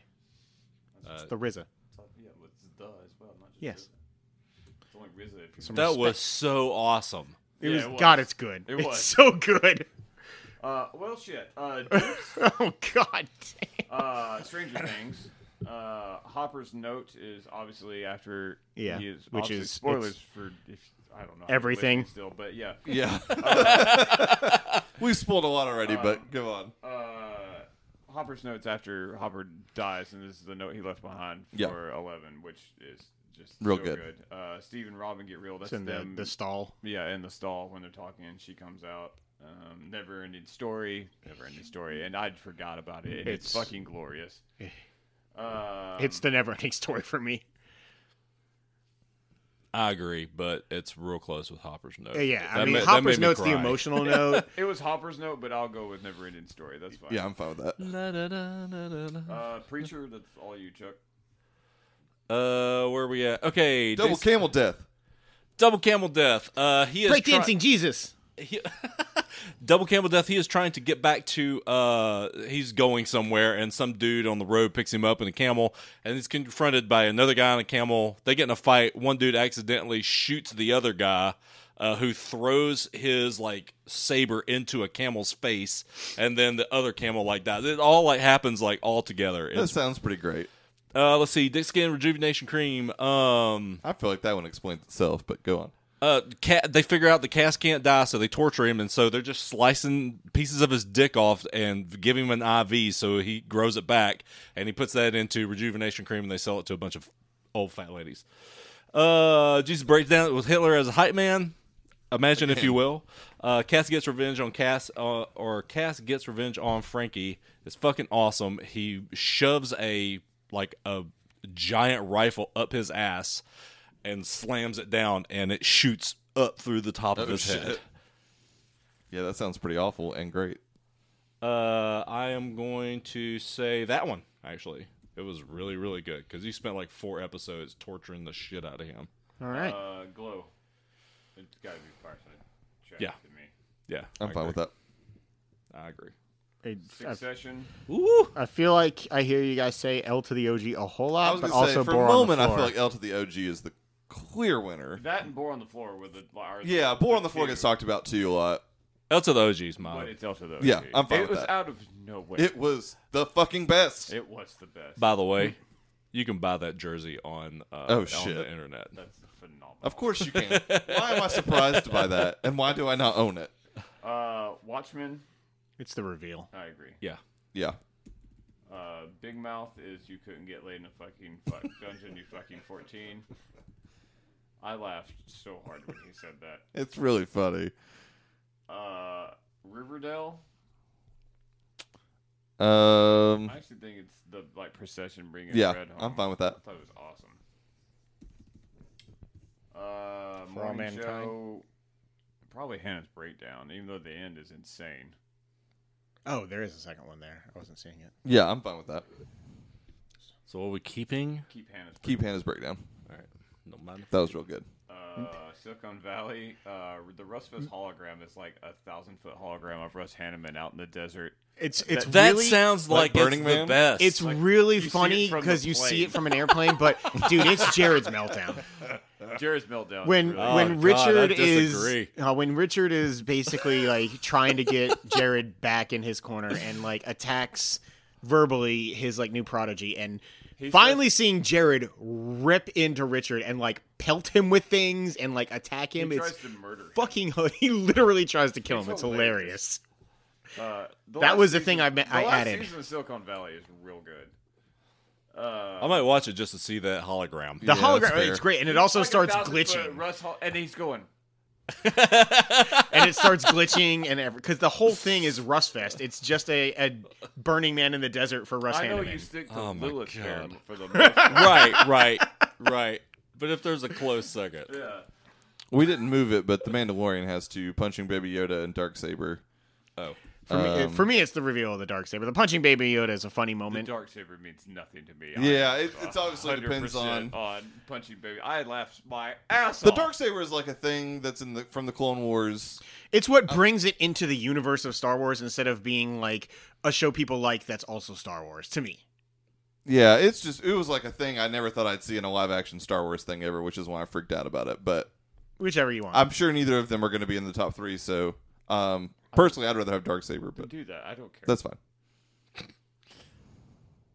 C: Uh,
B: It's the RZA.
A: Yeah, well, it's the as well, not just
B: Yes.
A: Rizzo. It's only Rizzo. If you
B: Some
C: that
B: respect.
C: was so awesome.
B: It
A: Yeah,
B: was,
A: it was.
B: God, it's good.
A: It
B: it's
A: was.
B: so good. *laughs*
A: uh, well, shit. Uh, Dukes,
B: oh God, damn.
A: uh, Stranger Things. Uh, Hopper's note is obviously after
B: Yeah,
A: he is,
B: which
A: obviously
B: is-
A: spoilers
B: it's-
A: for if, I don't know
B: Everything.
A: still, but yeah,
D: Yeah. *laughs* we spoiled a lot already, but go on.
A: uh, Hopper's notes after Hopper dies, and this is the note he left behind
D: Yeah.
A: for Eleven, which is just
D: Real
A: so
D: good.
A: Uh, Steve and Robin get real. That's
B: it's in the,
A: them.
B: the stall.
A: yeah, in the stall when they're talking, and she comes out. Um, never ending story, never ending story, and I'd forgot about it. and It's,
B: It's- eh,
A: fucking glorious. Uh,
B: it's the never-ending *laughs* story for me.
C: I agree, but it's real close with Hopper's note.
B: Uh, Yeah, I
C: That
B: mean,
C: ma- that
B: Hopper's
C: made me
B: note's the
C: cry.
B: *laughs* emotional note.
A: it was Hopper's note, but I'll go with never ending story. That's fine.
D: Yeah, I'm fine with that.
C: La, da, da, da, da, da.
A: Uh, preacher, that's all you, Chuck.
C: Uh, where are we at? Okay,
D: Double
C: this-
D: camel death.
C: double camel death. Uh, he is try-
B: Breakdancing Jesus.
C: he- *laughs* double camel death. He is trying to get back to. Uh, he's going somewhere, and some dude on the road picks him up in a camel, and he's confronted by another guy on a camel. They get in a fight. One dude accidentally shoots the other guy, uh, who throws his like saber into a camel's face, and then the other camel like dies. It all like happens like all together.
D: That
C: It's,
D: sounds pretty great.
C: uh, let's see, Dick Skin rejuvenation cream. Um.
D: I feel like that one explains itself, but go on.
C: Uh, cat. They figure out the cast can't die, so they torture him, and so they're just slicing pieces of his dick off and giving him an IV, so he grows it back, and he puts that into rejuvenation cream, and they sell it to a bunch of old fat ladies. Uh, Jesus breaks down with Hitler as a hype man. Imagine,
D: *laughs*
C: if you will. Uh, Cass gets revenge on Cass, uh, or Cass gets revenge on Frankie. It's fucking awesome. He shoves a like a giant rifle up his ass and slams it down, and it shoots up through the top
D: Oh,
C: of his head.
D: Yeah, that sounds pretty awful and great.
C: Uh, I am going to say that one actually. It was really, really good because he spent like four episodes torturing the shit out of him.
B: All right.
A: Uh, glow. It's got to be fireside. Check
C: Yeah.
A: To me.
C: Yeah,
D: I'm
C: I
D: fine
C: agree.
D: with that.
C: I agree.
B: I, I,
A: Succession.
C: Ooh.
B: I feel like I hear you guys say L to the OG a whole
D: I
B: lot,
D: was
B: but
D: gonna
B: also
D: say for
B: Bore
D: a moment, I
B: on the floor.
D: feel like L to the OG is the clear winner.
A: That and Bore on the Floor with the. Are
D: Yeah, Bore on the floor gets talked about too a lot.
C: That's to the OG's
A: But
C: mine.
A: it's also the.
D: Yeah,
A: OG.
D: I'm fine
A: It
D: with
A: was
D: that.
A: out of nowhere.
D: It was the fucking best.
A: It was the best.
C: By the way, you can buy that jersey on uh,
D: Oh,
C: on
D: shit.
C: the internet.
A: That's phenomenal.
D: Of course you can. why am I surprised by that? And why do I not own it?
A: Uh, Watchmen.
B: It's the reveal.
A: I agree.
C: Yeah.
D: Yeah.
A: Uh, Big Mouth is you couldn't get laid in a fucking fuck dungeon. You fucking fourteen. I laughed so hard when he said that.
D: It's really funny.
A: Uh, Riverdale.
D: Um
B: Mm-hmm.
A: I actually think it's the like procession bringing
D: Yeah,
A: Red home.
D: I'm fine with that.
A: I thought it was awesome. Uh,
B: For All
A: morning
B: Mankind?
A: show, probably Hannah's breakdown, even though the end is insane.
B: Oh, there is a second one there. I wasn't seeing it.
D: yeah, I'm fine with that.
C: So what are we keeping?
A: Keep Hannah's
D: Keep Hannah's breakdown.
C: All right. Don't mind.
D: That was real good.
A: uh, Silicon Valley. Uh, the Russ
B: Mm.
A: Fest hologram is like a thousand foot hologram of Russ Hanneman out in the desert.
B: It's it's
C: That
B: really
C: sounds like,
D: like Burning
C: it's the
D: Man?
C: best.
B: it's really
A: you see it
B: funny
A: from the
B: because you see
A: plane.
B: it from an airplane, but dude, it's Jared's meltdown.
A: Jared's meltdown. is
B: Uh, when
A: really
C: Oh,
B: when
C: God, I
B: Richard is
C: disagree.
B: uh, when Richard is basically like trying to get Jared back in his corner and like attacks verbally his like new prodigy and finally seeing Jared rip into Richard and like pelt him with things and like attack him
A: he
B: it's
A: tries to murder. him.
B: fucking *laughs* he literally tries to kill him it's
A: It's
B: hilarious
A: hilarious. Uh, the
B: That
A: last
B: was the
A: season-
B: thing I me-
A: the
B: I
A: last
B: added.
A: Season of Silicon Valley is real good. Uh,
C: I might watch it just to see that hologram.
D: *laughs*
B: the
D: Yeah, that's
B: hologram
D: fair.
B: it's great and it also
A: Like a
B: starts
A: 1,000 foot
B: glitching
A: Russ Hol- and he's going.
B: and it starts glitching and every because the whole thing is Rust Fest it's just a, a Burning Man in the desert for Russ
A: I know
B: Hanneman.
A: you stick to
C: Oh my
A: Lilith
C: God.
A: Fair for
B: *laughs*
A: the most part.
C: right, right, right. But if there's a close second,
A: Yeah.
D: We didn't move it, but the Mandalorian has to punching Baby Yoda and Dark Saber.
C: oh,
B: For, me, for me, it's the reveal of the dark saber. The punching Baby Yoda is a funny
A: The
B: moment.
A: dark saber means nothing to me.
D: Yeah,
A: I-
D: it- it's obviously
A: 100%
D: depends on-
A: on punching baby. I laughed my ass
D: The
A: off.
D: Dark Saber is like a thing that's in the from the Clone Wars.
B: it's what brings it into the universe of Star Wars instead of being like a show people like that's also Star Wars to me.
D: Yeah, it's just it was like a thing I never thought I'd see in a live action Star Wars thing ever, which is why I freaked out about it. But
B: Whichever you want.
D: I'm sure neither of them are going to be in the top three. So um, personally, I'd rather have Dark Saber, but
A: do that. I don't care.
D: that's fine.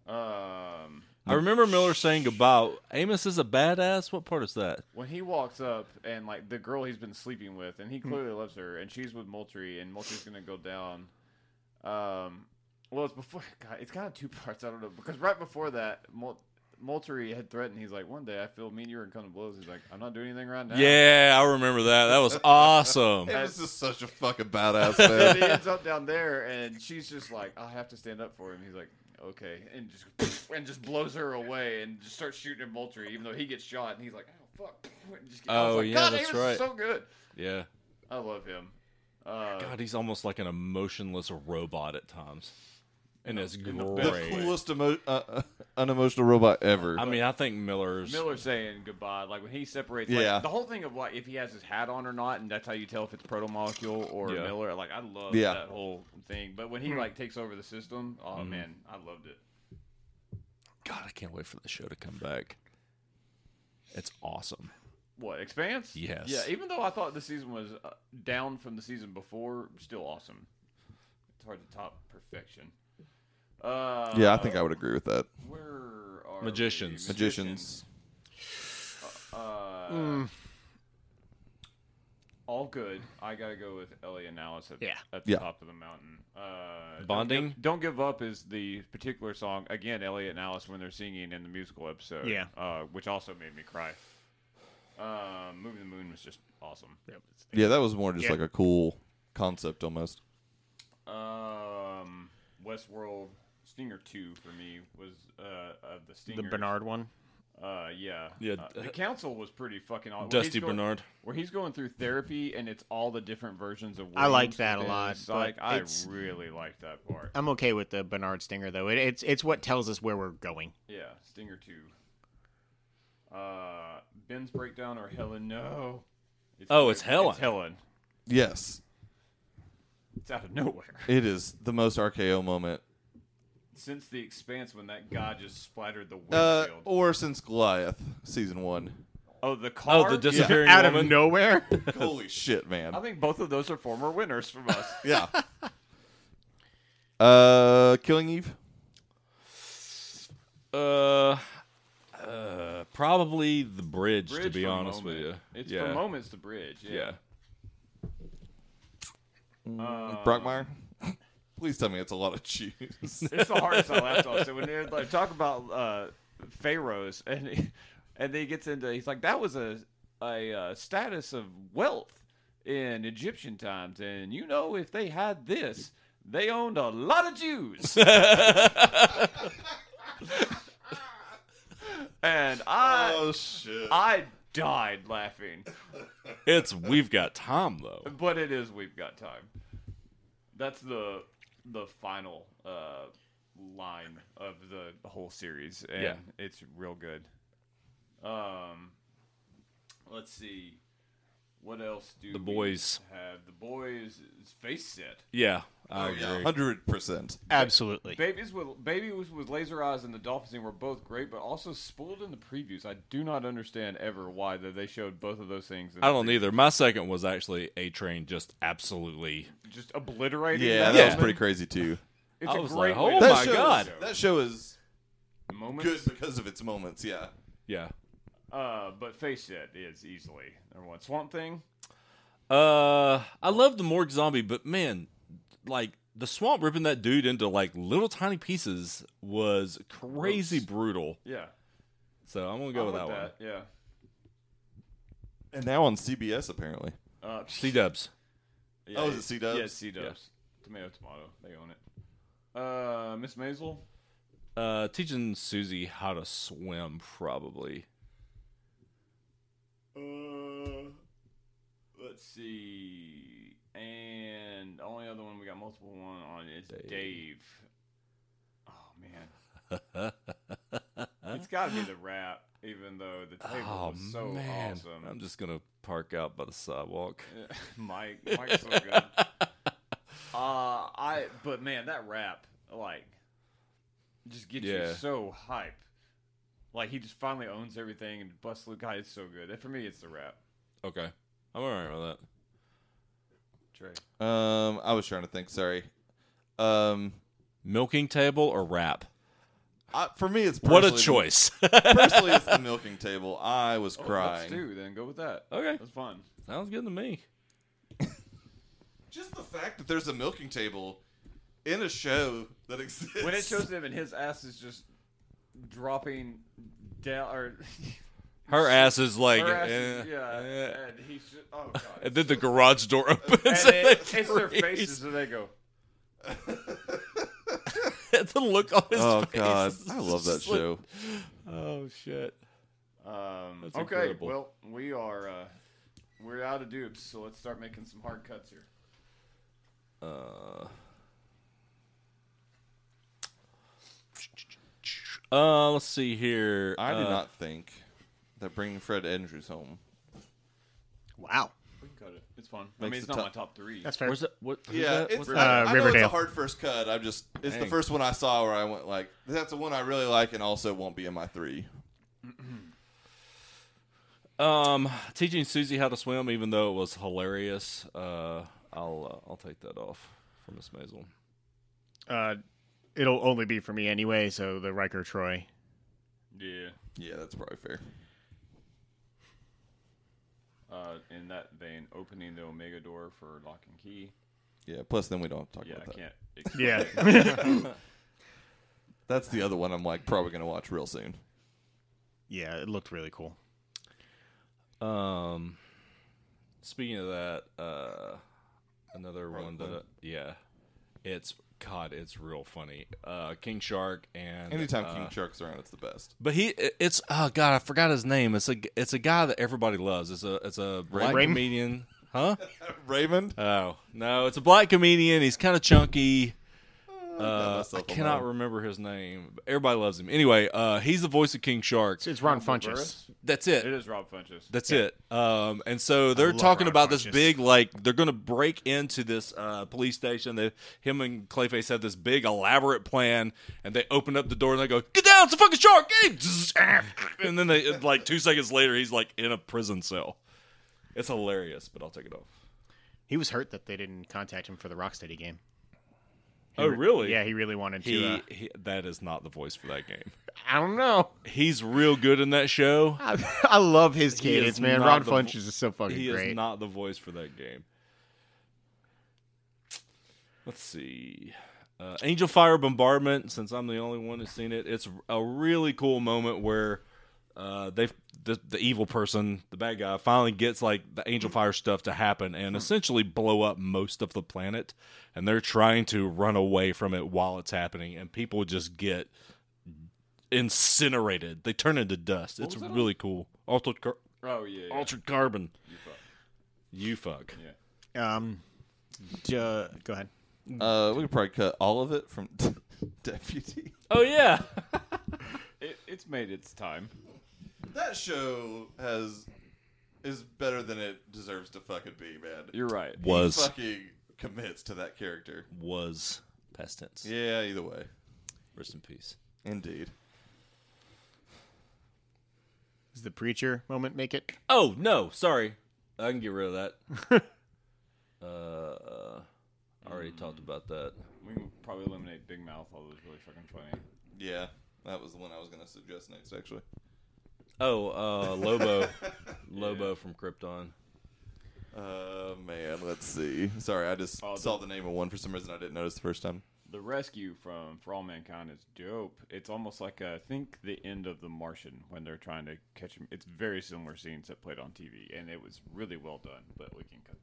A: um,
C: I remember Miller saying goodbye. Amos is a badass. What part is that?
A: when he walks up and like the girl he's been sleeping with, and he
C: Hmm.
A: clearly loves her, and she's with Moultrie, and Moultrie's gonna go down. Um, well, it's before. *laughs* God, it's kind of two parts. I don't know because right before that, Moul- Moultrie had threatened. He's like, "One day I feel me and you are gonna come to blows." He's like, "I'm not doing anything right now."
C: Yeah, I remember that. That was
D: *laughs*
C: awesome.
D: It was just such a fucking *laughs*
A: *laughs*
D: badass
A: And
D: man.
A: he ends up down there, and she's just like, "I have to stand up for him." He's like, "Okay," and just *laughs* and just blows her away, and just starts shooting at Moultrie, even though he gets shot, and he's like, "Oh fuck!" *laughs* And just, I was
C: Oh,
A: like,
C: yeah,
A: God,
C: that's
A: Amos is
C: right.
A: So good.
C: Yeah.
A: I love him. Uh,
C: God, he's almost like an emotionless robot at times, and it's great.
A: the
D: the coolest emo- uh, uh, unemotional robot ever.
C: I mean, I think Miller's.
A: Miller saying goodbye, like when he separates,
D: Yeah.
A: like, the whole thing of like if he has his hat on or not, and that's how you tell if it's proto molecule or
C: Yeah. Hmm.
A: Miller. Like I love
D: Yeah.
A: that whole thing, but when he like takes over the system, oh man, I loved it.
C: God, I can't wait for the show to come back. It's awesome.
A: What Expanse?
C: Yes.
A: Yeah. Even though I thought this season was uh, down from the season before, still awesome. It's hard to top perfection. Uh,
D: yeah, I think I would agree with that.
A: Where are
C: Magicians.
A: we?
D: Magicians.
A: Uh, All good. I gotta go with Ellie and Alice at,
B: Yeah.
A: at the
D: Yeah.
A: top of the mountain. Uh, Don't
C: Bonding?
A: Give- Don't give, up is the particular song again. Elliot and Alice when they're singing in the musical episode.
B: Yeah.
A: uh, which also made me cry. Uh, Moving the Moon was just awesome.
D: Yeah, that was more just
B: Yeah.
D: like a cool concept almost.
A: Um, Westworld Stinger Two for me was uh, of the
B: the
A: Stinger.
B: Bernard one.
A: Uh, yeah.
C: Yeah,
A: Uh,
C: d-
A: the Council was pretty fucking awesome.
C: Dusty Bernard.
A: Where he's going through therapy and it's all the different versions of.
B: I like
A: Williams
B: that a
A: and
B: lot,
A: it's Like
B: but
A: I
B: it's-
A: really like that part.
B: I'm okay with the Bernard Stinger though. It, it's it's what tells us where we're going.
A: Yeah, Stinger Two. Uh, Ben's breakdown or Helen? No.
C: Oh, it's Helen.
A: Helen.
D: Yes.
A: It's out of nowhere.
D: It is the most RKO moment,
A: Since the expanse when that guy just splattered the
D: uh,
A: windshield.
B: oh.
D: or since Goliath
C: *laughs*
D: season one.
A: oh, the car.
C: Oh, the
A: Yeah.
C: disappearing
B: out
C: woman.
B: of nowhere.
D: Holy shit, man!
C: *laughs*
A: I think both of those are former winners from us.
D: Yeah. Uh, Killing Eve.
C: Uh, uh, probably the bridge, to
A: Bridge
C: be
A: for a
C: honest with you.
A: moment. It's
C: yeah.
A: for moments the bridge.
C: Yeah.
A: Yeah. Uh,
D: Brockmire. *laughs* Please tell me it's a lot
C: *laughs*
D: of cheese. *laughs*
A: it's the hardest I laughed off. So when they like talk about uh, pharaohs *laughs* and he, and then he gets into he's like that was a a uh, status of wealth in Egyptian times, and you know if they had this, they owned a lot of Jews. *laughs* and I
D: Oh. shit!
A: I died laughing,
C: *laughs* It's we've got Tom though.
A: but it is we've got time. That's the the final uh, line of the whole series, and
C: Yeah.
A: it's real good. Um, let's see, what else do
C: The
A: we
C: Boys.
A: have? The boys is face set.
C: Yeah, I agree.
D: Oh, Hundred percent.
B: Absolutely.
A: Babies with baby was with laser eyes and the dolphin scene were both great, but also spoiled in the previews. I do not understand ever why that they showed both of those things. in
C: I
A: the
C: don't either. My second was actually A Train, just absolutely.
A: just obliterating.
D: Yeah,
A: that
D: that was
A: moment.
D: pretty crazy too.
A: It's
C: I
A: a
C: was
A: great
C: like, *laughs*
A: way
C: "Oh
A: to
D: That
C: my
A: show
D: show
A: the
C: God."
A: show.
D: that show is
A: Moments,
D: good because of its moments. Yeah.
C: Yeah.
A: Uh, but face it is easily number one. Swamp Thing.
C: Uh, I love the Morgue Zombie, but man, like the swamp ripping that dude into like little tiny pieces was crazy brutal.
A: Yeah,
C: So I'm gonna go
A: I'm
C: with that, one.
A: Yeah.
D: And now on CBS apparently.
A: Uh,
C: C Dubs.
A: *laughs* yeah,
D: Oh, is it C-dubs?
A: Yeah, C Dubs. Tomato, tomato. They own it. Uh, Miss Maisel.
C: Uh, teaching Susie how to swim, probably.
A: Uh, let's see. And the only other one we got multiple one on is Dave. Oh man, it's got to be the rap, even though the table
C: Oh
A: was so
C: man,
A: awesome.
C: I'm just gonna park out by the sidewalk.
A: *laughs* Mike, Mike's so good. Uh, I but man, that rap like just gets
C: Yeah.
A: you so hype. Like he just finally owns everything and busts Luke. God, it's so good. That- For me, it's the rap.
C: Okay, I'm alright with that.
A: Trey,
D: Um, I was trying to think. Sorry. Um,
C: Milking table or wrap?
D: I, for me, it's
C: What a
D: personally-
C: choice.
D: *laughs*
C: *laughs*
D: personally, it's the milking table. I
C: Oh,
D: was
A: Oh, Let's
D: crying.
A: do then. Go with that.
C: okay,
A: That's fun.
C: sounds good to me.
D: Just the fact that there's a milking table in a show that exists.
A: When it
D: *laughs*
A: shows him and his ass is just dropping down, *laughs* or
C: Her ass is like,
A: her ass
C: eh,
A: is, yeah,
C: eh.
A: and he's just, oh god. *laughs*
C: And then the garage door *laughs* opens.
A: and
C: and
A: *laughs* it,
C: they
A: it's their
C: freeze. *laughs*
A: faces, and they go.
C: the look on his
D: Oh
C: face.
D: god,
C: is
D: I love that
C: just like,
D: show.
C: oh shit.
A: Um,
C: That's
A: okay,
C: incredible.
A: well, we are uh, we're out of dupes, so let's start making some hard cuts here.
C: Uh, let's see here.
D: I do
C: Uh,
D: not think that bringing Fred Andrews home.
B: Wow.
A: We can cut it. It's fun. I
D: Makes
A: mean, it's
D: the
A: not
D: top-
A: my top three.
B: That's fair.
C: Where's that? What? who's
D: Yeah,
C: that?
D: it's,
C: What's
D: I-
B: Uh,
D: I, know it's a
B: Riverdale.
D: hard first cut. I'm just it's
C: Dang.
D: the first one I saw where I went like that's the one I really like and also won't be in my three.
C: that? Um, teaching Susie how to swim, even though it was hilarious. Uh, I'll uh, I'll take that off for Miss Maisel.
B: Uh, it'll only be for me anyway. So the Riker Troy.
A: yeah.
D: Yeah, that's probably fair.
A: Uh, in that vein, opening the Omega door for lock and key.
D: Yeah, plus then we don't have to talk
A: Yeah,
D: about
A: I
D: that.
A: can't.
D: *laughs*
B: Yeah. *laughs*
D: That's the other one I'm like probably gonna watch real soon.
B: yeah, it looked really cool.
C: Um, speaking of that, uh, another one that,
D: Quinn.
C: uh, yeah, it's God, it's real funny. Uh, King Shark and
D: Anytime
C: uh,
D: King Shark's around, it's the best. *laughs*
C: but he, it's oh God, I forgot his name. It's a, it's a guy that everybody loves. It's a, it's a black
B: Raymond?
C: comedian, huh?
D: Raymond.
C: Oh no, it's a black comedian. He's kind of chunky. Uh, I
D: myself a
C: cannot
D: moment.
C: remember his name. Everybody loves him. Anyway, uh, he's the voice of King Shark.
B: It's, it's Ron Funches.
C: That's
A: It
C: it.
A: is Rob Funches.
C: That's it. Um, and so
B: I
C: they're
B: love
C: talking
B: Ron
C: about this
B: Funches.
C: big, like they're going to break into this uh, police station. That him and Clayface have this big, elaborate plan, and they open up the door and they go, "Get down! It's a fucking shark!" Get him!" Zzz, ah. And then they, like two seconds later, he's like in a prison cell. It's hilarious, but I'll take it off.
B: He was hurt that they didn't contact him for the Rocksteady game.
C: Oh, really?
B: Yeah, he really wanted to.
C: He,
B: uh,
C: he that is not the voice for that game.
B: I don't know.
C: He's real good in that show.
B: I, I love his
C: He is
B: cadence, man.
C: not
B: Ron
C: the vo-
B: Funches is so fucking
C: He
B: great.
C: is not the voice for that game. Let's see. Uh, Angel Fire Bombardment, since I'm the only one who's seen it, it's a really cool moment where uh, they the, the evil person, the bad guy, finally gets like the Angel Fire stuff to happen
A: Hmm.
C: and essentially blow up most of the planet. And they're trying to run away from it while it's happening, and people just get incinerated. They turn into dust. it's
A: was that on?
C: really cool. Altered Cur-
A: Oh yeah. yeah.
C: Altered Carbon.
A: You fuck.
C: You fuck.
A: Yeah.
B: Um, d- uh, go ahead.
D: Uh, we could probably cut all of it from *laughs* Deputy.
C: Oh yeah.
A: It, it's made its time.
D: That show has is better than it deserves to fucking be, man.
A: You're right.
C: Was
D: fucking commits to that character.
C: was past tense.
D: Yeah, either way.
C: Rest in peace.
D: Indeed.
B: Does the preacher moment make it?
C: Oh no, sorry. I can get rid of that.
A: *laughs*
C: uh, I already talked about that.
A: We can probably eliminate Big Mouth, although it's really fucking funny.
D: Yeah, that was the one I was gonna suggest next, actually.
C: Oh, uh,
A: *laughs*
C: Lobo, Lobo from Krypton.
D: Uh, man, let's see. Sorry, I just
A: Oh,
D: saw
A: the-
D: the name of one for some reason I didn't notice the first time.
A: The rescue from For All Mankind is dope. It's almost like uh, think the end of The Martian when they're trying to catch him. It's very similar scenes that played on TV, and it was really well done. But we can cut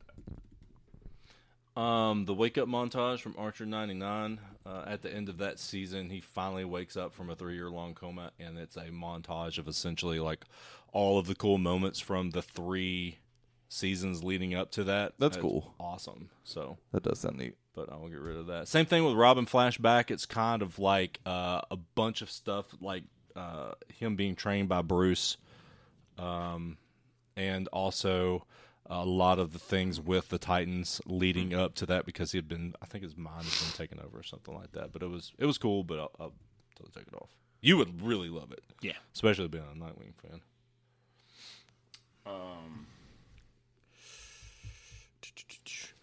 A: that.
C: Um, the wake up montage from Archer '99. Uh, at the end of that season, he finally wakes up from a three year long coma, and it's a montage of essentially like all of the cool moments from the three seasons leading up to that.
D: That's
C: It's
D: cool.
C: Awesome. So
D: That does sound neat.
C: but I'll get rid of that. Same thing with Robin flashback. It's kind of like uh, a bunch of stuff, like uh, him being trained by Bruce, um, and also a lot of the things with the Titans leading up to that because he had been, I think his mind had been taken over or something like that. But it was it was cool. But I'll, I'll totally take it off. You would really love it,
B: Yeah.
C: especially being a Nightwing fan.
A: Um,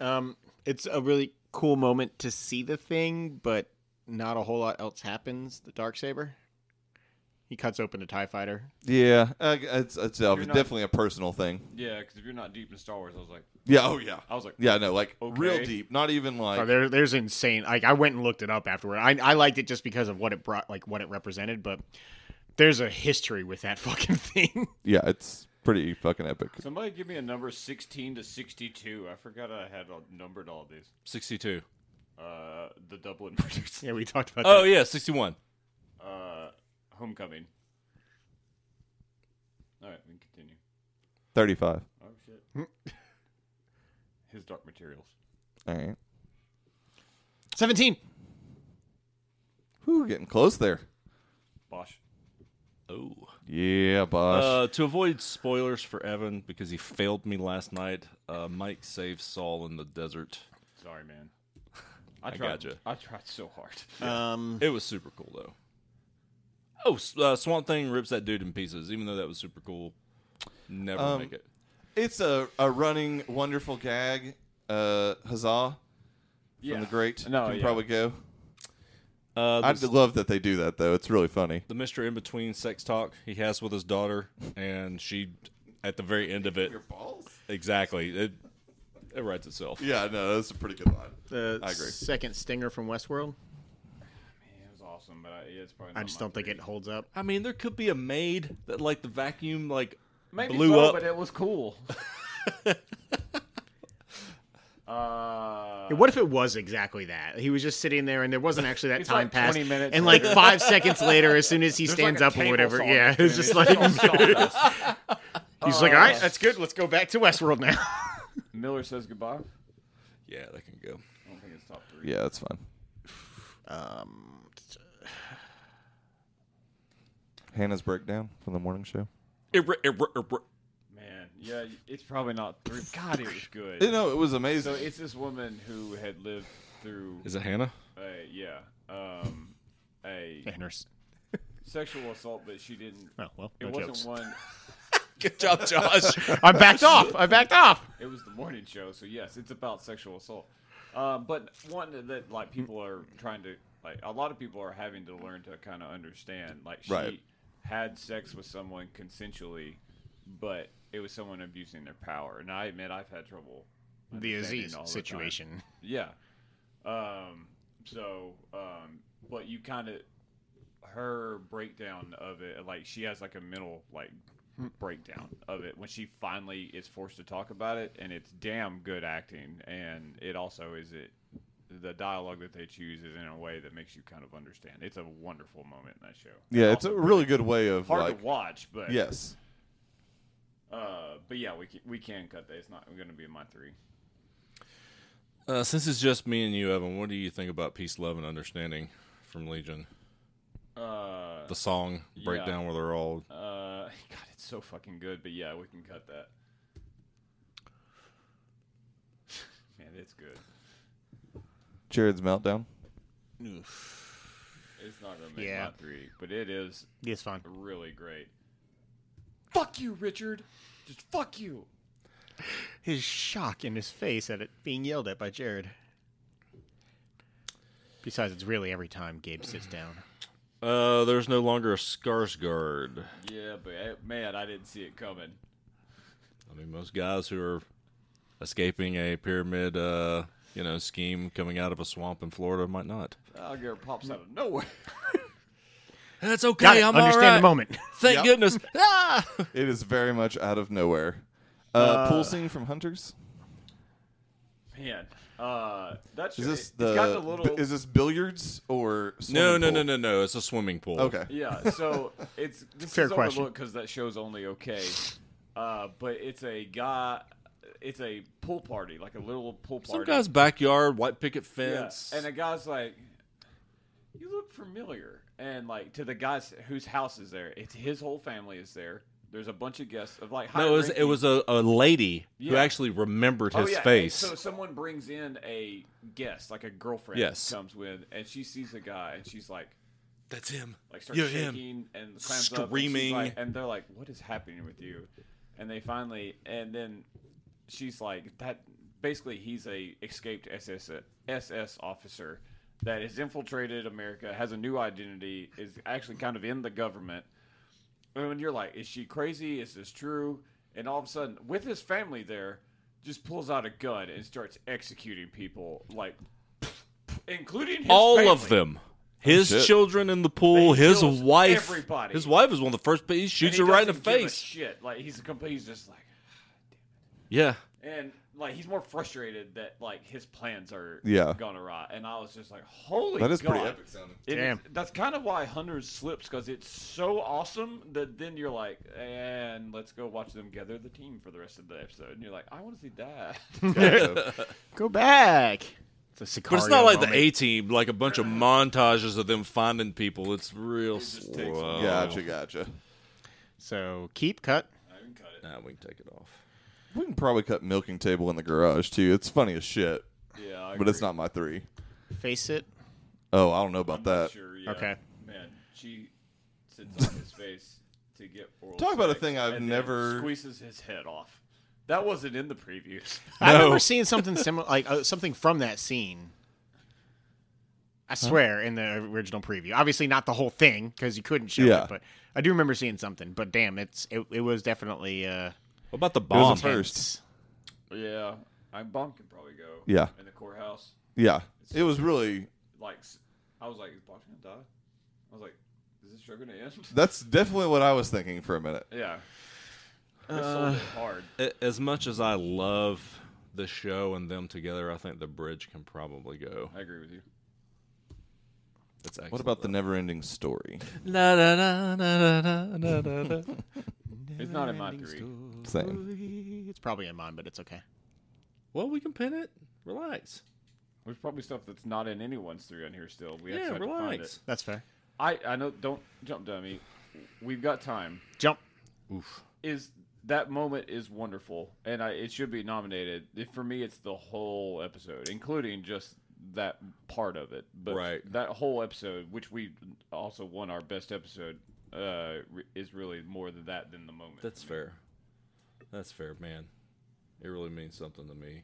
B: Um, it's a really cool moment to see the thing, but not a whole lot else happens. The dark saber. He cuts open a Tie Fighter.
D: Yeah, uh, it's, it's uh,
A: You're not-
D: definitely a personal thing.
A: yeah, because if you're not deep in Star Wars, I was like,
D: Yeah. Oh yeah.
A: I was like,
D: Yeah. No. Like real
A: Okay.
D: deep. Not even like.
B: Oh, there, there's insane. Like I went and looked it up afterward. I, I liked it just because of what it brought, like what it represented. But there's a history with that *laughs* fucking thing.
D: yeah, it's pretty fucking epic.
A: somebody give me a number sixteen to sixty-two. I forgot I had all, numbered all these.
C: Sixty two.
A: Uh, the Dublin *laughs* Murders,
B: yeah, we talked about.
C: Oh yeah, sixty one.
A: uh, Homecoming. All right, we can continue.
D: Thirty-five.
A: Oh shit. His Dark Materials.
D: All right.
B: that. seventeen.
D: Whew, getting close there.
A: Bosch.
C: Oh.
D: Yeah, boss.
C: Uh, to avoid spoilers for Evan because he failed me last night, uh, Mike saves Saul in the desert.
A: Sorry, *laughs* man. I tried.
C: gotcha.
A: I tried so hard.
B: Um,
C: It was super cool though. Oh, S- uh, Swamp Thing rips that dude in pieces, even though that was super cool. Never
D: Um,
C: make it.
D: it's a, a running wonderful gag. Uh, huzzah
A: Yeah.
D: from the great.
A: No,
D: can
A: yeah.
D: probably go.
C: Uh,
D: I
C: this-
D: d- love that they do that though. It's really funny.
C: the Mister in between sex talk he has with his daughter, and she at the very end of it.
D: balls.
C: Exactly, it it writes itself.
D: Yeah. No, that's a pretty good line.
B: the
D: I agree.
B: second stinger from Westworld.
A: Man, it was awesome, but I, yeah, it's probably.
B: I
A: not
B: just
A: Oh my
B: don't think
A: three.
B: it holds up.
C: I mean, there could be a maid that like the vacuum like
A: Maybe
C: blew
A: so,
C: up.
A: but it was cool. *laughs* uh,
B: What if it was exactly that? He was just sitting there, and there wasn't actually that
A: It's
B: time
A: like
B: passed.
A: 20 minutes
B: and like
A: later.
B: five seconds later, as soon as he
A: there's
B: stands
A: like a
B: up or
A: table
B: whatever,
A: saw
B: yeah,
A: between
B: *laughs* it's just
A: them.
B: like
A: all
B: he's
A: sawdust.
B: like, all right, that's good. Let's go back to Westworld now.
A: Miller says goodbye. I
C: yeah, that can go.
A: don't think it's top three.
D: Yeah, that's fun.
B: Um,
D: Hannah's breakdown from the morning show.
C: It, it, it,
A: Man, yeah, it's probably not through. *laughs* God, it was good.
D: You know, it was amazing.
A: So it's this woman who had lived through,
C: is it Hannah?
A: a, yeah, um, a
B: Anders.
A: sexual assault, but she didn't.
B: Oh well,
A: it
B: no
A: wasn't
B: jokes.
A: one.
C: Good job, Josh.
B: I backed off. I backed off.
A: It was the morning show, so yes, it's about sexual assault. Um, but one that like people are trying to like a lot of people are having to learn to kind of understand. Like she
D: Right.
A: had sex with someone consensually, but it was someone abusing their power. And I admit I've had trouble
B: The
A: understanding
B: Aziz
A: all the time.
B: situation.
A: Yeah. Um, so, um, but you kind of her breakdown of it, like she has like a mental like breakdown of it when she finally is forced to talk about it, and it's damn good acting, and it also is it the dialogue that they choose is in a way that makes you kind of understand. It's a wonderful moment in that show.
D: yeah, it's a
A: Also
D: really good way of
A: hard
D: like,
A: to watch, but
D: yes,
A: uh, but yeah, we can, we can cut that. It's not going to be in my three.
C: Uh, since it's just me and you, Evan, what do you think about peace, love, and understanding from Legion?
A: Uh,
C: The song
A: Yeah.
C: breakdown where they're all
A: Uh, *laughs* God, it's so fucking good. But yeah, we can cut that. *laughs* Man, it's good.
D: Jared's meltdown.
A: It's not gonna make
B: Yeah.
A: my three, but it is
B: Yeah, it's fine.
A: really great. Fuck you, Richard. Just fuck you.
B: His shock in his face at it being yelled at by Jared. Besides, it's really every time Gabe sits down.
C: Uh, there's no longer a Skarsgård.
A: Yeah, but eh, man, I didn't see it coming.
C: I mean, most guys who are escaping a pyramid, uh, you know, scheme coming out of a swamp in Florida might not.
A: Algar pops out of nowhere. *laughs*
C: That's okay.
B: Got it.
C: I'm
B: Understand
C: all right.
B: the moment.
C: Thank
A: *laughs*
D: Yep.
C: goodness. Ah!
D: It is very much out of nowhere. Uh, pool scene from Hunters.
A: Man, uh, that's
D: Is this
A: it's
D: the?
A: gotten a little.
D: Is this billiards or
C: No,
D: swimming
C: no, no,
D: pool?
C: no, no. It's a swimming pool.
D: Okay,
A: Yeah,
B: *laughs*
A: so it's this
B: Fair
A: is
B: question.
A: because that show's only okay, uh, but it's a guy, it's a pool party, like a little pool
C: Some
A: party.
C: guy's backyard, white picket
A: yeah.
C: fence.
A: and a guy's like, "You look familiar," and like to the guys whose house is there, it's his whole family is there. There's a bunch of guests of like
C: no, it was, it
A: high-ranking-
C: was a, a lady who
A: Yeah.
C: actually remembered
A: Oh,
C: his
A: yeah, and
C: face.
A: So someone brings in a guest, like a girlfriend.
C: Yes.
A: comes with, and she sees a guy, and she's like.
C: That's him.
A: like starts
C: You're him.
A: shaking and clams up, and she's
C: Screaming.
A: like- and they're like, "What is happening with you?" And they finally, and then she's like, "That basically he's a escaped SS SS officer that has infiltrated America, has a new identity, is actually kind of in the government." And when you're like, "Is she crazy? Is this true?" And all of a sudden, with his family there, just pulls out a gun and starts executing people, like, including his
C: all
A: family.
C: of them. His
D: shit.
C: children in the pool.
A: He
C: his
A: kills
C: wife.
A: everybody.
C: His wife is one of the first. He shoots
A: And
C: her
A: he
C: right in the
A: doesn't give a
C: face.
A: shit, like he's a complete. He's just like,
C: Yeah.
A: and like he's more frustrated that like his plans are
D: Yeah.
A: gone awry. And I was just like, holy,
D: that is pretty
A: God.
D: epic sounding.
A: It is-
B: Damn.
A: that's kind of why Hunters slips because it's so awesome that then you're like, and let's go watch them gather the team for the rest of the episode. And you're like, I want to see that. *laughs*
D: Gotcha.
B: Go back. It's a Sicario
C: But it's not like the
B: moment.
C: A team, like a bunch of montages of them finding people. It's real
A: just takes
C: slow.
D: gotcha, gotcha.
B: So keep cut.
A: I can cut it.
C: Nah, we can take it off.
D: We can probably cut milking table in the garage too. It's funny as shit,
A: Yeah, I
D: but it's
A: agree.
D: not my three.
B: Face it.
D: Oh, I don't know about
A: I'm
D: that.
A: not sure. Yeah.
B: Okay.
A: man, she sits on his face to get oral
D: Talk about a
A: sex
D: thing I've
A: and then
D: never-
A: squeezes his head off. That wasn't in the previews.
B: I remember
C: *laughs*
B: seeing something similar, like uh, something from that scene. I swear, in the original preview, obviously not the whole thing because you couldn't show
D: Yeah.
B: it, but I do remember seeing something. But damn, it's it, it was definitely uh,
C: What about the
D: was a
C: bomb?
D: first.
B: tense.
A: Yeah, I bomb can probably go.
D: Yeah.
A: in the courthouse,
D: Yeah, it was really.
A: like s- I was like, is Bomb gonna die? I was like, is this show gonna end?
D: That's definitely what I was thinking for a minute.
A: *laughs* yeah, they
C: Uh,
A: sold it hard.
C: A- As much as I love the show and them together, I think the bridge can probably go.
A: I agree with you.
C: That's excellent.
D: What about the
A: *laughs*
D: never-ending story?
C: Na, na, na, na, na, na, na, na. *laughs*
A: It's not in my three.
D: Same.
B: It's probably in mine, but it's okay.
C: Well, we can pin it. Relax.
A: There's probably stuff that's not in anyone's three on here still. We
C: Yeah,
A: actually have to find
C: relax.
A: it.
B: That's fair.
A: I I know. Don't jump, dummy. We've got time.
B: Jump.
A: Is that moment is wonderful, and I, it should be nominated. If- for me, it's the whole episode, including just that part of it. But
C: Right.
A: that whole episode, which we also won our best episode, uh, re- is really more than that than the moment.
C: That's fair. That's fair, man. It really means something to me.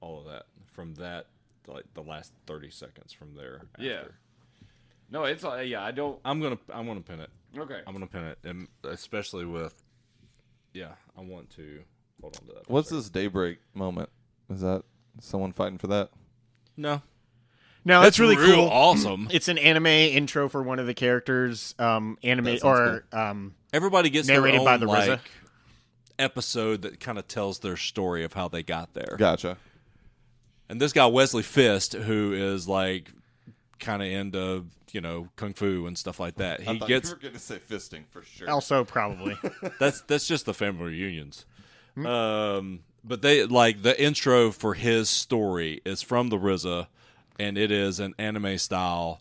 C: All of that from that, like the last thirty seconds from there.
A: yeah.
C: after.
A: No, it's uh, yeah. I don't.
C: I'm gonna I'm gonna pin it.
A: Okay.
C: I'm gonna pin it, and especially with, yeah, I want to hold on to that. for a
D: What's
C: second.
D: this daybreak moment? Is that someone fighting for that?
C: No,
B: No, that's, really
C: real
B: cool. *laughs*
C: Awesome.
B: It's an anime intro for one of the characters. Um, anime
D: That sounds
B: or um,
C: Everybody gets their
B: Narrated
C: own,
B: by the RZA.
C: like episode that kind of tells their story of how they got there.
D: Gotcha.
C: And this guy Wesley Fist, who is like kind of into you know kung fu and stuff like that, he
D: I thought
C: gets
D: you were going to say fisting for sure.
B: also probably.
C: that's that's just the family reunions.
D: Hmm.
C: Um, but they like the intro for his story is from the RZA, and it is an anime style,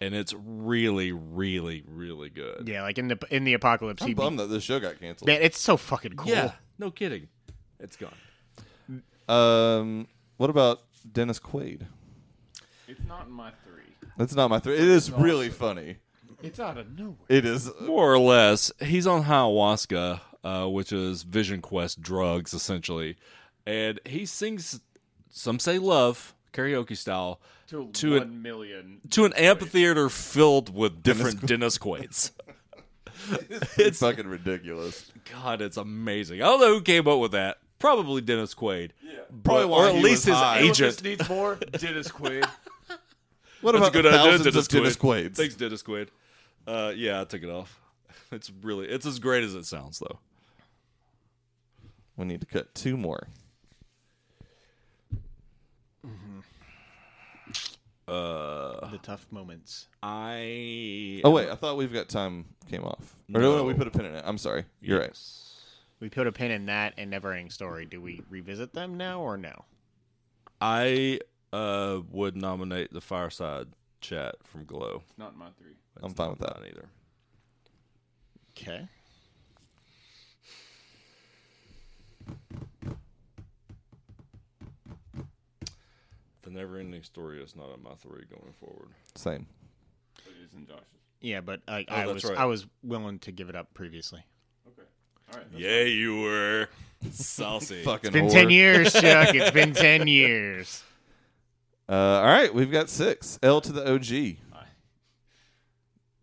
C: and it's really, really, really good.
B: yeah, like in the in the apocalypse.
D: I'm
B: He,
D: bummed that this show got canceled.
B: man, it's so fucking cool.
C: Yeah, no kidding, it's gone.
D: Um, what about Dennis Quaid?
A: It's not in my three.
D: That's not my three. It is really funny.
A: It's out of nowhere.
D: It is.
C: More or less, he's on ayahuasca, uh, which is Vision Quest drugs essentially, and he sings. Some say love karaoke style
A: To,
C: To a-
A: one million.
C: to an amphitheater filled with different Dennis Quaid's. *laughs*
D: It's fucking ridiculous.
C: God, it's amazing. I don't know who came up with that. Probably Dennis Quaid. Yeah.
D: Probably
C: or
D: while
C: at
D: he
C: least his
D: was high.
A: You know what this
C: agent.
A: needs more.
C: *laughs*
A: Dennis Quaid.
D: What
C: That's
D: about
C: a good
D: the
C: idea,
D: thousands
C: Dennis
D: of Dennis
C: Quaid.
D: Quaid's?
C: Thanks, Dennis Quaid. Uh, yeah, I took it off. *laughs* It's really, it's as great as it sounds, though.
D: We need to cut two more.
B: The tough moments.
C: Uh, I.
D: Oh wait, I thought we've got time came off. Or no, no,
C: No.
D: we put a pin in it. I'm sorry. You're right.
B: We put a pin in that and never ending story. Do we revisit them now or no?
C: I uh, would nominate the Fireside Chat from Glow.
A: It's not in my three.
D: I'm fine with that.
C: Not either.
B: Okay.
C: The never ending story is not on my three going forward.
D: Same.
A: It is in Josh's.
B: Yeah, but I,
C: Oh,
B: I
C: that's
B: was
C: right.
B: I was willing to give it up previously.
A: Okay. All right.
C: Yeah, you *laughs* were. Saucy.
D: Fucking
B: Been
D: whore.
B: ten years, Chuck. It's been ten years.
D: Uh, all right, we've got six. L to the OG.
A: Aye.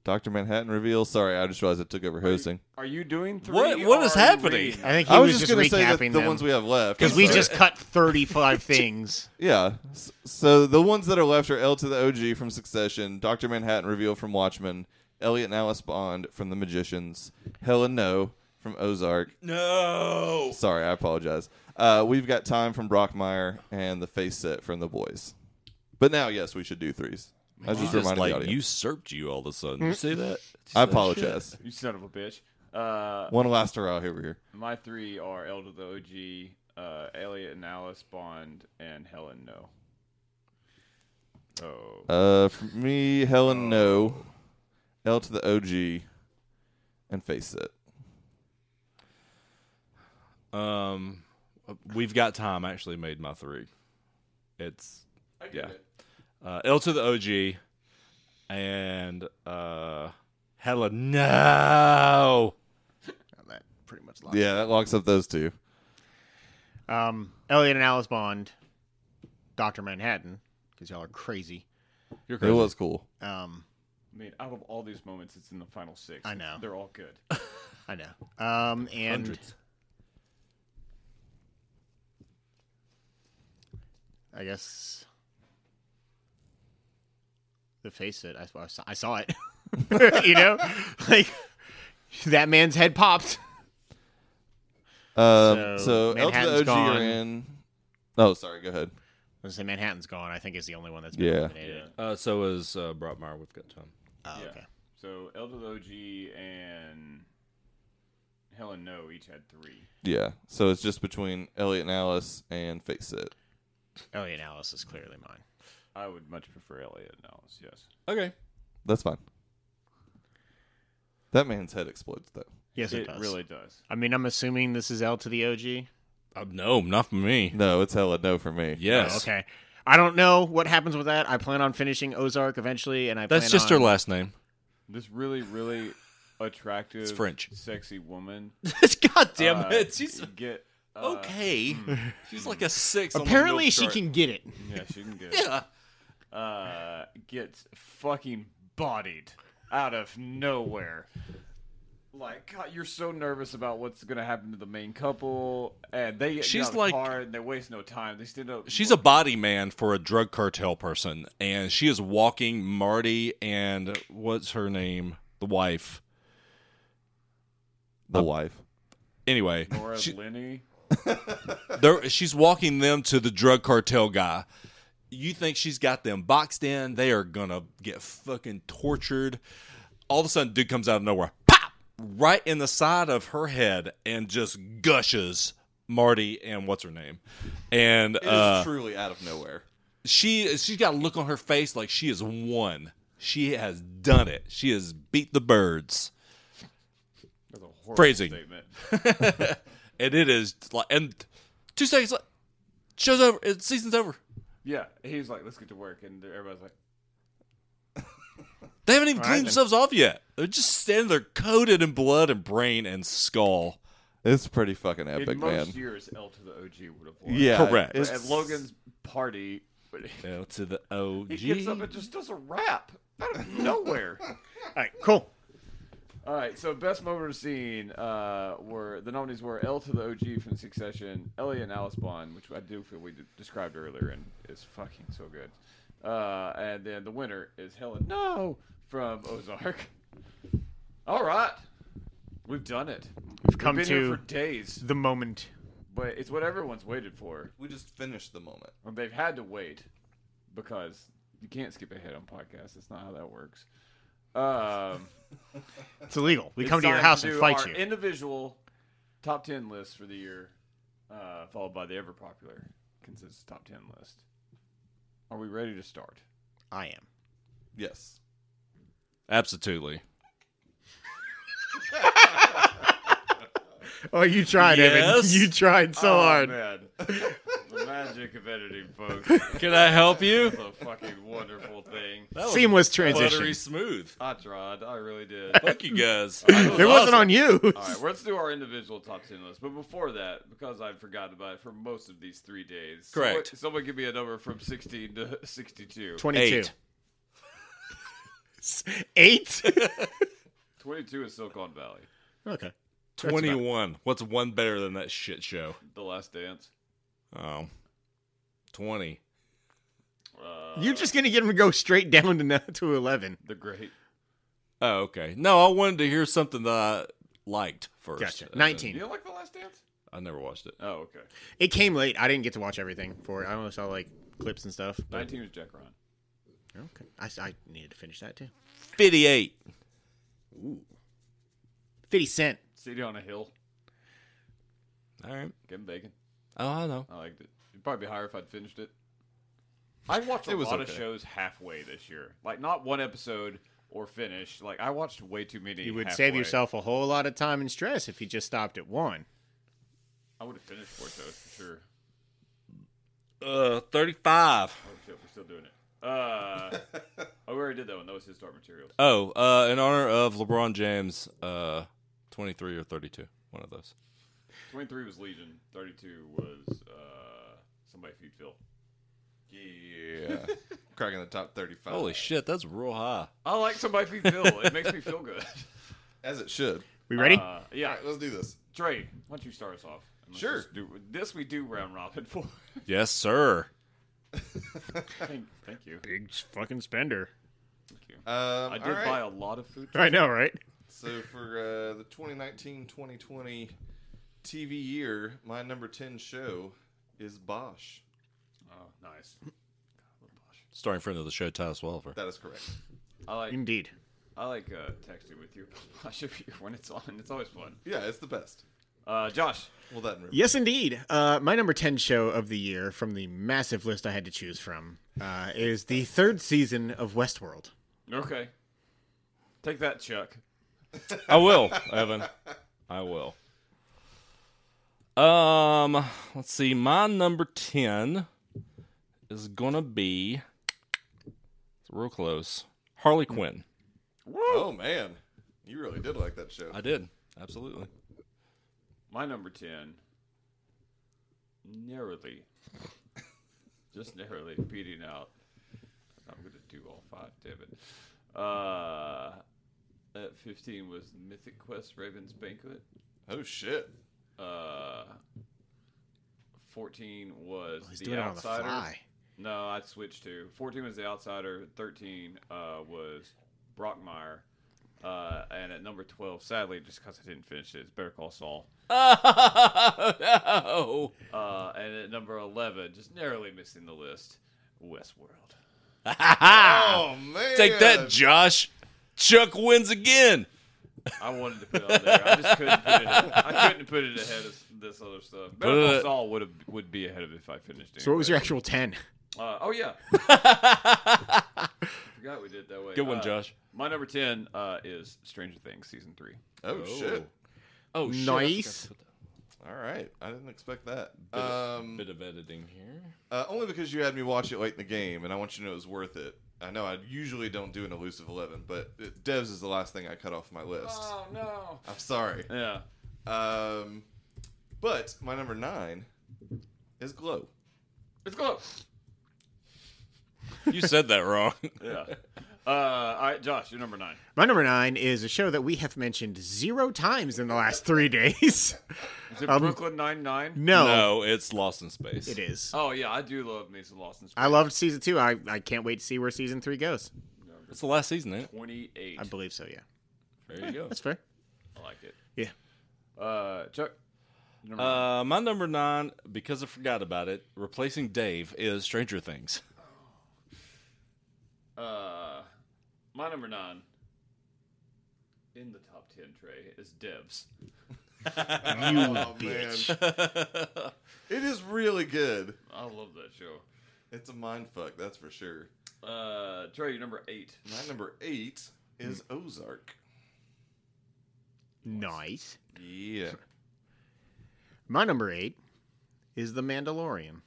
D: Doctor Manhattan reveal. Sorry, I just realized I took over hosting.
A: Are you doing three?
C: What- what is
A: or are you
C: happening?
B: I
A: reading?
B: think he
D: I
B: was,
D: was just,
B: recapping
D: gonna say that the
B: them.
D: ones we have left
B: Because
D: I'm *laughs*
B: we
D: sorry.
B: just cut 35 things.
D: yeah. S- So the ones that are left are L to the OG from Succession, Doctor Manhattan reveal from Watchmen, Elliot and Alice Bond from The Magicians, Helen No from Ozark,
C: No.
D: Sorry, I apologize. Uh, we've got time from Brockmire and the face set from the boys. But now, yes, we should do threes. I was
C: She
D: just
C: just
D: reminding
C: like
D: the audience. Mm-hmm.
C: usurped you all of a sudden. You see that?
D: I apologize.
A: *laughs* You son of a bitch. Uh,
D: One last hurrah here. We're here.
A: my three are Elder the OG, uh, Elliot and Alice Bond, and Helen. No. Oh.
D: Uh, for me, Helen, no. L to the OG and face set.
C: Um, we've got time. I Actually, made my three. It's yeah. Uh, L to the OG and uh, hella no.
B: That pretty much
D: Yeah, that locks up those two.
B: Um, Elliot and Alice Bond, Dr. Manhattan, because y'all are crazy.
C: You're
D: It
C: crazy.
D: was cool.
B: Um,
A: I mean, out of all these moments, it's in the final six.
B: I know. Oh,
A: They're all good.
B: I know. Um, and
C: hundreds.
B: I guess the face it, I, I saw- I saw it. *laughs* you know? Like, that man's head popped. So,
D: Um, so L to the
B: Manhattan's
D: OG are
B: gone.
D: in. Oh, sorry. Go ahead.
B: I was gonna say Manhattan's gone, I think is the only one that's been
D: Yeah.
B: eliminated.
C: Uh, so is uh, Brockmire. We've got time.
B: Oh,
A: Yeah.
B: okay.
A: So Elder the OG and Helen. No, each had three.
D: Yeah. So it's just between Elliot and Alice and face it.
B: Elliot Alice is clearly mine.
A: I would much prefer Elliot Nellis. Yes.
C: Okay.
D: That's fine. That man's head explodes though.
B: Yes, it,
A: it
B: does.
A: really does.
B: I mean, I'm assuming this is L to the OG.
C: Uh, no, not for me.
D: No, it's hella no for me.
C: Yes.
B: Oh, okay. I don't know what happens with that. I plan on finishing Ozark eventually, and I
C: That's
B: plan
C: just
B: on-
C: her last name.
A: This really,
B: *laughs*
A: really attractive,
C: It's French.
A: sexy woman.
C: God damn
A: uh,
C: it. She's
A: get uh,
C: okay. *laughs* She's like a six. on the
B: Apparently,
C: milk
B: she
C: chart.
B: can get it.
A: Yeah, she can get
C: Yeah.
A: uh, gets fucking bodied out of nowhere. Like God, you're so nervous about what's gonna happen to the main couple, and they get
C: She's
A: out of the
C: like-
A: car and they waste no time. They stand up.
C: She's a body man for a drug cartel person, and she is walking Marty and what's her name, the wife.
D: The wife.
C: Anyway,
A: Laura
C: she-
A: Linney.
C: they're- she's walking them to the drug cartel guy. You think she's got them boxed in? They are gonna get fucking tortured. All of a sudden, dude comes out of nowhere, pop right in the side of her head, and just gushes Marty and what's her name, and
D: It is
C: uh,
D: truly out of nowhere.
C: she she's got a look on her face like she is won. She has done it. She has beat the
D: *laughs*
C: birds.
A: That's a horrible
C: Phrasing.
A: statement.
C: and it is like and two seconds left. Show's over. It, season's over.
A: Yeah, he's like, let's get to work, and everybody's like,
C: They haven't even
B: All right,
C: cleaned
B: then.
C: themselves off yet. They're just standing there coated in blood and brain and skull.
D: It's pretty fucking epic,
A: in most
D: man.
A: years, L to the OG would have won.
D: Yeah,
C: Correct.
A: But
D: it's-
A: at Logan's party, *laughs* he
C: Now to the OG.
A: gets up and just does a rap
C: *laughs*
A: out of nowhere.
B: All right, cool.
A: All right, so best moment of scene uh, were the nominees were L to the OG from Succession, Ellie and Alice Bond, which I do feel we d- described earlier and is fucking so good. Uh, and then the winner is Helen No from Ozark. All right, we've done it. We've
B: come
A: been here
B: to-
A: for days,
B: The moment.
A: but it's what everyone's waited for.
D: We just finished the moment.
A: And they've had to wait because you can't skip ahead on podcasts. That's not how that works. Um.
B: It's illegal. We
A: It's
B: come to your
A: time
B: house and
A: do
B: fight
A: our
B: you.
A: Individual top ten list for the year, uh, followed by the ever popular consensus top ten list. Are we ready to start?
B: I am.
D: Yes.
C: Absolutely.
B: Oh, you tried,
C: Yes.
B: Evan. *laughs* You tried so
A: oh,
B: hard.
A: man. *laughs* the magic of editing, folks.
C: Can I help *laughs* you?
A: It's a fucking wonderful thing.
B: Seamless transition.
C: Buttery smooth.
A: I tried. I really did. All
C: Thank you guys. *laughs*
B: It wasn't on you.
A: right, well, let's do our individual top ten list. But before that, because I've forgotten about it for most of these three days,
C: Correct.
A: Someone, someone give me a number from sixteen to sixty-two.
B: 22.
C: Eight.
B: *laughs* Eight?
A: Twenty-two is Silicon Valley.
B: okay. That's about-
C: 21. What's one better than that shit show?
A: The Last Dance.
C: Oh. 20.
A: Uh,
B: You're just going to get him to go straight down to, no- to 11.
A: the Great.
C: Oh, okay. No, I wanted to hear something that I liked first. uh,
B: Gotcha.
C: And then-
B: 19.
A: You don't like The Last Dance?
C: I never watched it.
A: Oh, okay.
B: It came late. I didn't get to watch everything for it. I only saw like clips and stuff. but-
A: 19 was Jack Ryan.
B: Okay. I, I needed to finish that too.
C: 58.
B: 50 Cent.
A: City on a Hill.
C: All right.
A: Kevin Bacon.
C: Oh, I know.
A: I liked it. It'd probably be higher if I'd finished it. I watched a
D: It was
A: lot of
D: okay.
A: shows halfway this year. Like, not one episode or finish. Like, I watched way too many.
B: You would
A: halfway.
B: save yourself a whole lot of time and stress if you just stopped at one.
A: I would have finished four shows for sure.
C: Uh, 35.
A: Oh, shit. We're still doing it. *laughs* Uh, oh, we already did that one. That was his start materials.
C: Oh, uh, in honor of LeBron James, uh, 23 or 32. One of those.
A: 23 was Legion. 32 was uh, Somebody Feed Phil.
C: *laughs*
D: Yeah. Cracking the top thirty-five.
C: Holy shit, that's real high.
A: I like Somebody Feed Phil. It makes me feel
B: *laughs*
A: good.
D: As it should.
B: We ready?
A: Uh, yeah.
D: All right, let's do this.
A: Dre, why don't you start us off? And let's
D: Sure.
A: just Do, this we do round robin for.
C: Yes, sir.
A: thank, thank you.
B: Big fucking spender.
A: Thank you.
D: Um,
A: I did
D: all right.
A: buy a lot of food.
B: I know, right?
D: So for uh, the 2019-2020 TV year, my number 10 show is Bosch.
A: Oh, nice.
C: Starring friend of the show, Titus Welliver.
D: That is correct.
A: I like
B: Indeed.
A: *laughs* I like uh, texting with you. I should be here when it's on. It's always fun.
D: Yeah, it's the best.
A: Uh, Josh,
D: Well, that and
B: Yes, indeed. Uh, my number 10 show of the year from the massive list I had to choose from uh, is the third season of Westworld.
A: okay, take that, Chuck.
C: I will, Evan. I will. Um, let's see. My number ten is gonna be it's real close. Harley Quinn.
D: oh man, you really did like that show.
C: I did *laughs* absolutely.
A: My number ten, narrowly, just narrowly beating out. I'm gonna do all five, David. Uh, at 15 was Mythic Quest: Raven's Banquet.
D: Oh shit.
A: Uh, 14 was
B: Oh, He's
A: the
B: doing it on the
A: outsider.
B: fly.
A: No, I switched to 14 was the outsider. 13 uh, was Brockmire. Uh, and at number 12, sadly, just because I didn't finish it, it's Better Call Saul.
C: Oh,
A: Uh, and at number 11, just narrowly missing the list, Westworld.
D: Oh man.
C: Ah, take that, Josh. Chuck wins again.
A: I wanted to put it on there. I just couldn't put it. I couldn't put it ahead of this other stuff. Better
C: Put
A: Call
C: it-
A: Saul would have would be ahead of it if I finished it.
B: So, what was your actual 10?
A: Uh, oh
C: *laughs*
A: yeah. Forgot we did it that way.
C: Good one,
A: Uh,
C: Josh.
A: My number ten uh, is Stranger Things season three.
D: Oh, shit.
C: Oh, shit, I
B: Nice.
C: forgot to put that-
D: All right, I didn't expect that.
C: a
D: Um,
C: Bit of editing here. *laughs*
D: uh, only because you had me watch it late in the game, and I want you to know it was worth it. I know I usually don't do an elusive eleven, but it, Devs is the last thing I cut off my list.
A: Oh.
C: Oh,
A: no.
D: I'm sorry.
A: Yeah.
D: Um, but my number nine is Glow.
A: It's close.
C: You said that wrong.
A: Yeah. Uh, all right, Josh, you're number nine.
B: My number 9 is a show that we have mentioned zero times in the last three days. *laughs*
A: Is it
B: Um,
A: Brooklyn Nine Nine?
B: no,
C: no, it's Lost in Space.
B: it is.
A: Oh yeah, I do love me some Lost in Space.
B: I loved season two. I, I can't wait to see where season three goes.
C: It's the last season, ain't it?
A: Twenty eight.
B: I believe so, yeah.
C: There you
A: Oh.
C: go.
B: That's fair.
A: I like it. *laughs*
B: Yeah.
A: Uh, Chuck. Number nine.
C: Uh, my number nine, because I forgot about it, replacing Dave is Stranger Things.
A: Uh, my number nine in the top ten tray is Devs.
D: oh man, it is really good.
A: I love that show.
D: It's a mind fuck, that's for sure.
A: Uh, Trey, you're number eight.
D: My number eight is Ozark.
B: Nice.
D: Yeah.
B: My number 8 is The Mandalorian.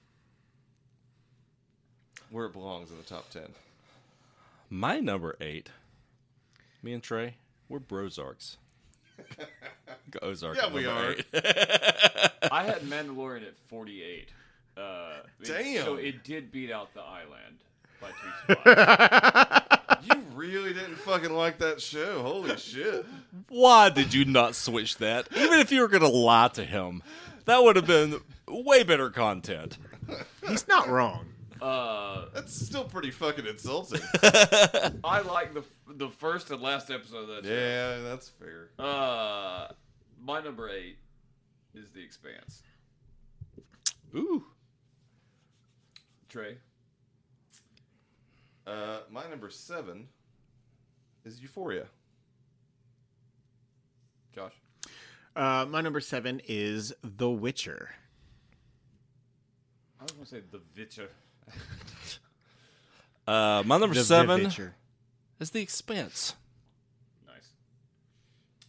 D: Where it belongs in the top ten.
C: My number eight, me and Trey, we're brozarks. Go Ozark.
D: Yeah,
C: at
D: we
C: number
D: are.
C: eight. *laughs*
A: I had Mandalorian at 48. Uh, it-
D: Damn.
A: So it did beat out The Island by two spots.
D: you really didn't fucking like that show. Holy shit.
C: Why did you not switch that? Even if you were going to lie to him, that would have been way better content.
B: He's not wrong.
A: uh,
D: That's still pretty fucking insulting.
A: I like the the first and last episode of that show.
D: yeah, that's fair.
A: Uh, my number eight is The Expanse.
C: Ooh.
A: Trey,
D: Uh, my number seven is Euphoria.
A: Josh,
B: Uh, my number seven is The Witcher.
A: I was gonna say The Witcher.
C: Uh, my number
B: The
C: seven
B: Witcher.
C: is The Expanse.
A: Nice.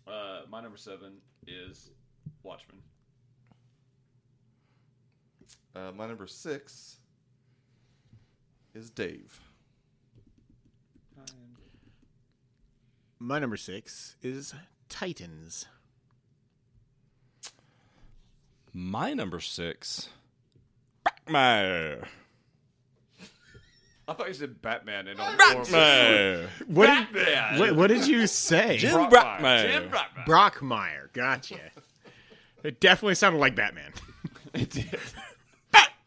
A: Uh, my number seven is Watchmen.
D: Uh, my number six is Dave.
B: My number six is Titans.
C: My number six, Backmire.
A: I thought you said Batman and all
C: Backmire.
B: What
A: Batman!
B: did, wait, what did *laughs* you say?
C: Jim
A: Brockmire.
C: Brockmire.
A: Jim Brockmire.
B: Brockmire. Gotcha. it definitely sounded like Batman.
A: *laughs* It did.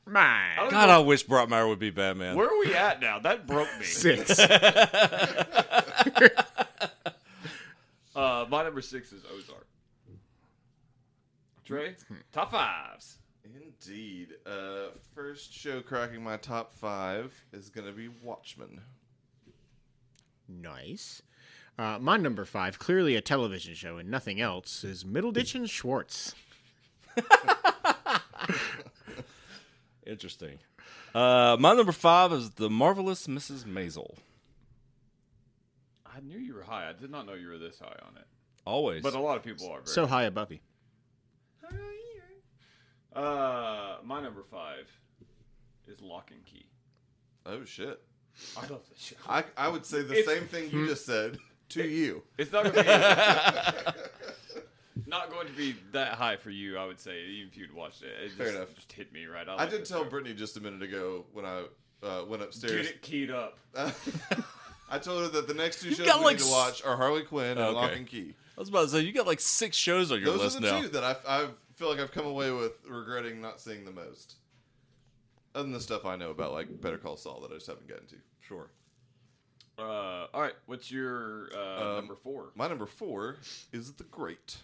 B: Mine.
C: God, I wish Brockmire would be Batman.
A: Where are we at now? That broke me.
B: *laughs* Six.
A: Uh, my number six is Ozark. Trey, top fives.
D: Indeed. Uh, first show cracking my top five is going to be Watchmen.
B: nice. Uh, my number five, clearly a television show and nothing else, is Middleditch and Schwartz.
C: Interesting. Uh, my number five is the marvelous Mrs. Maisel.
A: I knew you were high. I did not know you were this high on it.
C: Always.
A: But uh, a lot of people are. Very
B: So high above you.
A: Uh, my number five is Lock and Key.
D: Oh shit! Hmm.
A: I love this show.
D: I I would say the
A: It's-
D: same thing you just said to you.
A: It's not going to
D: *laughs*
A: be not going to be that high for you, I would say, even if you'd watched it. It
D: Fair
A: just,
D: enough.
A: just hit me right. I,
D: I
A: like
D: did
A: this
D: tell
A: show.
D: Brittany just a minute ago when I uh, went upstairs.
A: Get it keyed up.
D: *laughs* I told her that the next two shows
C: got,
D: we
C: like,
D: need to watch are Harley Quinn and
C: Okay.
D: Lock and Key.
C: I was about to say you got like six shows on your
D: Those
C: list
D: are the
C: now.
D: two that I, I feel like I've come away with regretting not seeing the most. Other than the stuff I know about, like Better Call Saul, that I just haven't gotten to.
C: Sure.
A: Uh, all right. What's your uh,
D: Um,
A: number four?
D: My number four is The Great.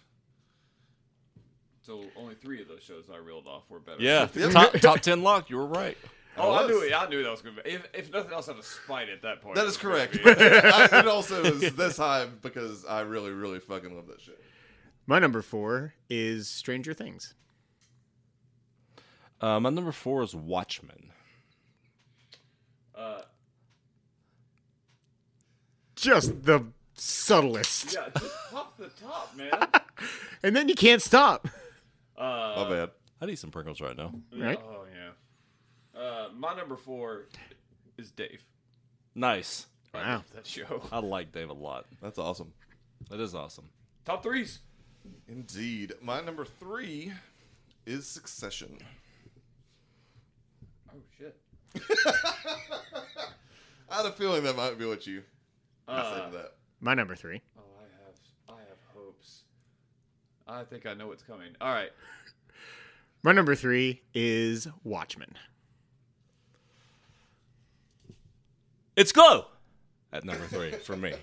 A: So only three of those shows I reeled off were better.
C: Yeah.
D: Yep.
C: Top, top ten lock. You were right.
A: Oh, I
D: was.
A: knew it. I knew that was going to be. If, if nothing else, out of spite at that point.
D: That
A: it
D: is
A: was gonna *laughs*
D: correct.
A: be-
D: *laughs* I, it also is this high because I really, really fucking love that shit.
B: My number four is Stranger Things.
C: Uh, my number four is Watchmen.
A: Uh,
B: Just the subtlest.
A: yeah, just pop the top,
D: *laughs*
A: man.
B: And then you can't stop.
A: Uh,
D: My bad.
C: I need some Pringles right now.
B: Right?
A: Oh yeah. Uh, my number four is Dave.
C: Nice.
A: I
B: Wow.
A: love that show.
C: I like Dave a lot.
D: That's awesome.
C: That is awesome.
A: Top threes.
D: Indeed. My number three is Succession.
A: Oh shit.
D: I had a feeling that might be what you
A: Uh,
D: said to that.
B: My number three.
A: oh, I have, I have hopes. I think I know what's coming. All right.
B: My number three is Watchmen.
C: It's Glow at number three for me.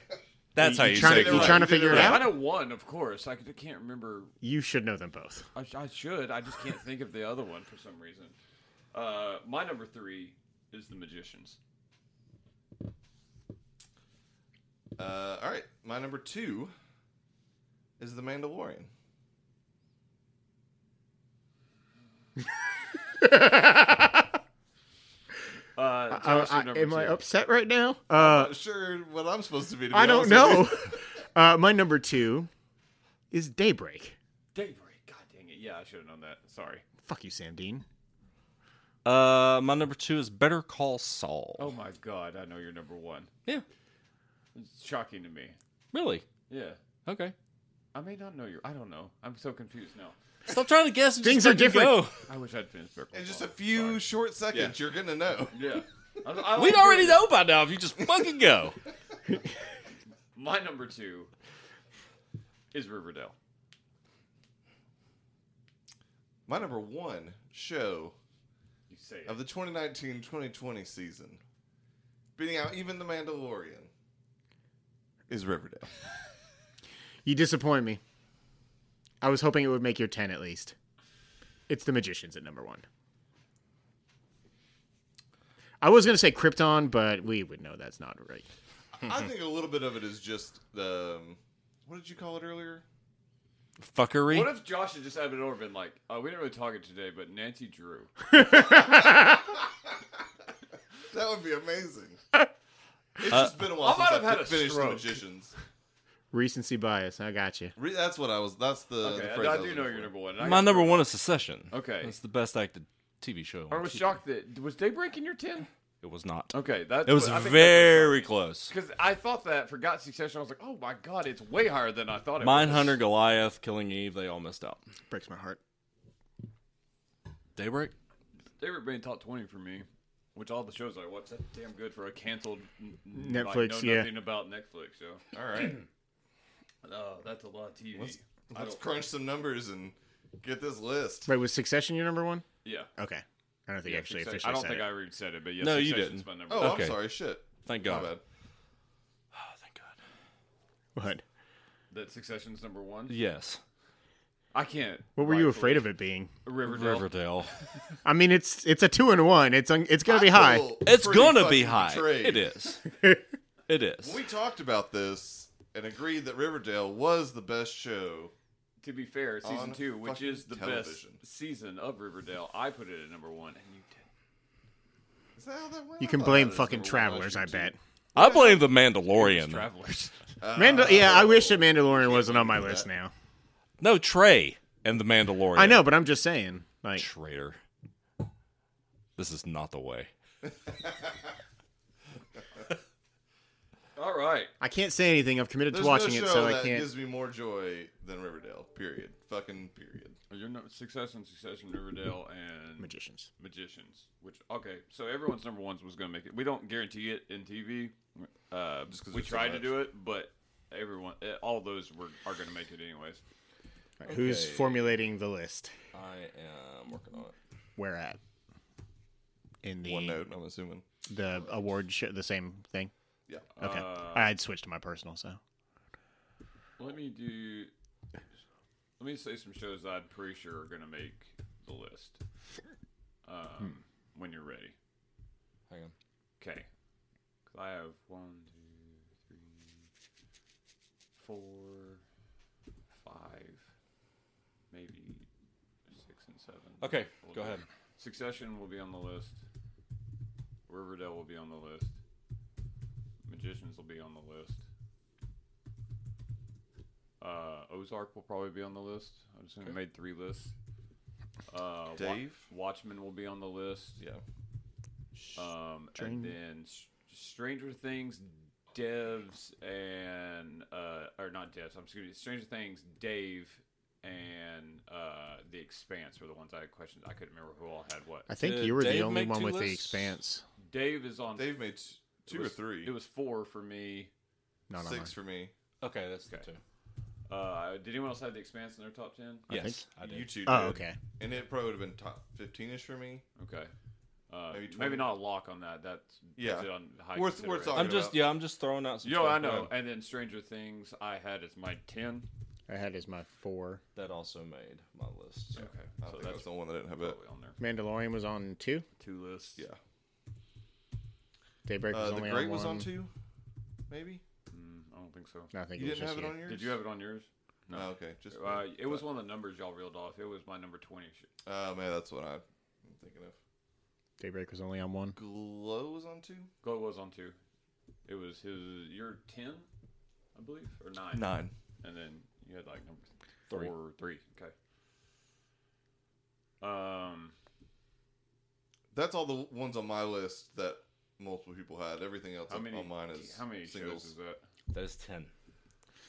C: That's
B: You-
C: how
B: you
C: you
B: trying
C: say
B: to-
C: Glow.
B: you trying to figure it
A: Yeah, I
B: out?
A: know one, of course. I c- can't remember.
B: You should know them both.
A: I, sh- I should. I just can't think of the other one for some reason. Uh, my number three is The Magicians.
D: Uh, all right. My number two is The Mandalorian.
A: Uh,
B: Uh,
A: Josh,
B: I-
A: your number
B: am I
A: two.
B: upset right now? Uh,
D: Not sure what I'm supposed to be. To be
B: I don't
D: honest with you.
B: know. *laughs* uh, my number two is Daybreak.
A: Daybreak. God dang it. Yeah, I should have known that. Sorry.
B: Fuck you, Sam Dean.
C: Uh, my number two is Better Call Saul.
A: Oh my god, I know you're number one.
C: yeah,
A: It's shocking to me.
C: really?
A: Yeah.
C: Okay.
A: I may not know your. I don't know. I'm so confused now.
C: Stop trying to guess. and
B: Things
C: just
B: are
C: let me
B: different.
C: go.
A: I wish I'd finished Better Call
D: In just a
A: Saul.
D: few
A: Sorry.
D: short seconds, you're gonna know.
A: Yeah. I,
B: *laughs*
C: *laughs*
A: I
C: We'd
A: like
C: already
A: doing
C: know by now if you just fucking go.
A: it. My number two is Riverdale.
D: My number one show
A: You say it.
D: of the 2019-2020 season, beating out even The Mandalorian, is
A: *laughs*
D: Riverdale.
B: You disappoint me. I was hoping it would make your 10 at least. It's The Magicians at number one. I was going to say Krypton, but we would know that's not right.
D: I think a little bit of it is just um, what did you call it earlier?
C: Fuckery.
A: What if Josh had just had it over and been like, oh, we didn't really talk it today, but Nancy Drew.
D: That would be amazing.
B: *laughs* Uh,
D: It's just been a while
A: I might
D: since
A: have had
D: I
A: a
D: finished The
A: stroke.
D: Magicians.
B: Recency bias. I got you.
D: Re- that's what I was. That's the. the
A: Okay,
D: phrase
A: Uh, I,
D: was
A: do
D: looking
A: know
D: for.
A: you're number one. and I
C: my
A: got-
C: number one is Secession.
A: Okay.
C: it's the best acted TV show.
A: I
C: on
A: was
C: TV.
A: shocked that was Daybreak in your ten.
C: It was not.
A: Okay, that
C: It was very close.
A: because I thought that forgot Succession. I was like, oh my god, it's way higher than I thought it was.
C: Mindhunter, Goliath, Killing Eve. They all missed out.
B: Breaks my heart.
C: Daybreak.
A: They were being top twenty for me, which all the shows I watch that's damn good for a canceled n- n-
B: Netflix,
A: Like, know
B: yeah.
A: nothing about Netflix. So,
D: All right,
A: *clears throat* oh, that's a lot of TV.
D: let's,
A: I
D: let's
A: don't-
D: crunch some numbers and get this list.
B: Wait, was Succession your number one?
A: yeah.
B: Okay. I don't think I actually
A: Succession-
B: officially
A: I don't
B: said
A: think
B: it.
A: I even said it, but yeah,
C: No, you
A: Succession's
C: didn't.
A: My number.
D: Oh,
C: Okay.
D: I'm sorry. Shit.
C: Thank
D: My
C: God.
D: bad.
C: Oh, thank God.
B: What?
A: That Succession's number one.
C: Yes.
A: I can't.
B: What were you afraid of it being?
A: Riverdale.
C: Riverdale.
B: I mean, it's it's a two and one. It's un, it's gonna be
D: I
B: high.
D: feel
C: *laughs* It's
D: pretty
C: gonna be
D: fucking
C: high.
D: betrayed.
C: It is. it is.
D: We talked about this and agreed that Riverdale was the best show
A: to be fair, season
D: On
A: two, which
D: fucking
A: is the
D: television.
A: best season of Riverdale, I put it at number one, and you did.
D: Is that how that went?
B: You
D: I
B: can
D: thought
B: blame
D: Oh, that was
B: fucking
D: number one
B: travelers,
D: last year,
B: I
D: too. Uh,
B: bet.
C: I blame the Mandalorian.
A: Travelers. *laughs*
B: Mandal- yeah, I wish that Mandalorian wasn't on my list now.
C: No, Trey and the Mandalorian.
B: I know, but I'm just saying. Like,
C: Traitor. This is not the way.
A: All right.
B: I can't say anything. I've committed
D: There's
B: to watching
D: no
B: it,
D: show
B: so I
D: that
B: can't.
D: gives me more joy than Riverdale. Period. Fucking period.
A: Your no- success and success in Riverdale and
B: Magicians.
A: Magicians. Which okay, so everyone's number ones was going to make it. We don't guarantee it in TV. Uh,
D: Just 'cause
A: we
D: there's so
A: tried to
D: much.
A: do it, but everyone, eh, all those were are going to make it anyways.
B: Right, Who's
D: Okay.
B: formulating the list?
D: I am working on it.
B: Where at? In the
D: One note, I'm assuming.
B: the award show, the same thing.
D: Yeah.
B: Okay,
D: Uh,
B: I had switched to my personal. So
A: Let me do. Let me say some shows I'm pretty sure are going to make the list. Um, When you're ready.
C: Hang on.
A: Okay. Because I have one, two, three, four, five, maybe six and seven.
C: Okay,
A: We'll
C: go
A: do-
C: ahead.
A: Succession will be on the list. Riverdale will be on the list. Magicians will be on the list. Uh, Ozark will probably be on the list. I just only made three lists. Uh, Wa-
D: Dave?
A: Watchmen will be on the list.
D: Yeah. uh,
A: Um,
B: Train-
A: and then S- Stranger Things, Devs, and uh, or not Devs. I'm excuse me. Stranger Things, Dave, and uh, The Expanse were the ones I had questions. I couldn't remember who all had what.
B: I think
C: Did
B: you were
C: Dave
B: the only
C: make
B: one
C: two
B: with the
C: lists?
B: expanse.
A: Dave is on.
D: They've made t-
A: it
D: two
A: was-
D: or three.
A: It was four for me.
B: Not on mine.
D: six for me.
C: Okay, that's
A: Okay. Uh, did anyone else have The Expanse in their top ten?
B: I think-
C: Yes, I, do.
D: You two.
B: Oh,
D: did.
B: okay.
D: And it probably would have been top fifteen-ish for me.
A: Okay. Uh,
D: Maybe
A: maybe,
D: 20.
A: not a lock on that. That's
D: Yeah.
A: that's it on high
D: Worth- worth
A: consideration.
D: talking
C: I'm just
D: about-
C: yeah, I'm just throwing out some.
A: Yo,
C: stuff.
A: I
C: Go
A: know.
C: ahead.
A: And then Stranger Things, I had as my ten.
B: I had as my four.
C: That also made my list. so.
A: Okay,
D: I
A: so
D: think
A: that's
D: that's the one that didn't have it.
A: probably on there.
B: Mandalorian was on two.
A: Two lists.
D: Yeah.
B: Daybreak was
D: Uh, the
B: only
D: great
B: on
D: was on
B: one.
D: two. Maybe
A: Mm, I don't think so.
B: No, I think
D: you
B: it was
D: didn't
B: just
D: have it
B: you.
D: on yours.
A: Did you have it on yours? No.
D: Oh, okay. Just
A: Uh, it was one of the numbers y'all reeled off. It was my number twenty. sh-
D: Oh man, that's what I'm thinking of.
B: Daybreak was only on one.
D: Glow was on two.
A: Glow was on two. It was his your ten, I believe, or nine.
D: Nine.
A: And then you had like number
C: Three.
A: four, three. Okay. Um.
D: That's all the ones on my list that multiple people had. Everything else
A: How
D: on-
A: many?
D: on oh, mine is
A: how many
D: singles.
A: shows is that?
C: That is ten.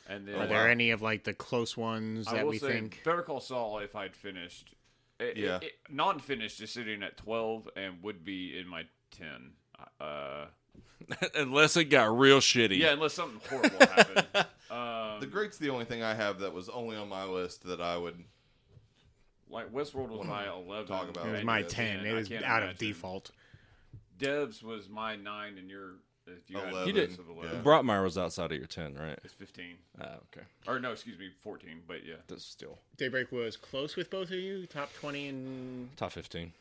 A: And then
D: Oh,
B: Are
D: wow.
B: there any of like the close ones
A: I
B: that
A: will
B: we
A: say,
B: think?
A: Better Call Saul, if I'd finished, it,
D: Yeah.
A: yeah, non-finished is sitting at twelve and would be in my ten. Uh.
C: *laughs* Unless it got real shitty.
A: Yeah, unless something horrible happened.
B: *laughs*
A: Um,
D: The Great's the only thing I have that was only on my list that I would.
A: like Westworld was my eleven.
D: Talk about
B: It was
D: Right,
B: my
D: Oh, yeah,
B: ten.
A: and
B: It
A: I
B: was out
A: can't
B: of
A: imagine.
B: default.
A: Devs was my nine, and your if you had
D: Eleven.
C: You
A: Devs
C: did.
A: of eleven,
C: Brockmire was outside of your ten, right?
A: it's fifteen.
C: Ah, okay.
A: Or no, excuse me, fourteen. But yeah,
C: That's still
B: Daybreak was close with both of you, top twenty and
C: top fifteen.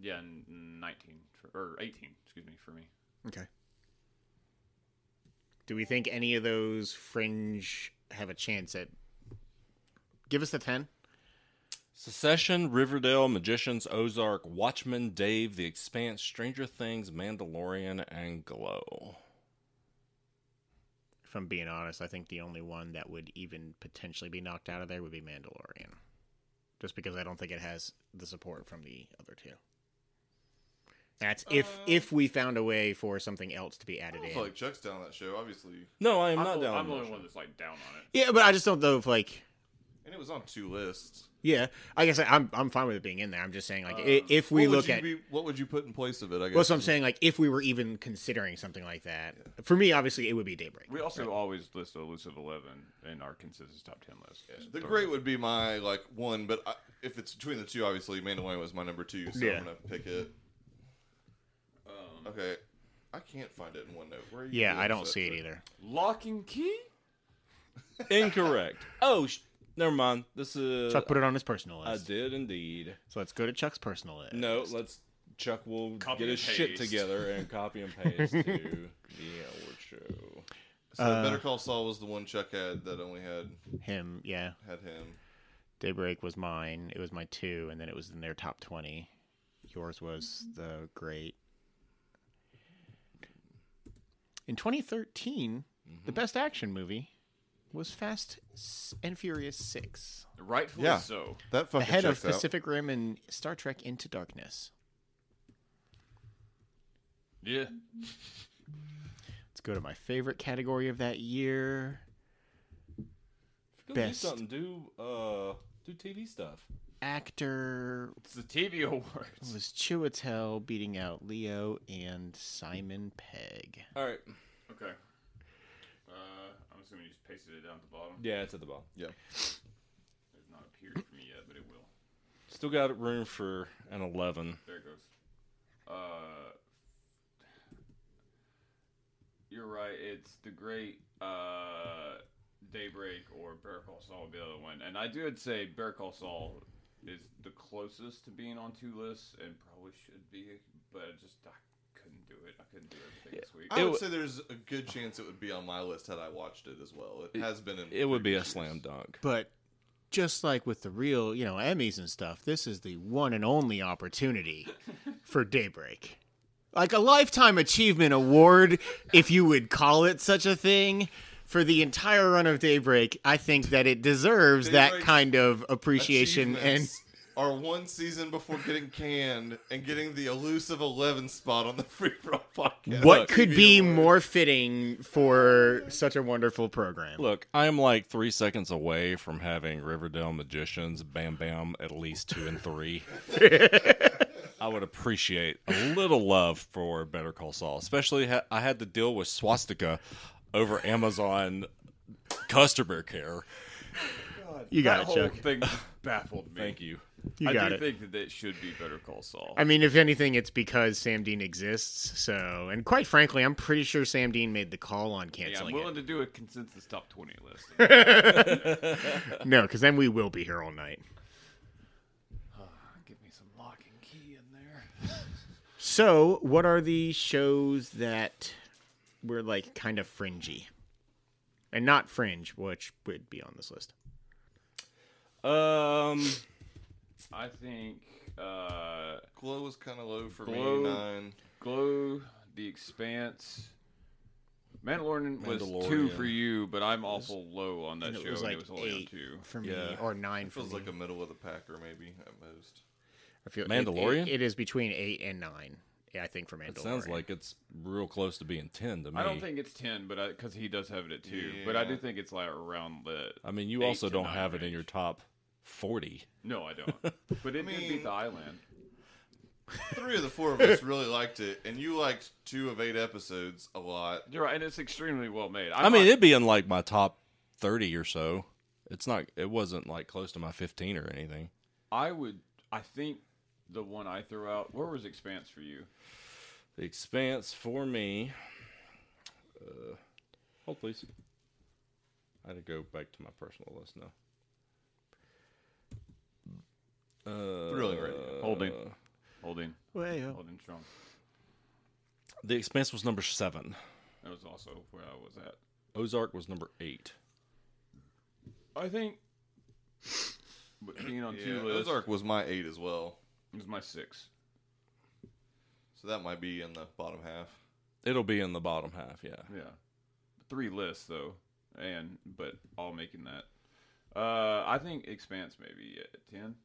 A: yeah, n- nineteen for- or eighteen. Excuse me for me.
B: okay. Do we think any of those fringe have a chance at? Give us the ten.
C: Secession, Riverdale, Magicians, Ozark, Watchmen, Dave, The Expanse, Stranger Things, Mandalorian, and Glow.
B: If I'm being honest, I think the only one that would even potentially be knocked out of there would be Mandalorian, just because I don't think it has the support from the other two. That's if if we found a way for something else to be
D: I
B: added
D: don't
B: in.
D: feel like Chuck's down that show, obviously,
C: No, I am not
A: the-
C: down.
A: I'm the
C: on
A: only
C: that.
A: one that's like down on it.
B: Yeah, but I just don't know if like
D: and it was on two lists.
B: yeah. I guess I, I'm I'm fine with it being in there. I'm just saying like i if we
D: What would
B: look
D: you
B: at
D: be- what would you put in place of it? I guess.
B: what's what I'm saying like if we were even considering something like that for me obviously it would be Daybreak.
A: We also always list elusive eleven in our consensus top ten list.
D: The Great would be my like one, but I, if it's between the two, obviously Mandalorian was my number two, so
B: Yeah.
D: I'm gonna pick it.
A: Um,
D: okay, I can't find it in OneNote. Where are you
B: Yeah,
D: doing
B: I don't
D: this
B: see it
D: at?
B: either.
A: Lock and key.
C: Incorrect. *laughs* Oh, sh- never mind. This is.
B: Chuck put it on his personal
C: I
B: list.
C: did indeed.
B: So let's go to Chuck's personal list.
C: No, let's. Chuck will
A: Copy
C: get
A: and
C: his shit
A: paste.
C: together and copy and paste to the award show.
D: So
B: Uh,
D: Better Call Saul was the one Chuck had that only had
B: Him, yeah.
D: had him.
B: Daybreak was mine. It was my two, and then it was in their top twenty. Yours was
D: Mm-hmm.
B: the great. In 2013, the
D: Mm-hmm.
B: best action movie was Fast S- and Furious Six,
A: Rightfully
D: Yeah.
A: so.
D: That fucking
B: ahead of
D: checks out.
B: Pacific Rim and Star Trek Into Darkness.
A: Yeah.
B: Let's go to my favorite category of that year.
C: Go
B: Best.
C: do something. Do uh, do TV stuff.
B: Actor
A: It's the TV awards.
B: was Chiwetel beating out Leo and Simon Pegg.
C: All right.
A: Okay. Uh, I'm assuming you just pasted it down at the bottom.
C: Yeah, it's at the bottom.
D: Yeah.
A: It's not appeared for me yet, but it will.
C: Still got room for an eleven.
A: There it goes. Uh, you're right. It's the great uh, Daybreak or Bear Call Saul would be the other one. And I did say Bear Call Saul is the closest to being on two lists and probably should be, but I just I couldn't do it. I couldn't do everything this week.
D: I
C: It
D: would
C: wa-
D: say there's a good chance it would be on my list had I watched it as well. It, has been in.
C: It would be a
D: previous
C: slam
D: years.
C: dunk.
B: But just like with the real, you know, Emmys and stuff, this is the one and
A: *laughs*
B: only opportunity for Daybreak. Like a lifetime achievement award, if you would call it such a thing, for the entire run of Daybreak, I think that it deserves that
D: Daybreak's
B: kind of appreciation and
D: Achievements Are one season before getting canned and getting the elusive 11 spot on the *laughs* free for all podcast.
B: what could
D: TV
B: be
D: award.
B: more fitting for such a wonderful program.
C: Look, I am like three seconds away from having Riverdale Magicians, Bam Bam, at least two and
A: *laughs*
C: three. I would appreciate a little love for Better Call Saul, especially ha- I had to deal with swastika over Amazon customer care.
B: you got
A: that
B: it,
A: whole
B: Chuck.
A: *laughs* thing just baffled me.
C: Thank you.
B: You
A: I
B: got
A: do
B: it.
A: think that it should be Better Call Saul.
B: I mean, if anything, it's because Sam Dean exists. So, and quite frankly, I'm pretty sure Sam Dean made the call on
A: Yeah, I'm
B: canceling
A: willing
B: it.
A: to do a consensus top 20 list.
B: No, because then we will be here all night.
A: Give me some lock and key in there.
B: So, what are the shows that were like kind of fringy, and not fringe, which would be on this list?
C: Um,
A: I think uh,
D: Glow was kind of low for
A: Glow.
D: me. Nine.
A: Glow, The Expanse, Mandalorian, was
C: Mandalorian.
A: two for you, but I'm also low on that show, and it was only on
B: eight
A: two.
B: for me,
C: Yeah.
B: or nine for
D: Feels
B: me.
D: like a middle of the packer, maybe at most.
B: I feel- it-
C: Mandalorian?
B: It, it is between eight and nine. Yeah, I think for Mandalorian.
C: it sounds like it's real close to being ten to me.
A: I don't think it's ten, but because he does have it at two, but I do
D: Yeah.
A: think it's like around the.
C: I mean, you
A: eight
C: also
A: to
C: don't
A: nine
C: have it in
A: range.
C: your top forty.
A: No, I *laughs* don't. But it did
D: mean-
A: beat the island.
D: Three of the four of
B: *laughs*
D: us really liked it, and you liked two of eight episodes a lot.
A: You're right, and it's extremely well made.
C: I mean, it'd be in like my top thirty or so. It's not. It wasn't like close to my fifteen or anything.
A: I would. I think the one I threw out. Where was Expanse for you?
C: The Expanse for me. Uh, hold please. I had to go back to my personal list now. Uh,
D: Thrilling radio.
A: Holding, Uh, holding,
B: Well,
A: holding strong.
C: The Expanse was number seven.
A: That was also where I was at.
C: Ozark was number eight.
A: I think but being on
D: Yeah,
A: two lists
D: Ozark was my eight as well,
A: is my six.
D: so that might be in the bottom half.
C: It'll be in the bottom half. Yeah.
A: Yeah, three lists though, and but all making that. Uh, I think Expanse maybe at ten.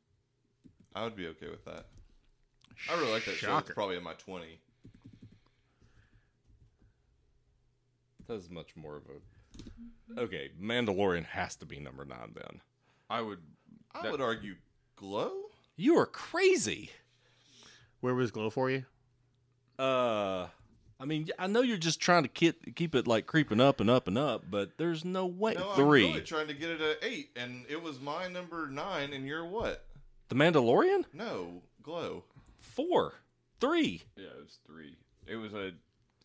D: I would be okay with that. I really like that show. It's
B: Shocker.
D: probably in my twenty.
C: That's much more of a. Okay, Mandalorian has to be number nine then.
A: I would.
D: I
A: That-
D: would argue Glow.
C: You are crazy.
B: where was Glow for you?
C: Uh, I mean, I know you're just trying to keep keep it like creeping up and up and up, but there's no way.
D: No,
C: Three,
D: I'm really trying to get it at eight, and it was my number nine, and you're what?
C: The Mandalorian,
D: No, Glow.
C: four, three.
A: Yeah, it was three. It was a.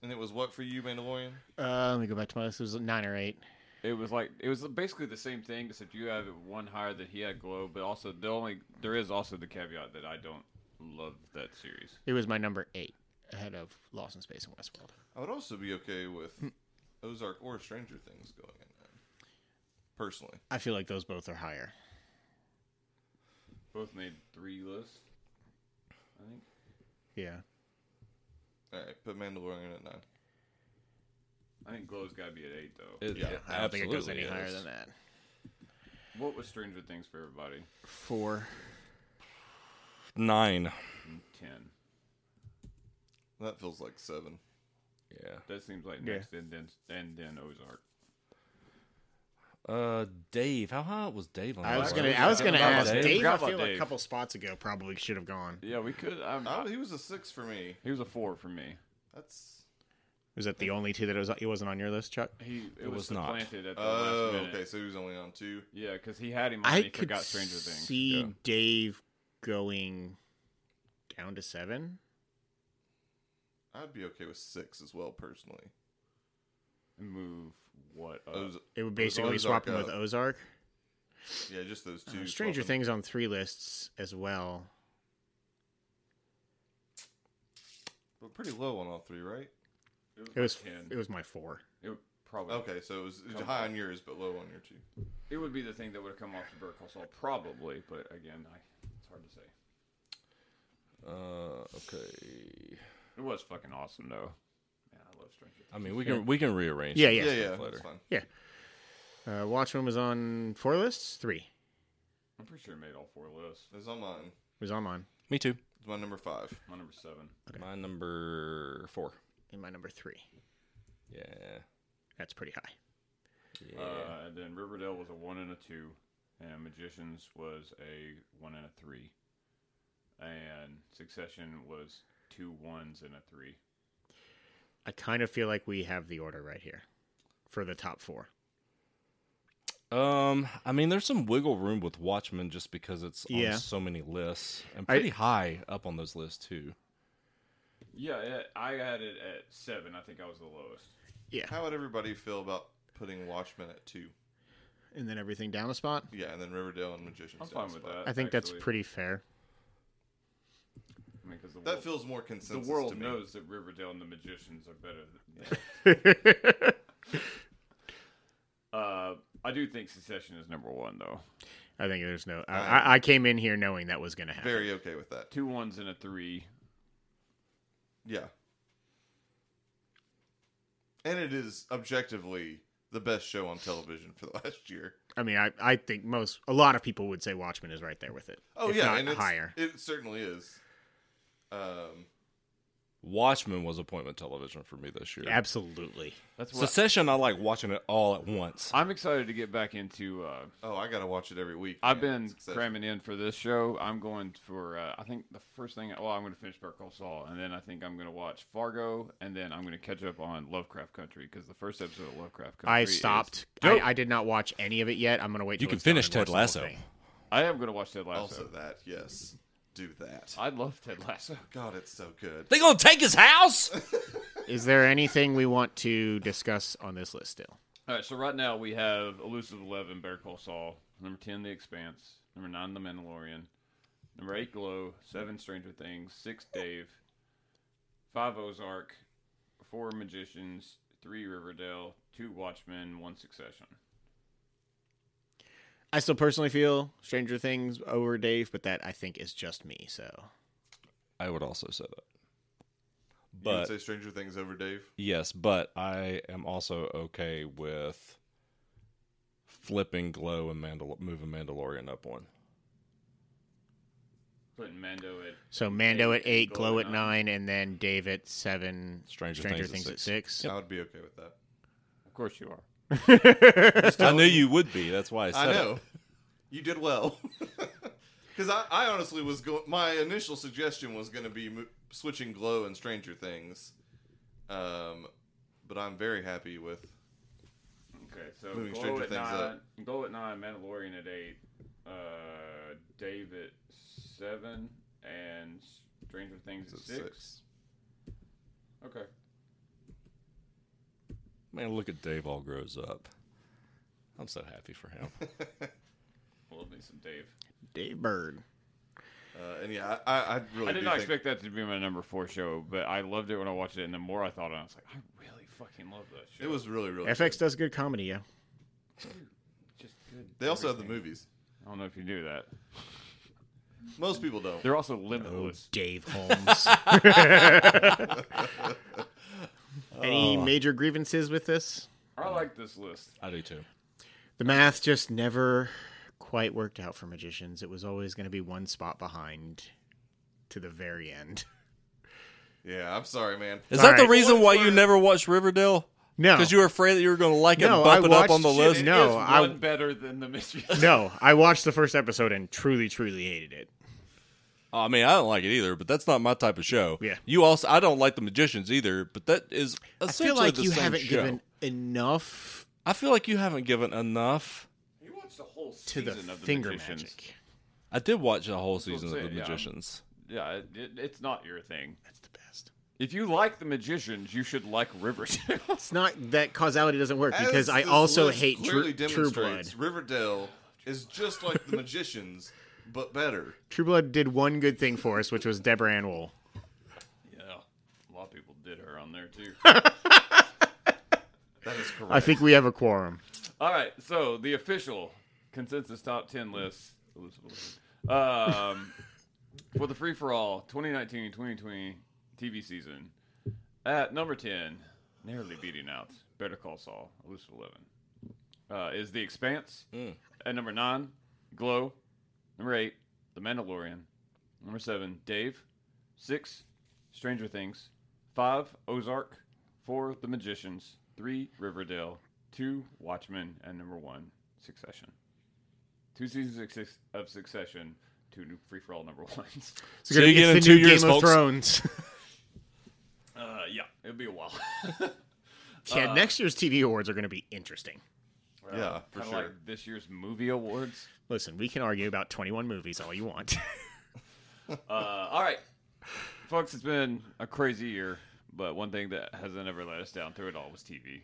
D: And it was what for you, Mandalorian?
B: Uh, let me go back to my list. It was nine or eight.
A: It was like it was basically the same thing, except you have it one higher than he had glow. But also the only there is also the caveat that I don't love that series.
B: It was my number eight ahead of Lost in Space and Westworld.
D: I would also be okay with Ozark or Stranger Things going in. There, personally,
B: I feel like those both are higher.
A: Both made three lists. I think.
B: Yeah.
D: all right, put Mandalorian at nine.
A: I think Glow's got to be at eight though.
C: It-
D: Yeah,
C: it
B: I don't think it goes any
C: absolutely
B: higher
C: is.
B: than that.
A: What was Stranger Things for everybody?
B: Four.
C: Nine.
A: Mm, Ten.
D: That feels like seven.
C: Yeah.
A: That seems like
B: Yeah.
A: next, and then and then Ozark.
C: Uh, Dave, how high was Dave on?
B: I
C: that
B: was
C: one?
B: gonna. I was gonna
A: Forgot
B: ask
A: about
B: Dave.
A: Dave.
B: I
A: Forgot about
B: feel like a
A: Dave.
B: couple spots ago probably should have gone.
A: Yeah, we could. I'm,
D: Oh, he was a six for me.
A: he was a four for me.
D: That's
B: Was that the only two that it was? It wasn't on your list, Chuck.
A: He it, was,
C: was not.
A: supplanted at the
D: oh,
A: last minute.
D: okay. So he was only on two.
A: Yeah, because he had him. and
B: I
A: he
B: could
A: forgot Stranger Things.
B: see
C: Yeah.
B: Dave going down to seven.
D: I'd be okay with six as well, personally.
A: Move what? Up.
D: Oz-
B: It would basically
A: uh,
D: Ozark
B: swap him
D: up.
B: with Ozark.
D: yeah, just those two.
B: Uh, Stranger
D: swapping.
B: Things on three lists as well.
D: We're pretty low on all three, right?
B: It was
A: like ten.
B: it was my four.
A: It would probably
D: Okay, so it was it was high on yours, but low on your two.
A: it would be the thing that would have come off the Burkle Saw probably, but again, I, it's hard to say.
C: Uh, okay.
A: It was fucking awesome though. Man, I love Stranger Things.
C: I mean, we can we can rearrange.
B: Yeah,
C: it.
B: yeah.
D: Yeah, yeah,
C: later.
D: that's fine.
B: yeah. Uh, Watchmen was on four lists. Three it
A: I'm pretty sure it made all four lists.
D: It was on mine.
B: was on mine.
C: Me too.
D: It's my number five.
A: My number seven.
C: My number four.
B: In my number three.
C: Yeah.
B: That's pretty high.
C: Yeah.
A: Uh, and then Riverdale was a one and a two, and Magicians was a one and a three, and Succession was two ones and a three.
B: I kind of feel like we have the order right here for the top four.
C: Um, I mean, there's some wiggle room with Watchmen just because it's on
B: Yeah.
C: so many lists and
B: I-
C: pretty high up on those lists too.
A: Yeah, it, I had it at seven. I think I was the lowest.
B: Yeah,
D: How would everybody feel about putting Watchmen at two?
B: and then everything down a spot.
D: Yeah, and then Riverdale and Magicians.
A: I'm
D: down
A: fine
D: a
A: with
D: spot.
A: that.
B: I think
A: actually.
B: that's pretty fair. *laughs*
A: I mean, 'cause the
D: That
A: world-
D: feels more
A: the
D: consensus. to
A: world
D: me.
A: knows that Riverdale and the Magicians are better. Than *laughs* uh, I do think Secession is number one though.
B: I think there's no. I, I, I came in here knowing that was going to happen.
D: Uh, Very okay with that.
A: Two ones and a three.
D: Yeah. And it is objectively the best show on television for the last year.
B: I mean, I, I think most a lot of people would say Watchmen is right there with it.
D: Oh
B: if
D: yeah,
B: not
D: and it's,
B: higher.
D: It certainly is. Um,
C: Watchmen was appointment television for me this year.
B: Absolutely.
A: That's what
C: Secession, I like watching it all at once.
A: I'm excited to get back into. Uh,
D: oh, I gotta watch it every week.
A: I've
D: man.
A: been
D: Succession.
A: cramming in for this show. I'm going for. Uh, I think the first thing. Well, I'm going to finish Better Call Saul, and then I think I'm going to watch Fargo, and then I'm going to catch up on Lovecraft Country because the first episode of Lovecraft Country.
B: I
A: is-
B: stopped. I,
A: Nope.
B: I did not watch any of it yet. I'm going to wait.
C: You
B: till
C: can
B: it's done
C: finish
B: and watch
C: Ted
B: the whole
C: Lasso.
B: thing.
A: I am going to watch Ted Lasso.
D: Also, that yes, do that.
A: I love Ted Lasso.
D: God, it's so good.
C: They gonna take his house?
B: Is there anything we want to discuss on this list still?
A: All right, so right now we have Elusive Eleven, Bear Call Saul, number ten, The Expanse, number nine, The Mandalorian, number eight, Glow, seven, Stranger Things, six, Dave, five, Ozark, four, Magicians, three, Riverdale, two, Watchmen, one, Succession.
B: I still personally feel Stranger Things over Dave, but that I think is just me. So
C: I would also say that.
D: You would
C: But
D: say Stranger Things over Dave.
C: yes, but I am also okay with flipping Glow and Mandal- moving Mandalorian up one.
A: Putting Mando at
B: so Mando
A: Dave
B: at eight,
A: and Glow
B: Glow
A: at
B: at nine, and then Dave at seven.
C: Stranger Things
B: Things,
C: at
B: at six.
D: I would be okay with that.
A: of course you are.
B: *laughs*
C: I knew you would be. That's why I said
D: I
C: it.
D: know. *laughs* You did well. *laughs* Because I, I honestly was going. My initial suggestion was going to be mo- switching Glow and Stranger Things, um, but I'm very happy with.
A: Okay, so
D: Moving
A: Glow
D: Stranger
A: at
D: Things
A: nine,
D: up.
A: Glow at nine, Mandalorian at eight, uh, Dave at seven, and Stranger Things at
D: It's
A: six.
D: six.
A: Okay.
C: Man, look at Dave all grows up. I'm so happy for him.
A: I love me some Dave.
B: Dave Bird.
D: Uh, and yeah, I, I, I really
A: I did
D: do
A: not
D: think-
A: expect that to be my number four show, but I loved it when I watched it, and the more I thought on it, I was like, I really fucking love that show.
D: It was really, really.
B: FX does good comedy, yeah.
A: just
D: They also have the movies.
A: I don't know if you knew that.
D: Most people don't.
A: They're also limitless.
B: *laughs* Dave Holmes. Any major grievances with this?
A: I like this list.
C: I do too.
B: The math just never quite worked out for magicians. It was always going to be one spot behind to the very end. *laughs*
D: Yeah, I'm sorry, man.
C: Is
B: All
C: that the
B: right.
C: reason why you never watched Riverdale?
B: No.
C: Because you were afraid that you were going to like it
B: No,
C: and bump
B: I
C: it up on the
B: watched
C: list?
B: it. No,
A: It's
B: I-
A: one better than the
B: *laughs*
A: mystery.
B: no, I watched the first episode and truly, truly hated it.
C: I mean, I don't like it either, but that's not my type of show.
B: Yeah.
C: You also, I don't like The Magicians either, but that is essentially
B: I feel like
C: the
B: you
C: same
B: haven't
C: show.
B: given enough
C: I feel like you haven't given enough.
A: you watched the whole
B: to
A: season
B: the
A: of the
B: finger
A: Magicians.
B: magic.
C: I did watch the whole season
A: what I'm
C: of The
A: saying, yeah.
C: Magicians.
A: Yeah, it, it- it's not your thing.
B: That's the best.
A: If you like the magicians, you should like Riverdale. *laughs*
B: It's not that causality doesn't work
D: As
B: because I
D: this
B: also
D: list
B: hate True,
D: clearly
B: True Blood.
D: demonstrates, Riverdale is just like the Magicians, but better.
B: True Blood did one good thing for us, which was Deborah Ann Woll.
A: yeah, a lot of people did her on there
B: *laughs*
A: too.
D: That is correct.
B: I think we have a quorum.
A: All right, so the official consensus top ten list um, *laughs* for the free for all 2019-2020 TV season at number ten, narrowly beating out Better Call Saul, elusive eleven, uh, is The Expanse. At number nine, Glow. Number eight, The Mandalorian. Number seven, Dave. Six, Stranger Things. Five, Ozark. Four, The Magicians. Three, Riverdale. Two, Watchmen. And number one, Succession. Two seasons of Suc- of Succession, two new free for all number *laughs* ones.
C: So
B: So, gonna
C: you
B: be-
C: get in
B: it's the
C: two
B: new
C: years,
B: Game of
C: folks.
B: *laughs* Thrones.
A: Uh, yeah, it'll be a *laughs* while.
B: yeah,
D: Uh.
B: next year's TV awards are going to be interesting.
D: Yeah, for
A: Kinda
D: sure.
A: Like this year's movie awards.
B: Listen, we can argue about 21 movies all you want. *laughs*
A: Uh, all right, folks, it's been a crazy year, but one thing that hasn't ever let us down through it all was TV.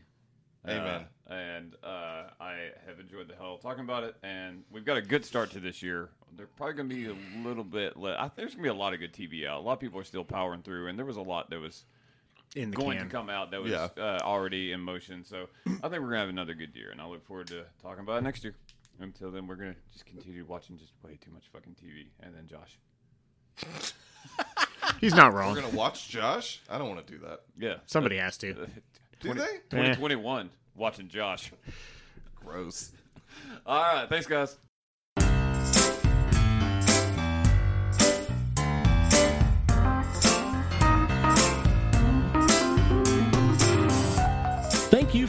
D: Amen.
A: Uh, and uh, I have enjoyed the hell talking about it, and we've got a good start to this year. They're probably going to be a little bit. Le- I think there's going to be a lot of good TV out. A lot of people are still powering through, and there was a lot that was
B: in the
A: going
B: can.
A: to come out that was
D: Yeah.
A: uh, already in motion. So I think we're going to have another good year, and I look forward to talking about it next year. Until then, we're going to just continue watching just way too much fucking TV. And then, Josh.
B: He's not
D: We're
B: wrong.
D: gonna watch Josh. I don't want to do that.
A: Yeah. *laughs*
B: Somebody has to.
D: Do they?
A: 2021, watching Josh.
D: Gross.
A: All right. Thanks, guys.
E: Thank you